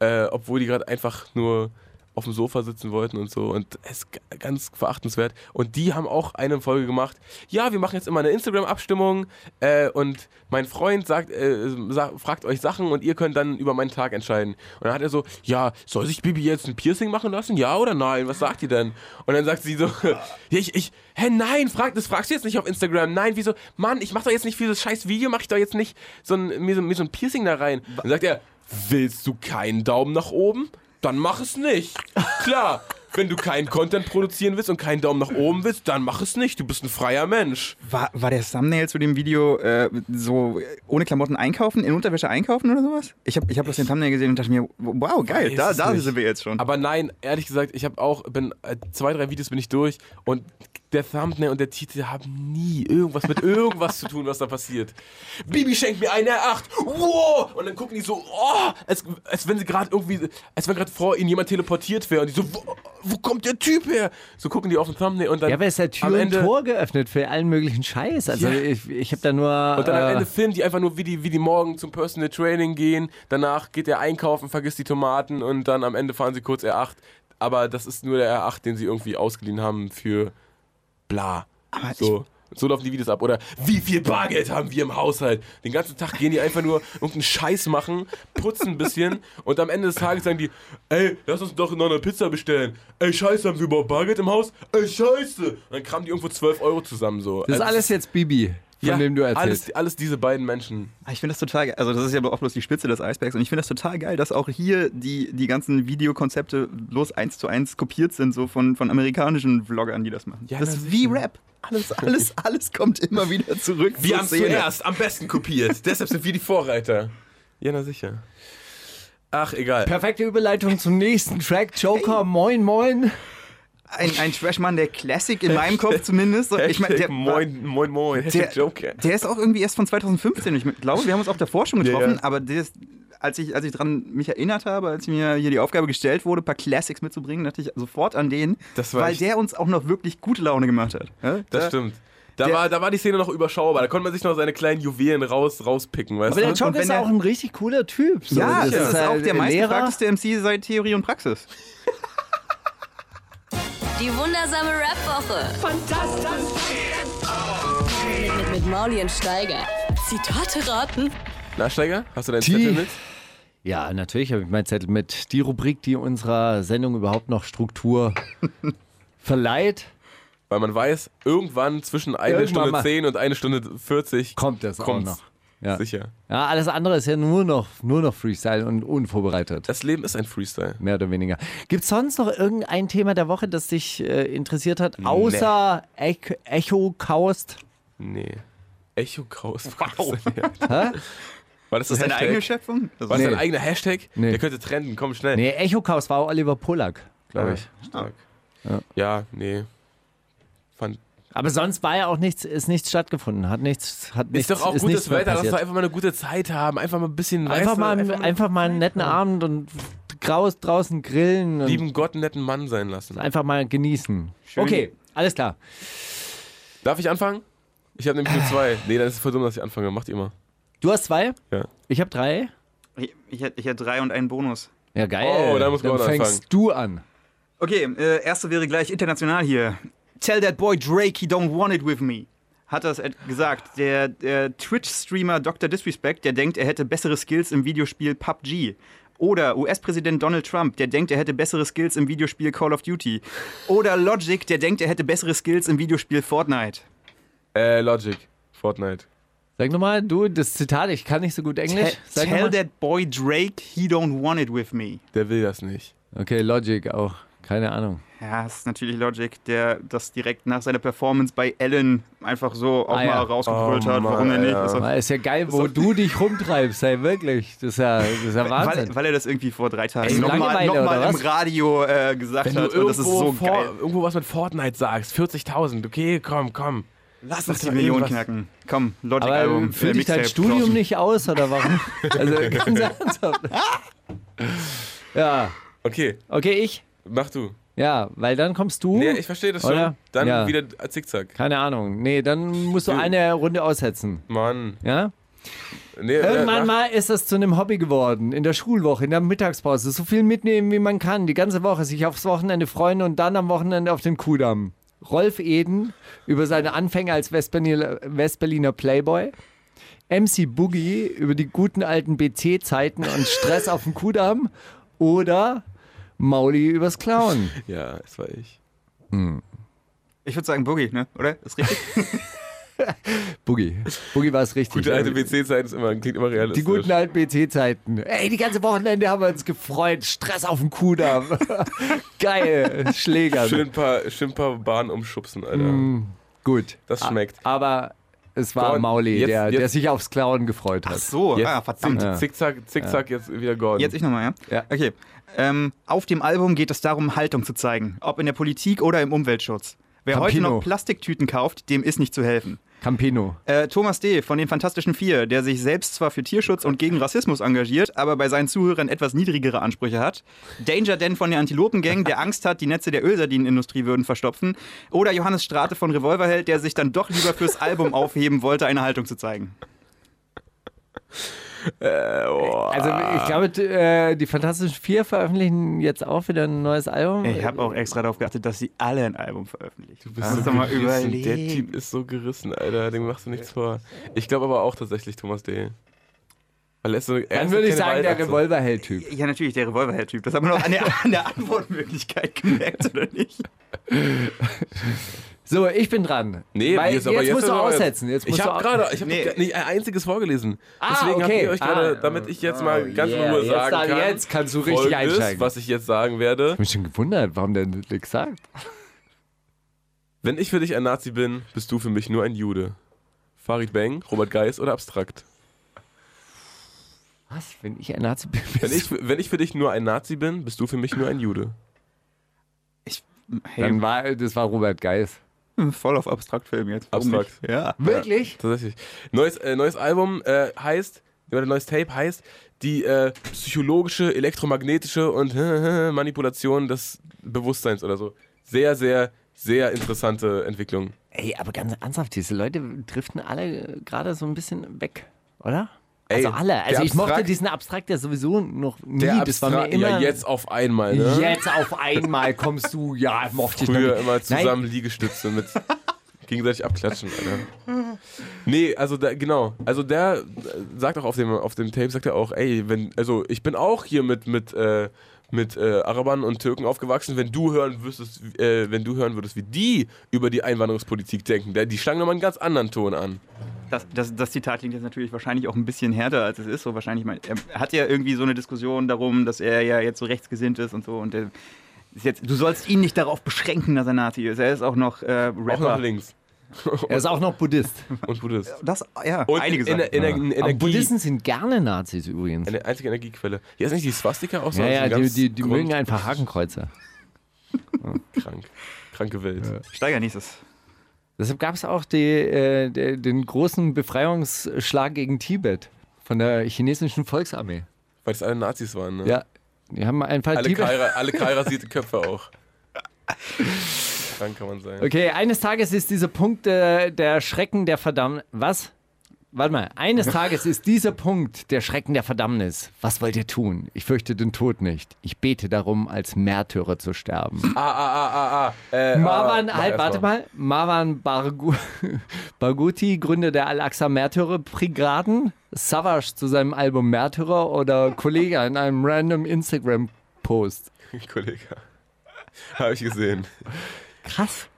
Speaker 6: äh, obwohl die gerade einfach nur auf dem Sofa sitzen wollten und so und es ist g- ganz verachtenswert und die haben auch eine Folge gemacht, ja, wir machen jetzt immer eine Instagram-Abstimmung äh, und mein Freund sagt, äh, sa fragt euch Sachen und ihr könnt dann über meinen Tag entscheiden. Und dann hat er so, ja, soll sich Bibi jetzt ein Piercing machen lassen? Ja oder nein? Was sagt ihr denn? Und dann sagt sie so, (laughs) ja, ich, ich, hä, nein, frag, das fragst du jetzt nicht auf Instagram. Nein, wieso? Mann, ich mach doch jetzt nicht für das scheiß Video, mach ich doch jetzt nicht so ein, mir, so, mir so ein Piercing da rein. Dann sagt er, willst du keinen Daumen nach oben? Dann mach es nicht. Klar. Wenn du keinen Content produzieren willst und keinen Daumen nach oben willst, dann mach es nicht. Du bist ein freier Mensch.
Speaker 8: War, war der Thumbnail zu dem Video äh, so äh, ohne Klamotten einkaufen, in Unterwäsche einkaufen oder sowas? Ich habe ich hab bloß den Thumbnail gesehen und dachte mir, wow, geil,
Speaker 6: Weiß
Speaker 8: da,
Speaker 6: es
Speaker 8: da
Speaker 6: nicht.
Speaker 8: sind wir jetzt schon.
Speaker 6: Aber nein, ehrlich gesagt, ich habe auch, bin äh, zwei, drei Videos bin ich durch und der Thumbnail und der Titel haben nie irgendwas mit irgendwas zu tun, was da passiert. Bibi schenkt mir eine R8. Wow! Und dann gucken die so, oh, als, als wenn sie gerade irgendwie, als wenn gerade vor ihnen jemand teleportiert wäre und die so, wo- wo kommt der Typ her? So gucken die auf den Thumbnail und dann.
Speaker 7: Ja, aber es hat
Speaker 6: am
Speaker 7: Tür und
Speaker 6: Ende-
Speaker 7: Tor geöffnet für allen möglichen Scheiß. Also
Speaker 6: Ja.
Speaker 7: ich, ich habe da nur...
Speaker 6: Und dann am
Speaker 7: äh,
Speaker 6: Ende filmen die einfach nur, wie die, wie die morgen zum Personal Training gehen. Danach geht er einkaufen, vergisst die Tomaten und dann am Ende fahren sie kurz R8. Aber das ist nur der R8, den sie irgendwie ausgeliehen haben für bla. So. So laufen die Videos ab. Oder wie viel Bargeld haben wir im Haushalt? Den ganzen Tag gehen die einfach nur irgendeinen Scheiß machen, putzen ein bisschen und am Ende des Tages sagen die, ey, lass uns doch noch eine Pizza bestellen. Ey, scheiße, haben wir überhaupt Bargeld im Haus? Ey, scheiße. Und dann kramen die irgendwo 12 Euro zusammen so.
Speaker 7: das ist
Speaker 6: Also,
Speaker 7: alles jetzt Bibi, von dem du erzählst.
Speaker 6: alles, alles diese beiden Menschen.
Speaker 8: Ah, Ich finde das total geil. Also, das ist ja auch bloß die Spitze des Eisbergs. Und ich finde das total geil, dass auch hier die, die ganzen Videokonzepte bloß eins zu eins kopiert sind, so von, von amerikanischen Vloggern, die das machen.
Speaker 6: Ja,
Speaker 8: das ist
Speaker 6: natürlich.
Speaker 8: wie Rap. Alles,
Speaker 6: (laughs)
Speaker 8: alles, alles kommt immer wieder zurück.
Speaker 6: Wir
Speaker 8: zur
Speaker 6: haben
Speaker 8: Szene.
Speaker 6: zuerst am besten (laughs) kopiert. Deshalb sind wir die Vorreiter. Ja, na sicher. Ach, egal.
Speaker 7: Perfekte Überleitung zum nächsten Track. Joker, moin, moin.
Speaker 8: Ein, ein Trashman, der Classic in meinem Kopf zumindest. Und Ich meine, der,
Speaker 6: moin, moin, moin. Hashtag (laughs)
Speaker 8: der,
Speaker 6: Joker.
Speaker 8: der ist auch irgendwie erst von 2015. Ich glaube, wir haben uns auch davor schon getroffen,
Speaker 6: ja.
Speaker 8: aber der ist, als ich, als ich dran mich erinnert habe, als mir hier die Aufgabe gestellt wurde, ein paar Classics mitzubringen, dachte ich sofort an den,
Speaker 6: Das war
Speaker 8: weil
Speaker 6: echt-
Speaker 8: der uns auch noch wirklich gute Laune gemacht hat. Ja?
Speaker 6: Das
Speaker 8: Da-
Speaker 6: stimmt. Da
Speaker 8: der-
Speaker 6: war, da war die Szene noch überschaubar. Da konnte man sich noch seine kleinen Juwelen raus, rauspicken, weißt
Speaker 7: Aber der
Speaker 6: du?
Speaker 8: und
Speaker 7: Joker
Speaker 8: wenn
Speaker 7: ist
Speaker 8: er-
Speaker 7: auch ein richtig cooler Typ. So,
Speaker 8: ja, das, ist, auch
Speaker 7: halt
Speaker 8: der
Speaker 7: ein Lehrer.
Speaker 8: meistgefragteste MC seit Theorie und Praxis.
Speaker 2: Die wundersame Rap-Woche. Fantastisch. Mit, mit Mauli und Steiger. Zitate raten.
Speaker 6: Na, Steiger, hast du deinen
Speaker 7: Die-
Speaker 6: Zettel mit?
Speaker 7: Ja, natürlich habe ich meinen Zettel mit. Die Rubrik, die unserer Sendung überhaupt noch Struktur verleiht.
Speaker 6: Weil man weiß, irgendwann zwischen eine
Speaker 7: Irgendwann
Speaker 6: Stunde
Speaker 7: mal.
Speaker 6: 10 und eine Stunde 40
Speaker 7: Kommt das auch noch. Ja.
Speaker 6: Sicher.
Speaker 7: Ja, alles andere ist ja nur noch, nur noch Freestyle und unvorbereitet.
Speaker 6: Das Leben ist ein Freestyle.
Speaker 7: Mehr oder weniger. Gibt es sonst noch irgendein Thema der Woche, das dich äh, interessiert hat, außer Ech Echo Kaust?
Speaker 6: Nee. Echo Chaos. Wow. (laughs) War das, das
Speaker 8: Ist
Speaker 6: Hashtag?
Speaker 8: deine eigene Schöpfung? Das
Speaker 6: War das
Speaker 8: ist-
Speaker 6: dein eigener Hashtag?
Speaker 7: Nee.
Speaker 6: Der könnte trenden, komm schnell.
Speaker 7: Nee, Echo Kaust war Oliver Pollack, glaube ich.
Speaker 6: Stark. Ja. nee. Fand.
Speaker 7: Aber sonst war ja auch nichts, ist nichts stattgefunden, hat nichts, hat
Speaker 6: Ist
Speaker 7: nichts.
Speaker 6: doch auch gutes
Speaker 7: nichts mehr
Speaker 6: Wetter, lass
Speaker 7: passiert.
Speaker 6: doch einfach mal eine gute Zeit haben. Einfach mal ein bisschen weißt
Speaker 7: Einfach
Speaker 6: du,
Speaker 7: mal,
Speaker 6: einfach mal
Speaker 7: einfach mal einen netten Abend und graus draußen grillen und
Speaker 6: lieben Gott einen netten Mann sein lassen.
Speaker 7: einfach mal genießen.
Speaker 8: Schön.
Speaker 7: Okay, alles klar.
Speaker 6: Darf ich anfangen? Ich habe nämlich
Speaker 7: (laughs)
Speaker 6: nur zwei. Nee, dann ist es voll dumm, dass ich anfange. Macht ihr mal.
Speaker 7: Du hast zwei,
Speaker 6: Ja.
Speaker 7: ich habe drei.
Speaker 8: Ich, ich hätte ich hätte drei und einen Bonus.
Speaker 7: Ja, geil.
Speaker 6: Oh, da muss
Speaker 7: Dann
Speaker 6: Gordon
Speaker 7: fängst
Speaker 6: anfangen.
Speaker 7: du an.
Speaker 8: Okay, äh, erste wäre gleich international hier. Tell that boy Drake he don't want it with me. Hat das äh, gesagt. Der, der Twitch-Streamer Dr. Disrespect, der denkt, er hätte bessere Skills im Videospiel PUBG. Oder US-Präsident Donald Trump, der denkt, er hätte bessere Skills im Videospiel Call of Duty. Oder Logic, der denkt, er hätte bessere Skills im Videospiel Fortnite.
Speaker 6: Äh, Logic. Fortnite.
Speaker 7: Sag nochmal, du, das Zitat, ich kann nicht so gut Englisch.
Speaker 8: Tell,
Speaker 7: Sag
Speaker 8: tell
Speaker 7: nochmal.
Speaker 8: that boy Drake he don't want it with me.
Speaker 6: Der will das nicht.
Speaker 7: Okay, Logic auch. Keine Ahnung.
Speaker 8: Ja, es ist natürlich Logic, der das direkt nach seiner Performance bei Ellen einfach so auch
Speaker 7: Ah,
Speaker 8: mal
Speaker 7: ja.
Speaker 8: rausgebrüllt
Speaker 6: Oh,
Speaker 8: hat, warum er
Speaker 6: Mann,
Speaker 8: nicht.
Speaker 6: ja.
Speaker 8: Ist doch-
Speaker 7: Ist ja geil, wo du dich rumtreibst, ey, wirklich. Das ist ja, das ist ja Wahnsinn.
Speaker 8: Weil, weil er das irgendwie vor drei
Speaker 7: Ey,
Speaker 8: Tagen nochmal
Speaker 7: Langeweile,
Speaker 8: noch mal
Speaker 7: oder
Speaker 8: im
Speaker 7: was?
Speaker 8: Radio äh, gesagt
Speaker 6: Wenn
Speaker 8: hat.
Speaker 6: du
Speaker 8: Und das ist
Speaker 6: irgendwo
Speaker 8: so
Speaker 6: vor-
Speaker 8: geil.
Speaker 6: irgendwo was mit Fortnite sagst, 40.000, okay, komm, komm.
Speaker 8: Lass uns die
Speaker 6: doch
Speaker 8: Million
Speaker 6: irgendwas-
Speaker 8: knacken. Komm,
Speaker 7: Aber
Speaker 8: Logic-Album.
Speaker 7: füllt dich dein
Speaker 8: äh, Mixtape
Speaker 7: Studium
Speaker 8: draußen.
Speaker 7: nicht aus, oder warum? also,
Speaker 8: (laughs)
Speaker 7: ganz ernsthaft. ja,
Speaker 6: Okay,
Speaker 7: okay, ich.
Speaker 6: mach du.
Speaker 7: Ja, weil dann kommst du.
Speaker 6: Nee, ich verstehe das schon.
Speaker 7: Hm. Oder?
Speaker 6: Dann
Speaker 7: Ja.
Speaker 6: wieder Zickzack.
Speaker 7: Keine Ahnung. Nee, dann musst du
Speaker 6: Ja.
Speaker 7: eine Runde aussetzen.
Speaker 6: Mann.
Speaker 7: Ja?
Speaker 6: Nee,
Speaker 7: Irgendwann
Speaker 6: äh, mach-
Speaker 7: mal ist das zu einem Hobby geworden. In der Schulwoche, in der Mittagspause. So viel mitnehmen, wie man kann. Die ganze Woche sich aufs Wochenende freuen und dann am Wochenende auf den Kudamm. Rolf Eden über seine Anfänge als Westberliner, Westberliner Playboy. MC Boogie über die guten alten BC-Zeiten und Stress auf dem Kudamm. Oder Mauli übers Klauen.
Speaker 6: Ja, es war ich.
Speaker 8: Ich würde sagen Boogie, ne? oder? Ist richtig?
Speaker 7: (laughs) Boogie. Boogie war es richtig.
Speaker 6: Gute alte WC-Zeit ist immer, klingt immer realistisch.
Speaker 7: Die guten alten BC-Zeiten. Ey, die ganze Wochenende haben wir uns gefreut. Stress auf
Speaker 6: (laughs)
Speaker 7: dem Kudamm. Geil. Schläger.
Speaker 6: Schön ein paar, schön ein paar Bahnen umschubsen, Alter.
Speaker 7: Mm. Gut.
Speaker 6: Das schmeckt.
Speaker 7: Aber es war
Speaker 6: Gordon,
Speaker 7: Mauli,
Speaker 6: jetzt-
Speaker 7: der, der
Speaker 6: jetzt-
Speaker 7: sich aufs Klauen gefreut
Speaker 8: Ach
Speaker 7: hat.
Speaker 8: so,
Speaker 6: Jetzt-
Speaker 8: ah, verdammt.
Speaker 7: Ja.
Speaker 6: Zickzack, Zickzack, jetzt wieder Gordon.
Speaker 8: Jetzt ich nochmal, ja?
Speaker 7: Ja.
Speaker 8: Okay. Ähm, auf dem Album geht es darum, Haltung zu zeigen. Ob in der Politik oder im Umweltschutz. Wer heute
Speaker 7: Campino.
Speaker 8: noch Plastiktüten kauft, dem ist nicht zu helfen.
Speaker 7: Campino.
Speaker 8: Äh, Thomas D. von den Fantastischen Vier, der sich selbst zwar für Tierschutz und gegen Rassismus engagiert, aber bei seinen Zuhörern etwas niedrigere Ansprüche hat. Danger Dan von der Antilopengang, der Angst hat, die Netze der Ölsardinenindustrie würden verstopfen. Oder Johannes Strate von Revolverheld, der sich dann doch lieber fürs Album aufheben wollte, eine Haltung zu zeigen.
Speaker 7: Also ich glaube, d- äh, die Fantastischen Vier veröffentlichen jetzt auch wieder ein neues Album.
Speaker 8: Ich habe auch extra darauf geachtet, dass sie alle ein Album veröffentlichen. Du
Speaker 6: bist so gerissen. Der Typ ist so gerissen, Alter. Dem machst du nichts vor. Ich glaube aber auch tatsächlich Thomas D. Weil er ist so, er
Speaker 7: Dann
Speaker 6: ist
Speaker 7: würde ich
Speaker 6: keine
Speaker 7: sagen, der
Speaker 6: Waldachse.
Speaker 7: Revolverheld-Typ.
Speaker 8: Ja, natürlich, der Revolverheld-Typ. Das haben wir noch an der, an der Antwortmöglichkeit gemerkt, oder nicht?
Speaker 7: So, ich bin dran.
Speaker 6: Nee,
Speaker 7: Weil
Speaker 6: jetzt,
Speaker 7: jetzt,
Speaker 6: aber jetzt
Speaker 7: musst du
Speaker 6: aber-
Speaker 7: aussetzen. Jetzt musst
Speaker 6: Ich
Speaker 7: du
Speaker 6: habe
Speaker 7: au-
Speaker 6: gerade, ich habe
Speaker 8: Nee.
Speaker 6: nicht ein einziges vorgelesen.
Speaker 7: Ah,
Speaker 6: Deswegen hab
Speaker 7: okay.
Speaker 6: ich euch gerade,
Speaker 7: Ah,
Speaker 6: damit ich jetzt mal ganz in
Speaker 7: yeah.
Speaker 6: Ruhe
Speaker 7: Jetzt
Speaker 6: sagen
Speaker 7: dann-
Speaker 6: kann.
Speaker 7: jetzt kannst du richtig
Speaker 6: Folgendes,
Speaker 7: einsteigen.
Speaker 6: Was ich jetzt sagen werde:
Speaker 7: Ich mich schon gewundert, warum der nichts sagt.
Speaker 6: Wenn ich für dich ein Nazi bin, bist du für mich nur ein Jude. Farid Bang, Robert Geis oder Abstrakt.
Speaker 7: Was, wenn ich ein Nazi bin?
Speaker 6: Wenn ich, wenn ich für dich nur ein Nazi bin, bist du für mich nur ein Jude.
Speaker 7: (laughs) Dann war, das war Robert Geis.
Speaker 8: Voll auf Abstraktfilm jetzt. Warum
Speaker 6: Abstrakt.
Speaker 8: nicht? Ja.
Speaker 7: Wirklich?
Speaker 6: Tatsächlich. Neues, äh, neues Album äh, heißt, oder neues Tape heißt, die äh, psychologische, elektromagnetische und (laughs) Manipulation des Bewusstseins oder so. Sehr, sehr, sehr interessante Entwicklung.
Speaker 7: Ey, aber ganz ernsthaft, diese Leute driften alle gerade so ein bisschen weg, oder?
Speaker 6: Ey,
Speaker 7: also alle. Also
Speaker 6: der
Speaker 7: ich mochte
Speaker 6: Abstrakt-
Speaker 7: diesen Abstrakt ja sowieso noch nie.
Speaker 6: Der
Speaker 7: das war mir
Speaker 6: Abstrakten,
Speaker 7: immer.
Speaker 6: ja, jetzt auf einmal, ne?
Speaker 7: Jetzt auf einmal kommst du, ja, mochte ich noch
Speaker 6: Früher
Speaker 7: nie.
Speaker 6: immer
Speaker 7: Nein,
Speaker 6: zusammen Liegestütze mit gegenseitig abklatschen, Alter. Nee, also da, genau. Also der äh, sagt auch auf dem, auf dem Tape, sagt er auch, ey, wenn, also ich bin auch hier mit, mit, äh, mit äh, Arabern und Türken aufgewachsen, wenn du hören würdest, äh, wenn du hören würdest, wie die über die Einwanderungspolitik denken, da- die schlagen nochmal einen ganz anderen Ton an.
Speaker 8: Das, das, das Zitat klingt jetzt natürlich wahrscheinlich auch ein bisschen härter, als es ist. So wahrscheinlich, mein, er hat ja irgendwie so eine Diskussion darum, dass er ja jetzt so rechtsgesinnt ist und so. Und der ist jetzt, du sollst ihn nicht darauf beschränken, dass er Nazi ist. Er ist auch noch äh,
Speaker 6: Auch nach
Speaker 8: Rapper.
Speaker 6: links.
Speaker 7: er ist auch noch Buddhist.
Speaker 6: Und Buddhist.
Speaker 8: das, ja,
Speaker 6: Und
Speaker 8: einige
Speaker 6: in,
Speaker 8: Sachen.
Speaker 6: in, in, in,
Speaker 7: Aber
Speaker 6: Energie,
Speaker 7: Ah. Buddhisten sind gerne Nazis übrigens.
Speaker 6: eine einzige Energiequelle. Hier ist nicht die Swastika auch so
Speaker 7: Ja,
Speaker 6: so
Speaker 7: ja,
Speaker 6: ein
Speaker 7: die,
Speaker 6: ganz
Speaker 7: die, die
Speaker 6: Grund-
Speaker 7: mögen einfach Hakenkreuze.
Speaker 6: Krank. (laughs) Kranke Welt.
Speaker 8: Steiger nächstes.
Speaker 7: Deshalb gab es auch die, äh, de- den großen Befreiungsschlag gegen Tibet von der chinesischen Volksarmee.
Speaker 6: Weil das alle Nazis waren, ne?
Speaker 7: Ja, die haben einfach
Speaker 6: Alle,
Speaker 7: Tibet.
Speaker 6: kahl, alle kahl rasierte Köpfe auch. Krank kann man sein.
Speaker 7: Okay, eines Tages ist dieser Punkt äh, der Schrecken der Verdammnis. Was? Warte mal, eines Tages ist dieser Punkt der Schrecken der Verdammnis. Was wollt ihr tun? Ich fürchte den Tod nicht. Ich bete darum, als Märtyrer zu sterben.
Speaker 6: Ah, ah, ah, ah, ah. Äh,
Speaker 7: Marwan,
Speaker 6: ah,
Speaker 7: halt,
Speaker 6: erst
Speaker 7: warte mal. Marwan Bargu (laughs) Barghouti, Gründer der Al-Aqsa Märtyrer-Brigaden, Savage zu seinem Album Märtyrer oder Kollege in einem random Instagram-Post.
Speaker 6: Kollege. Habe ich gesehen.
Speaker 7: Krass.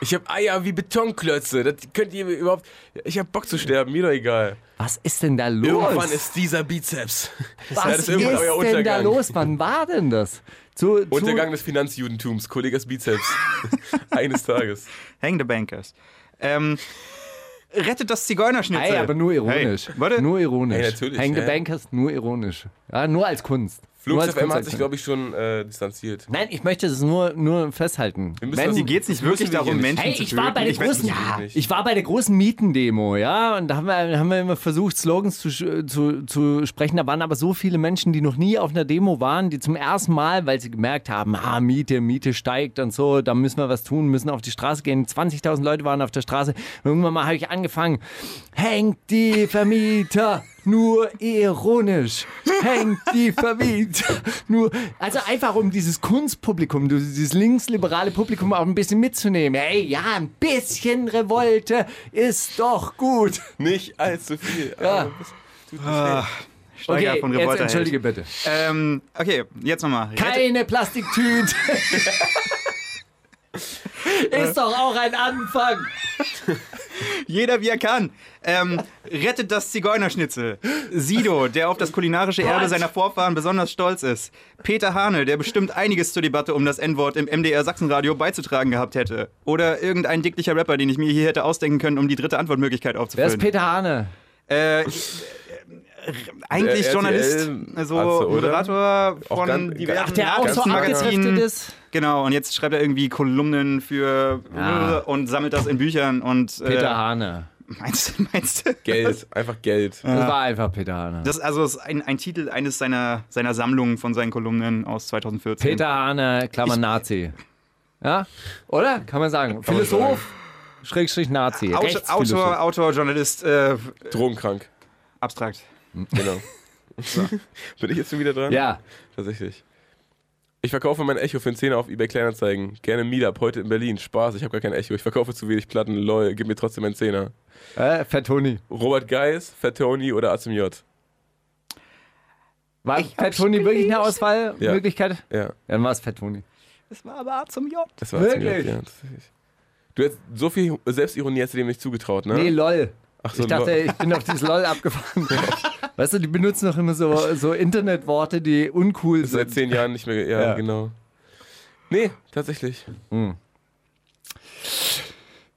Speaker 6: Ich habe Eier wie Betonklötze. Das könnt ihr mir überhaupt. Ich habe Bock zu sterben, mir doch egal.
Speaker 7: Was ist denn da los?
Speaker 6: Irgendwann ist dieser Bizeps. Ja,
Speaker 7: Was
Speaker 6: das ist
Speaker 7: ist,
Speaker 6: irgendwann euer
Speaker 7: denn da
Speaker 6: Untergang.
Speaker 7: los? Wann war denn das? Zu, zu,
Speaker 6: Untergang des Finanzjudentums, Kollegas
Speaker 7: (laughs)
Speaker 6: Bizeps. Eines Tages.
Speaker 8: Hang the Bankers. Ähm, rettet das Zigeunerschnitzel.
Speaker 7: Ey, aber nur ironisch.
Speaker 8: Hey, warte.
Speaker 7: Nur ironisch.
Speaker 6: Ey, natürlich,
Speaker 7: Hang the
Speaker 6: ja.
Speaker 7: Bankers, nur ironisch. Ja, nur als Kunst. Nur
Speaker 6: Flux
Speaker 7: als
Speaker 6: FM hat sich,
Speaker 7: Kunstwerk.
Speaker 6: glaube ich, schon äh, distanziert.
Speaker 7: Nein, ich möchte es nur, nur festhalten.
Speaker 6: Wir müssen
Speaker 7: Wenn-
Speaker 6: das-
Speaker 8: Hier geht es nicht
Speaker 6: müssen
Speaker 8: wirklich
Speaker 6: wir hier
Speaker 8: darum,
Speaker 6: nicht.
Speaker 8: Menschen
Speaker 7: Hey,
Speaker 8: zu
Speaker 7: ich war bei der
Speaker 8: töten.
Speaker 7: großen,
Speaker 6: weiß
Speaker 7: ja,
Speaker 6: nicht.
Speaker 7: ich war bei der großen Mietendemo, ja, und da haben wir, haben wir immer versucht, Slogans zu, sch- zu, zu sprechen. Da waren aber so viele Menschen, die noch nie auf einer Demo waren, die zum ersten Mal, weil sie gemerkt haben, ah, Miete, Miete steigt und so, da müssen wir was tun, müssen auf die Straße gehen. 20.000 Leute waren auf der Straße. Irgendwann mal habe ich angefangen, hängt die Vermieter nur ironisch, hängt die Vermieter nur, also einfach um dieses Kunstpublikum, dieses linksliberale Publikum auch ein bisschen mitzunehmen. Hey, ja, ein bisschen Revolte ist doch gut.
Speaker 6: Nicht allzu viel.
Speaker 7: Ja.
Speaker 6: aber es tut nicht weh.
Speaker 8: Ah, Steiger von
Speaker 7: jetzt
Speaker 8: Revolverheld.
Speaker 7: entschuldige bitte.
Speaker 8: Ähm, okay, jetzt nochmal.
Speaker 7: Keine Plastiktüte. ist doch auch ein Anfang.
Speaker 8: Jeder wie er kann. Ähm, rettet das Zigeunerschnitzel. Sido, der auf das kulinarische Erbe
Speaker 7: What?
Speaker 8: seiner Vorfahren besonders stolz ist. Peter Hane, der bestimmt einiges zur Debatte um das N-Wort im MDR Sachsenradio beizutragen gehabt hätte. Oder irgendein dicklicher Rapper, den ich mir hier hätte ausdenken können, um die dritte Antwortmöglichkeit
Speaker 7: Wer ist
Speaker 8: aufzufüllen.
Speaker 7: Peter Hane?
Speaker 8: Äh, äh, eigentlich
Speaker 6: Der
Speaker 8: Journalist,
Speaker 6: RTL
Speaker 8: so
Speaker 6: Atze, oder?
Speaker 8: Moderator
Speaker 6: Auch
Speaker 8: von
Speaker 6: ganz-
Speaker 8: diversen
Speaker 6: Ach,
Speaker 7: Der auch so
Speaker 8: Nachrichtenmagazinen.
Speaker 7: abgetriftet ist?
Speaker 8: Genau, und jetzt schreibt er irgendwie Kolumnen für
Speaker 7: Ja.
Speaker 8: und sammelt das in Büchern und äh,
Speaker 7: Ah. Peter Hane.
Speaker 8: Meinst, du- meinst du?
Speaker 6: Geld, einfach Geld.
Speaker 7: Das war einfach Peter Hane.
Speaker 8: Das ist also ist ein, ein Titel eines seiner, seiner Sammlungen von seinen Kolumnen aus 2014.
Speaker 7: Peter Hane, Klammer Nazi. Ja? Oder? Kann man sagen. Philosoph, Schrägstrich Nazi.
Speaker 8: Autor,
Speaker 7: Rechtsphilosoph.
Speaker 8: Autor, Autor, Journalist, äh,
Speaker 6: Drogenkrank.
Speaker 8: abstrakt.
Speaker 6: (laughs) Genau. Bin ich jetzt schon wieder dran?
Speaker 7: Ja.
Speaker 6: Tatsächlich. Ich verkaufe mein Echo für einen Zehner auf eBay Kleinanzeigen. Gerne Meetup, heute in Berlin. Spaß, ich habe gar kein Echo. Ich verkaufe zu wenig Platten. Lol, gib mir trotzdem einen Zehner.
Speaker 7: Äh, Fettoni.
Speaker 6: Robert Geis, Fat Tony oder Azim J.
Speaker 7: War Fettoni wirklich eine Auswahlmöglichkeit?
Speaker 6: Ja,
Speaker 7: Dann war es Fettoni.
Speaker 8: Das war aber zum J.
Speaker 6: das war Azim J.
Speaker 7: Wirklich?
Speaker 6: Ja, tatsächlich. du hättest so viel Selbstironie hättest du dem nicht zugetraut, ne?
Speaker 7: Nee, LOL.
Speaker 6: Ach so,
Speaker 7: ich dachte,
Speaker 6: LOL.
Speaker 7: ich bin auf dieses LOL abgefahren.
Speaker 6: (laughs)
Speaker 7: weißt du, die benutzen doch immer so, so Internetworte, die uncool
Speaker 6: Seit
Speaker 7: sind.
Speaker 6: zehn Jahren nicht mehr. Ja,
Speaker 7: Ja.
Speaker 6: genau. Nee, tatsächlich.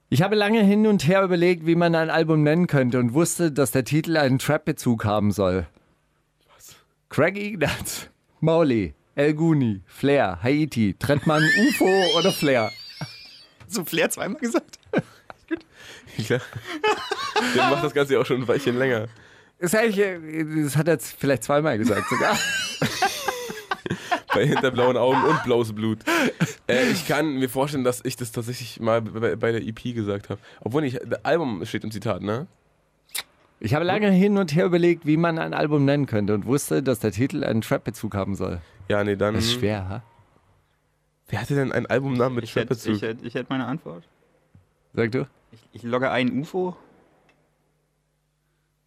Speaker 7: Ich habe lange hin und her überlegt, wie man ein Album nennen könnte und wusste, dass der Titel einen Trap-Bezug haben soll. Was? Craig Ignatz, Mauli, El Guni, Flair, Haiti, Trettmann, UFO oder Flair?
Speaker 8: So Flair zweimal gesagt.
Speaker 6: Ja. Der macht das Ganze ja auch schon ein Weilchen länger.
Speaker 7: Das, hätte ich, äh, das hat er jetzt vielleicht zweimal gesagt sogar.
Speaker 6: Bei hinter blauen Augen und blaues Blut. Äh, ich kann mir vorstellen, dass ich das tatsächlich mal bei, bei der EP gesagt habe. Obwohl nicht, das Album steht im Zitat, ne?
Speaker 7: Ich habe lange hin und her überlegt, wie man ein Album nennen könnte und wusste, dass der Titel einen Trap-Bezug haben soll.
Speaker 6: Ja, nee, dann.
Speaker 7: Das
Speaker 8: Mhm.
Speaker 7: ist schwer, ha?
Speaker 6: Wer hatte denn einen Albumnamen mit
Speaker 8: Ich hätte, ich,
Speaker 6: Trap-Bezug?
Speaker 8: hätte, ich hätte meine Antwort.
Speaker 7: Sag du?
Speaker 8: Ich, ich logge ein UFO.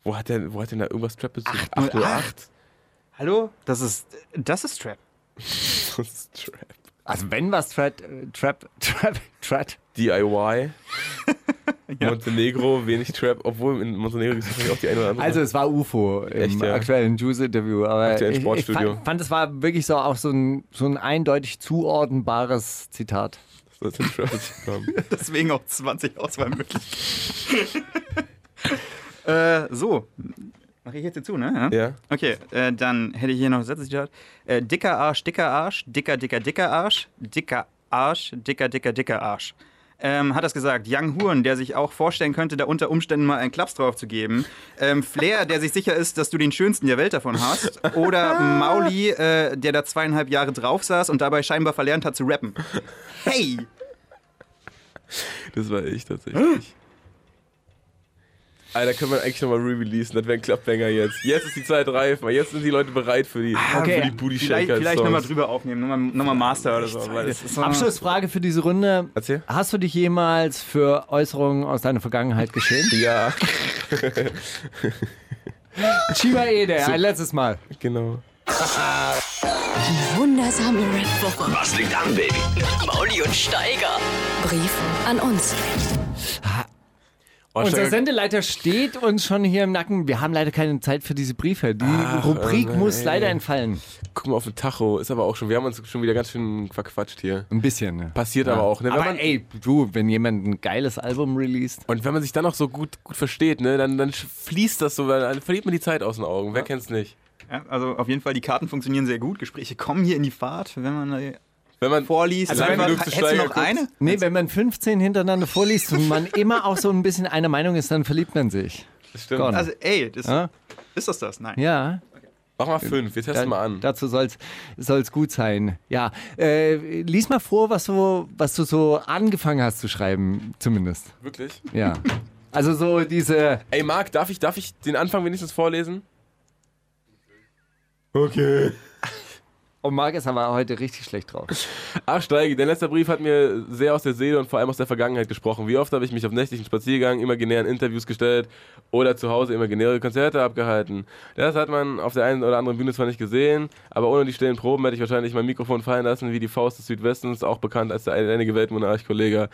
Speaker 6: Wo hat denn, wo hat denn da irgendwas Trap-Bezug?
Speaker 8: 808. Hallo? Das ist, das ist Trap.
Speaker 6: (laughs) Das ist Trap.
Speaker 7: Also wenn was Trap, äh, Trap, (laughs) Trap, Trap. (laughs)
Speaker 6: DIY. Montenegro, wenig Trap. Obwohl in Montenegro gibt es wahrscheinlich auch die eine oder andere.
Speaker 7: Also es war UFO im
Speaker 6: Echt, ja.
Speaker 7: aktuellen Juice-Interview, aber
Speaker 6: Aktuellen
Speaker 7: ich, ich
Speaker 6: Sportstudio.
Speaker 7: fand, fand, es war wirklich so auch so ein, so ein eindeutig zuordnenbares Zitat.
Speaker 6: soll es ein Trap-Bezug haben.
Speaker 8: Deswegen auch 20 Auswahlmöglichkeiten. äh, so. Mache ich jetzt hier zu, ne?
Speaker 6: Ja.
Speaker 8: Okay, äh, dann hätte ich hier noch ein Sätze. Äh, dicker Arsch, dicker Arsch, dicker, dicker, dicker Arsch, dicker Arsch, dicker, dicker, dicker Arsch. Ähm, hat das gesagt, Young Huren, der sich auch vorstellen könnte, da unter Umständen mal einen Klaps drauf zu geben. Ähm, Flair, der sich sicher ist, dass du den schönsten der Welt davon hast. Oder Mauli, äh, der da zweieinhalb Jahre drauf saß und dabei scheinbar verlernt hat zu rappen. Hey!
Speaker 6: Das war ich tatsächlich. Alter, können wir eigentlich nochmal re-releasen? Das wäre ein Klappbanger jetzt. Jetzt ist die Zeit reif, Mann. Jetzt sind die Leute bereit für die,
Speaker 7: Ah, okay.
Speaker 6: für die Booty
Speaker 8: Vielleicht,
Speaker 6: Shaker.
Speaker 8: vielleicht nochmal drüber aufnehmen, nochmal noch mal Master oder so. Weil das ist so
Speaker 7: Abschlussfrage für diese Runde.
Speaker 6: Erzähl.
Speaker 7: Hast du dich jemals für Äußerungen aus deiner Vergangenheit geschämt? (laughs)
Speaker 6: Ja,
Speaker 7: Chiba Ede, ein letztes Mal.
Speaker 6: genau.
Speaker 5: Wundersame Rap-Woche.
Speaker 3: Was liegt an, Baby?
Speaker 2: Mauli und Steiger.
Speaker 5: Brief an uns.
Speaker 6: Oh,
Speaker 7: Unser
Speaker 6: Steiger-
Speaker 7: Sendeleiter steht uns schon hier im Nacken. Wir haben leider keine Zeit für diese Briefe. Die Rubrik
Speaker 6: oh
Speaker 7: muss
Speaker 6: nein.
Speaker 7: leider entfallen.
Speaker 6: guck mal auf den Tacho. Ist aber auch schon. Wir haben uns schon wieder ganz schön verquatscht hier.
Speaker 7: Ein bisschen. Ne?
Speaker 6: Passiert aber auch, ne? Wenn
Speaker 7: Aber
Speaker 6: man,
Speaker 7: ey, du, wenn jemand ein geiles Album released,
Speaker 6: und wenn man sich dann noch so gut, gut versteht, ne, dann, dann sch- fließt das so, dann, dann verliert man die Zeit aus den Augen. Wer kennt's nicht?
Speaker 8: Ja, also auf jeden Fall, die Karten funktionieren sehr gut. Gespräche kommen hier in die Fahrt, wenn man da
Speaker 6: Wenn man
Speaker 8: vorliest.
Speaker 6: Also wenn
Speaker 8: wenn man,
Speaker 6: du zu
Speaker 8: hättest du
Speaker 6: Steiger
Speaker 8: noch
Speaker 6: guckst.
Speaker 8: eine?
Speaker 7: Nee, wenn man 15 hintereinander vorliest
Speaker 6: (laughs)
Speaker 7: und man immer auch so ein bisschen einer Meinung ist, dann verliebt man sich.
Speaker 6: Das stimmt.
Speaker 7: Gone.
Speaker 8: Also ey, das,
Speaker 7: Ja?
Speaker 8: ist das das? Nein.
Speaker 7: Ja,
Speaker 6: Mach mal fünf, wir testen
Speaker 7: da-
Speaker 6: mal an.
Speaker 7: dazu soll's soll's gut sein. Ja, äh, lies mal vor, was du, was du so angefangen hast zu schreiben, zumindest.
Speaker 6: Wirklich? (laughs)
Speaker 7: Ja. Also so diese,
Speaker 6: Ey, Marc, darf ich, darf ich den Anfang wenigstens vorlesen? Okay.
Speaker 7: oh Marc ist aber heute richtig schlecht drauf.
Speaker 6: Ach, Steige, dein letzter Brief hat mir sehr aus der Seele und vor allem aus der Vergangenheit gesprochen. Wie oft habe ich mich auf nächtlichen Spaziergängen imaginären Interviews gestellt oder zu Hause imaginäre Konzerte abgehalten. Das hat man auf der einen oder anderen Bühne zwar nicht gesehen, aber ohne die stillen Proben hätte ich wahrscheinlich mein Mikrofon fallen lassen, wie die Faust des Südwestens, auch bekannt als der alleinige Weltmonarch-Kollege.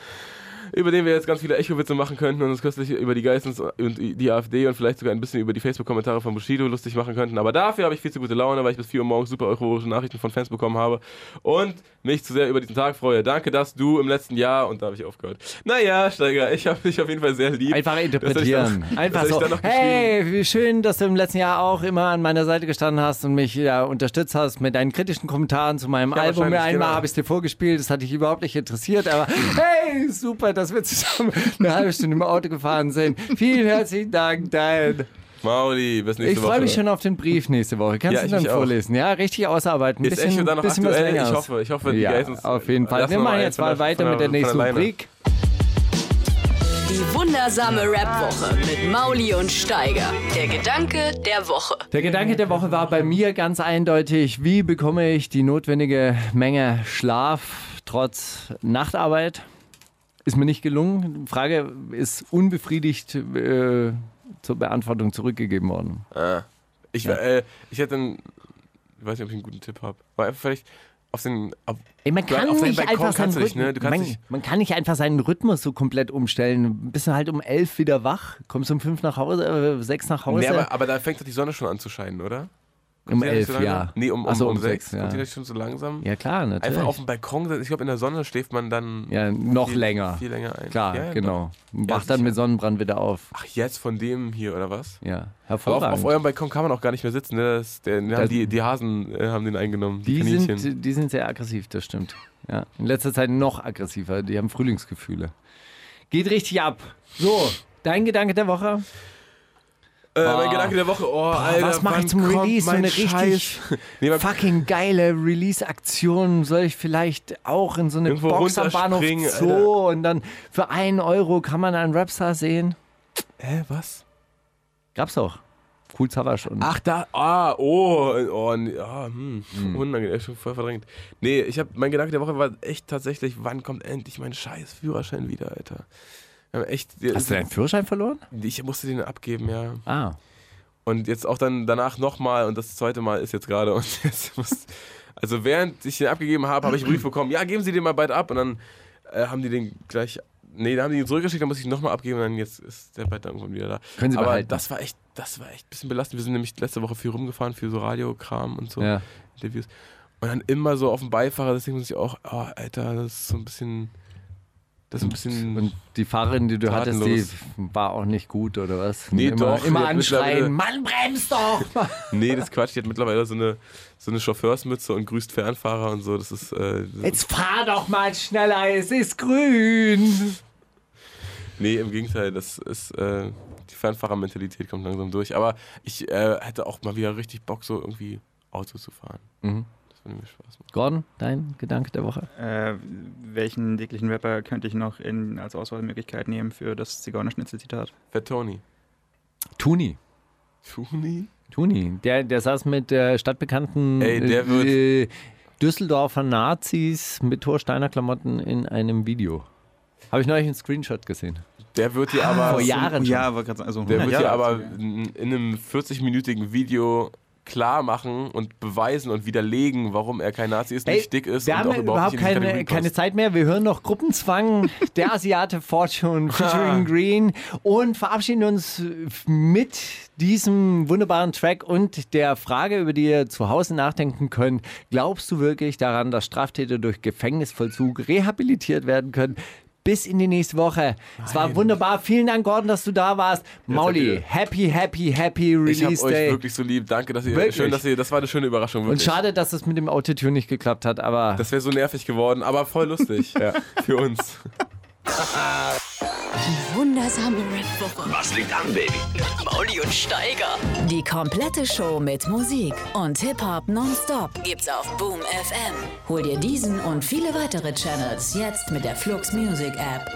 Speaker 6: über den wir jetzt ganz viele Echo-Witze machen könnten und uns köstlich über die Geistens und die AfD und vielleicht sogar ein bisschen über die Facebook-Kommentare von Bushido lustig machen könnten. Aber dafür habe ich viel zu gute Laune, weil ich bis 4 Uhr morgens super euphorische Nachrichten von Fans bekommen habe und mich zu sehr über diesen Tag freue. Danke, dass du im letzten Jahr und da habe ich aufgehört. Naja, Steiger, ich habe dich auf jeden Fall sehr (laughs) lieb.
Speaker 7: Einfach
Speaker 6: Das
Speaker 7: interpretieren.
Speaker 6: hab ich dann- das
Speaker 7: Einfach
Speaker 6: hab ich
Speaker 7: so.
Speaker 6: dann noch
Speaker 7: Hey, wie schön, dass du im letzten Jahr auch immer an meiner Seite gestanden hast und mich ja, unterstützt hast mit deinen kritischen Kommentaren zu meinem
Speaker 6: Ja,
Speaker 7: Album.
Speaker 6: wahrscheinlich,
Speaker 7: Einmal
Speaker 6: genau.
Speaker 7: habe ich es dir vorgespielt, das hat dich überhaupt nicht
Speaker 6: (laughs)
Speaker 7: interessiert, aber hey, super, dass wir zusammen eine halbe Stunde im Auto gefahren sind. Vielen herzlichen Dank, dein.
Speaker 6: Mauli, bis nächste
Speaker 7: Ich
Speaker 6: Woche.
Speaker 7: freue mich schon auf den Brief nächste Woche. Kannst
Speaker 6: Ja,
Speaker 7: du
Speaker 6: ich
Speaker 7: dann
Speaker 6: mich auch.
Speaker 7: vorlesen? Ja, richtig ausarbeiten.
Speaker 6: Ist
Speaker 7: bisschen,
Speaker 6: Echo da noch
Speaker 7: bisschen was
Speaker 6: aktuell? Ich
Speaker 7: Längeres.
Speaker 6: hoffe- ich hoffe, die
Speaker 7: ja,
Speaker 6: Geissens-
Speaker 7: auf jeden Fall.
Speaker 6: lassen
Speaker 7: Wir
Speaker 6: wir
Speaker 7: machen
Speaker 6: mal
Speaker 7: jetzt
Speaker 6: von
Speaker 7: mal
Speaker 6: der-
Speaker 7: weiter
Speaker 6: von
Speaker 7: mit
Speaker 6: der-
Speaker 7: der nächsten
Speaker 6: von der Leine.
Speaker 7: Rubrik.
Speaker 2: Die wundersame Rap-Woche mit Mauli und Steiger. Der Gedanke der Woche.
Speaker 7: Der Gedanke der Woche war bei mir ganz eindeutig, wie bekomme ich die notwendige Menge Schlaf trotz Nachtarbeit? Ist mir nicht gelungen. Die Frage ist unbefriedigt äh, zur Beantwortung zurückgegeben worden.
Speaker 6: Ah. Ich, äh, ich hätte einen, ich weiß nicht, ob ich einen guten Tipp habe. Aber einfach vielleicht auf den, auf,
Speaker 7: Ey, man,
Speaker 6: Du-
Speaker 7: kann
Speaker 6: auf deinem
Speaker 7: nicht
Speaker 6: Balkon
Speaker 7: einfach seinen
Speaker 6: kannst du nicht, ne? Du
Speaker 7: Rhythmus-
Speaker 6: kannst
Speaker 7: man,
Speaker 6: nicht-
Speaker 7: man kann nicht einfach seinen Rhythmus so komplett umstellen. Bist du halt um elf wieder wach, kommst um fünf nach Hause, äh, sechs nach Hause.
Speaker 6: nee, aber, aber da fängt doch die Sonne schon an zu scheinen, oder?
Speaker 7: um
Speaker 6: Die hat nicht
Speaker 7: elf,
Speaker 6: so lange-
Speaker 7: ja.
Speaker 6: Nee, um, um,
Speaker 7: Ach so,
Speaker 6: um, sechs.
Speaker 7: ja.
Speaker 6: Kommt die nicht schon so langsam?
Speaker 7: ja klar, natürlich.
Speaker 6: Einfach auf dem Balkon, sitzen. ich glaube, in der Sonne schläft man dann
Speaker 7: ja, noch
Speaker 6: viel,
Speaker 7: länger.
Speaker 6: viel länger ein.
Speaker 7: Klar,
Speaker 6: Ja, ja, doch.
Speaker 7: genau. Wach dann
Speaker 6: sicher.
Speaker 7: mit Sonnenbrand wieder auf.
Speaker 6: Ach, jetzt von dem hier, oder was?
Speaker 7: Ja,
Speaker 6: Aber auf,
Speaker 7: hervorragend.
Speaker 6: auf eurem Balkon kann man auch gar nicht mehr sitzen. Ne? Das, der, den haben
Speaker 7: Das-
Speaker 6: die, die Hasen äh, haben den eingenommen, die,
Speaker 7: die,
Speaker 6: Kaninchen.
Speaker 7: sind, die sind sehr aggressiv, das stimmt. Ja. In letzter Zeit noch aggressiver. Die haben Frühlingsgefühle. Geht richtig ab. So, dein Gedanke der Woche?
Speaker 6: äh,
Speaker 7: Ah.
Speaker 6: mein Gedanke der Woche, oh, Alter,
Speaker 7: was mach ich
Speaker 6: wann
Speaker 7: zum
Speaker 6: kommt
Speaker 7: Release? So
Speaker 6: mein
Speaker 7: eine richtig
Speaker 6: Scheiß? (laughs) nee, man,
Speaker 7: Fucking geile Release-Aktion. Soll ich vielleicht auch in so eine
Speaker 6: Irgendwo
Speaker 7: Box am Bahnhof
Speaker 6: runterspringen,
Speaker 7: Zoo und dann für einen Euro kann man einen Rapstar sehen?
Speaker 6: hä, was?
Speaker 7: Gab's auch. Cool Savage und
Speaker 6: Ach, da, ah, oh, oh, nee, ah, hm, unangenehm, schon voll verdrängt. Nee, ich habe, mein Gedanke der Woche war echt tatsächlich, wann kommt endlich mein scheiß Führerschein wieder, Alter? Wir haben echt,
Speaker 7: Hast du deinen Führerschein verloren?
Speaker 6: ich musste den abgeben, ja.
Speaker 7: Ah.
Speaker 6: Und jetzt auch dann danach nochmal und das zweite Mal ist jetzt gerade und (laughs) jetzt muss, also während ich den abgegeben habe, habe ich einen Brief bekommen, ja, geben Sie den mal bald ab und dann äh, haben die den gleich, nee, dann haben die ihn zurückgeschickt, dann muss ich ihn nochmal abgeben und dann jetzt ist der bald dann irgendwann wieder da.
Speaker 7: Können Sie
Speaker 6: Aber
Speaker 7: behalten.
Speaker 6: das war echt, das war echt ein bisschen belastend. Wir sind nämlich letzte Woche viel rumgefahren für so Radiokram und so,
Speaker 7: Ja.
Speaker 6: Interviews. Und dann immer so auf dem Beifahrer, deswegen muss ich auch, oh, Alter, das ist so ein bisschen, das ist ein bisschen...
Speaker 7: Und die Fahrerin, die du hattest, die
Speaker 6: Tatenlos.
Speaker 7: war auch nicht gut, oder was?
Speaker 6: Nee,
Speaker 7: immer,
Speaker 6: doch,
Speaker 7: Immer
Speaker 6: die hat mittlerweile-
Speaker 7: anschreien, Mann, bremst doch!
Speaker 6: Nee, das ist Quatsch. Die hat mittlerweile so eine, so eine Chauffeursmütze und grüßt Fernfahrer und so. Das ist. Äh,
Speaker 7: Jetzt fahr doch mal schneller, es ist grün!
Speaker 6: nee, im Gegenteil. Das ist. Äh, die Fernfahrermentalität kommt langsam durch. Aber ich äh, hätte auch mal wieder richtig Bock, so irgendwie Auto zu fahren.
Speaker 7: Mhm.
Speaker 6: Das würde mir Spaß machen.
Speaker 7: Gordon, dein Gedanke der Woche?
Speaker 8: Äh, welchen dicklichen Rapper könnte ich noch in, als Auswahlmöglichkeit nehmen für das Zigeunerschnitzel-Zitat?
Speaker 6: Wer Tony?
Speaker 7: Tuni.
Speaker 6: Tony?
Speaker 7: Tuni, der, der saß mit äh, stadtbekannten
Speaker 6: Ey, der wird-
Speaker 7: äh, Düsseldorfer Nazis mit Torsteiner Klamotten in einem Video. Habe ich neulich einen Screenshot gesehen.
Speaker 6: Der wird dir aber.
Speaker 7: Vor Jahren schon.
Speaker 8: Ja, aber gerade also
Speaker 6: Der wird
Speaker 8: ja,
Speaker 6: dir aber in, in einem 40-minütigen Video klar machen und beweisen und widerlegen, warum er kein Nazi ist,
Speaker 7: Ey,
Speaker 6: nicht dick ist
Speaker 7: wir
Speaker 6: und
Speaker 7: haben
Speaker 6: auch überhaupt, nicht in die
Speaker 7: keine,
Speaker 6: Kategorie
Speaker 7: keine
Speaker 6: passt.
Speaker 7: Zeit mehr. Wir hören
Speaker 6: (laughs)
Speaker 7: noch Gruppenzwang, der Asiate Fortune featuring Green und verabschieden uns mit diesem wunderbaren Track und der Frage, über die ihr zu Hause nachdenken könnt. Glaubst du wirklich daran, dass Straftäter durch Gefängnisvollzug rehabilitiert werden können? Bis in die nächste Woche. Es war wunderbar. Vielen Dank, Gordon, dass du da warst. Mauli,
Speaker 6: ihr-
Speaker 7: happy, happy, happy
Speaker 6: Ich
Speaker 7: Release
Speaker 6: hab euch
Speaker 7: Day.
Speaker 6: wirklich so lieb. Danke, dass ihr.
Speaker 7: Wirklich?
Speaker 6: Schön, dass ihr. Das war eine schöne Überraschung.
Speaker 7: Und
Speaker 6: Wirklich.
Speaker 7: schade, dass es mit dem Autotune nicht geklappt hat, aber.
Speaker 6: Das wäre so nervig geworden, aber voll
Speaker 7: (laughs)
Speaker 6: lustig für uns.
Speaker 5: Wundersame Rap-Woche.
Speaker 3: Was liegt an, Baby?
Speaker 2: Mauli und Steiger.
Speaker 5: Die komplette Show mit Musik und Hip-Hop nonstop gibt's auf Boom FM. Hol dir diesen und viele weitere Channels jetzt mit der Flux Music App.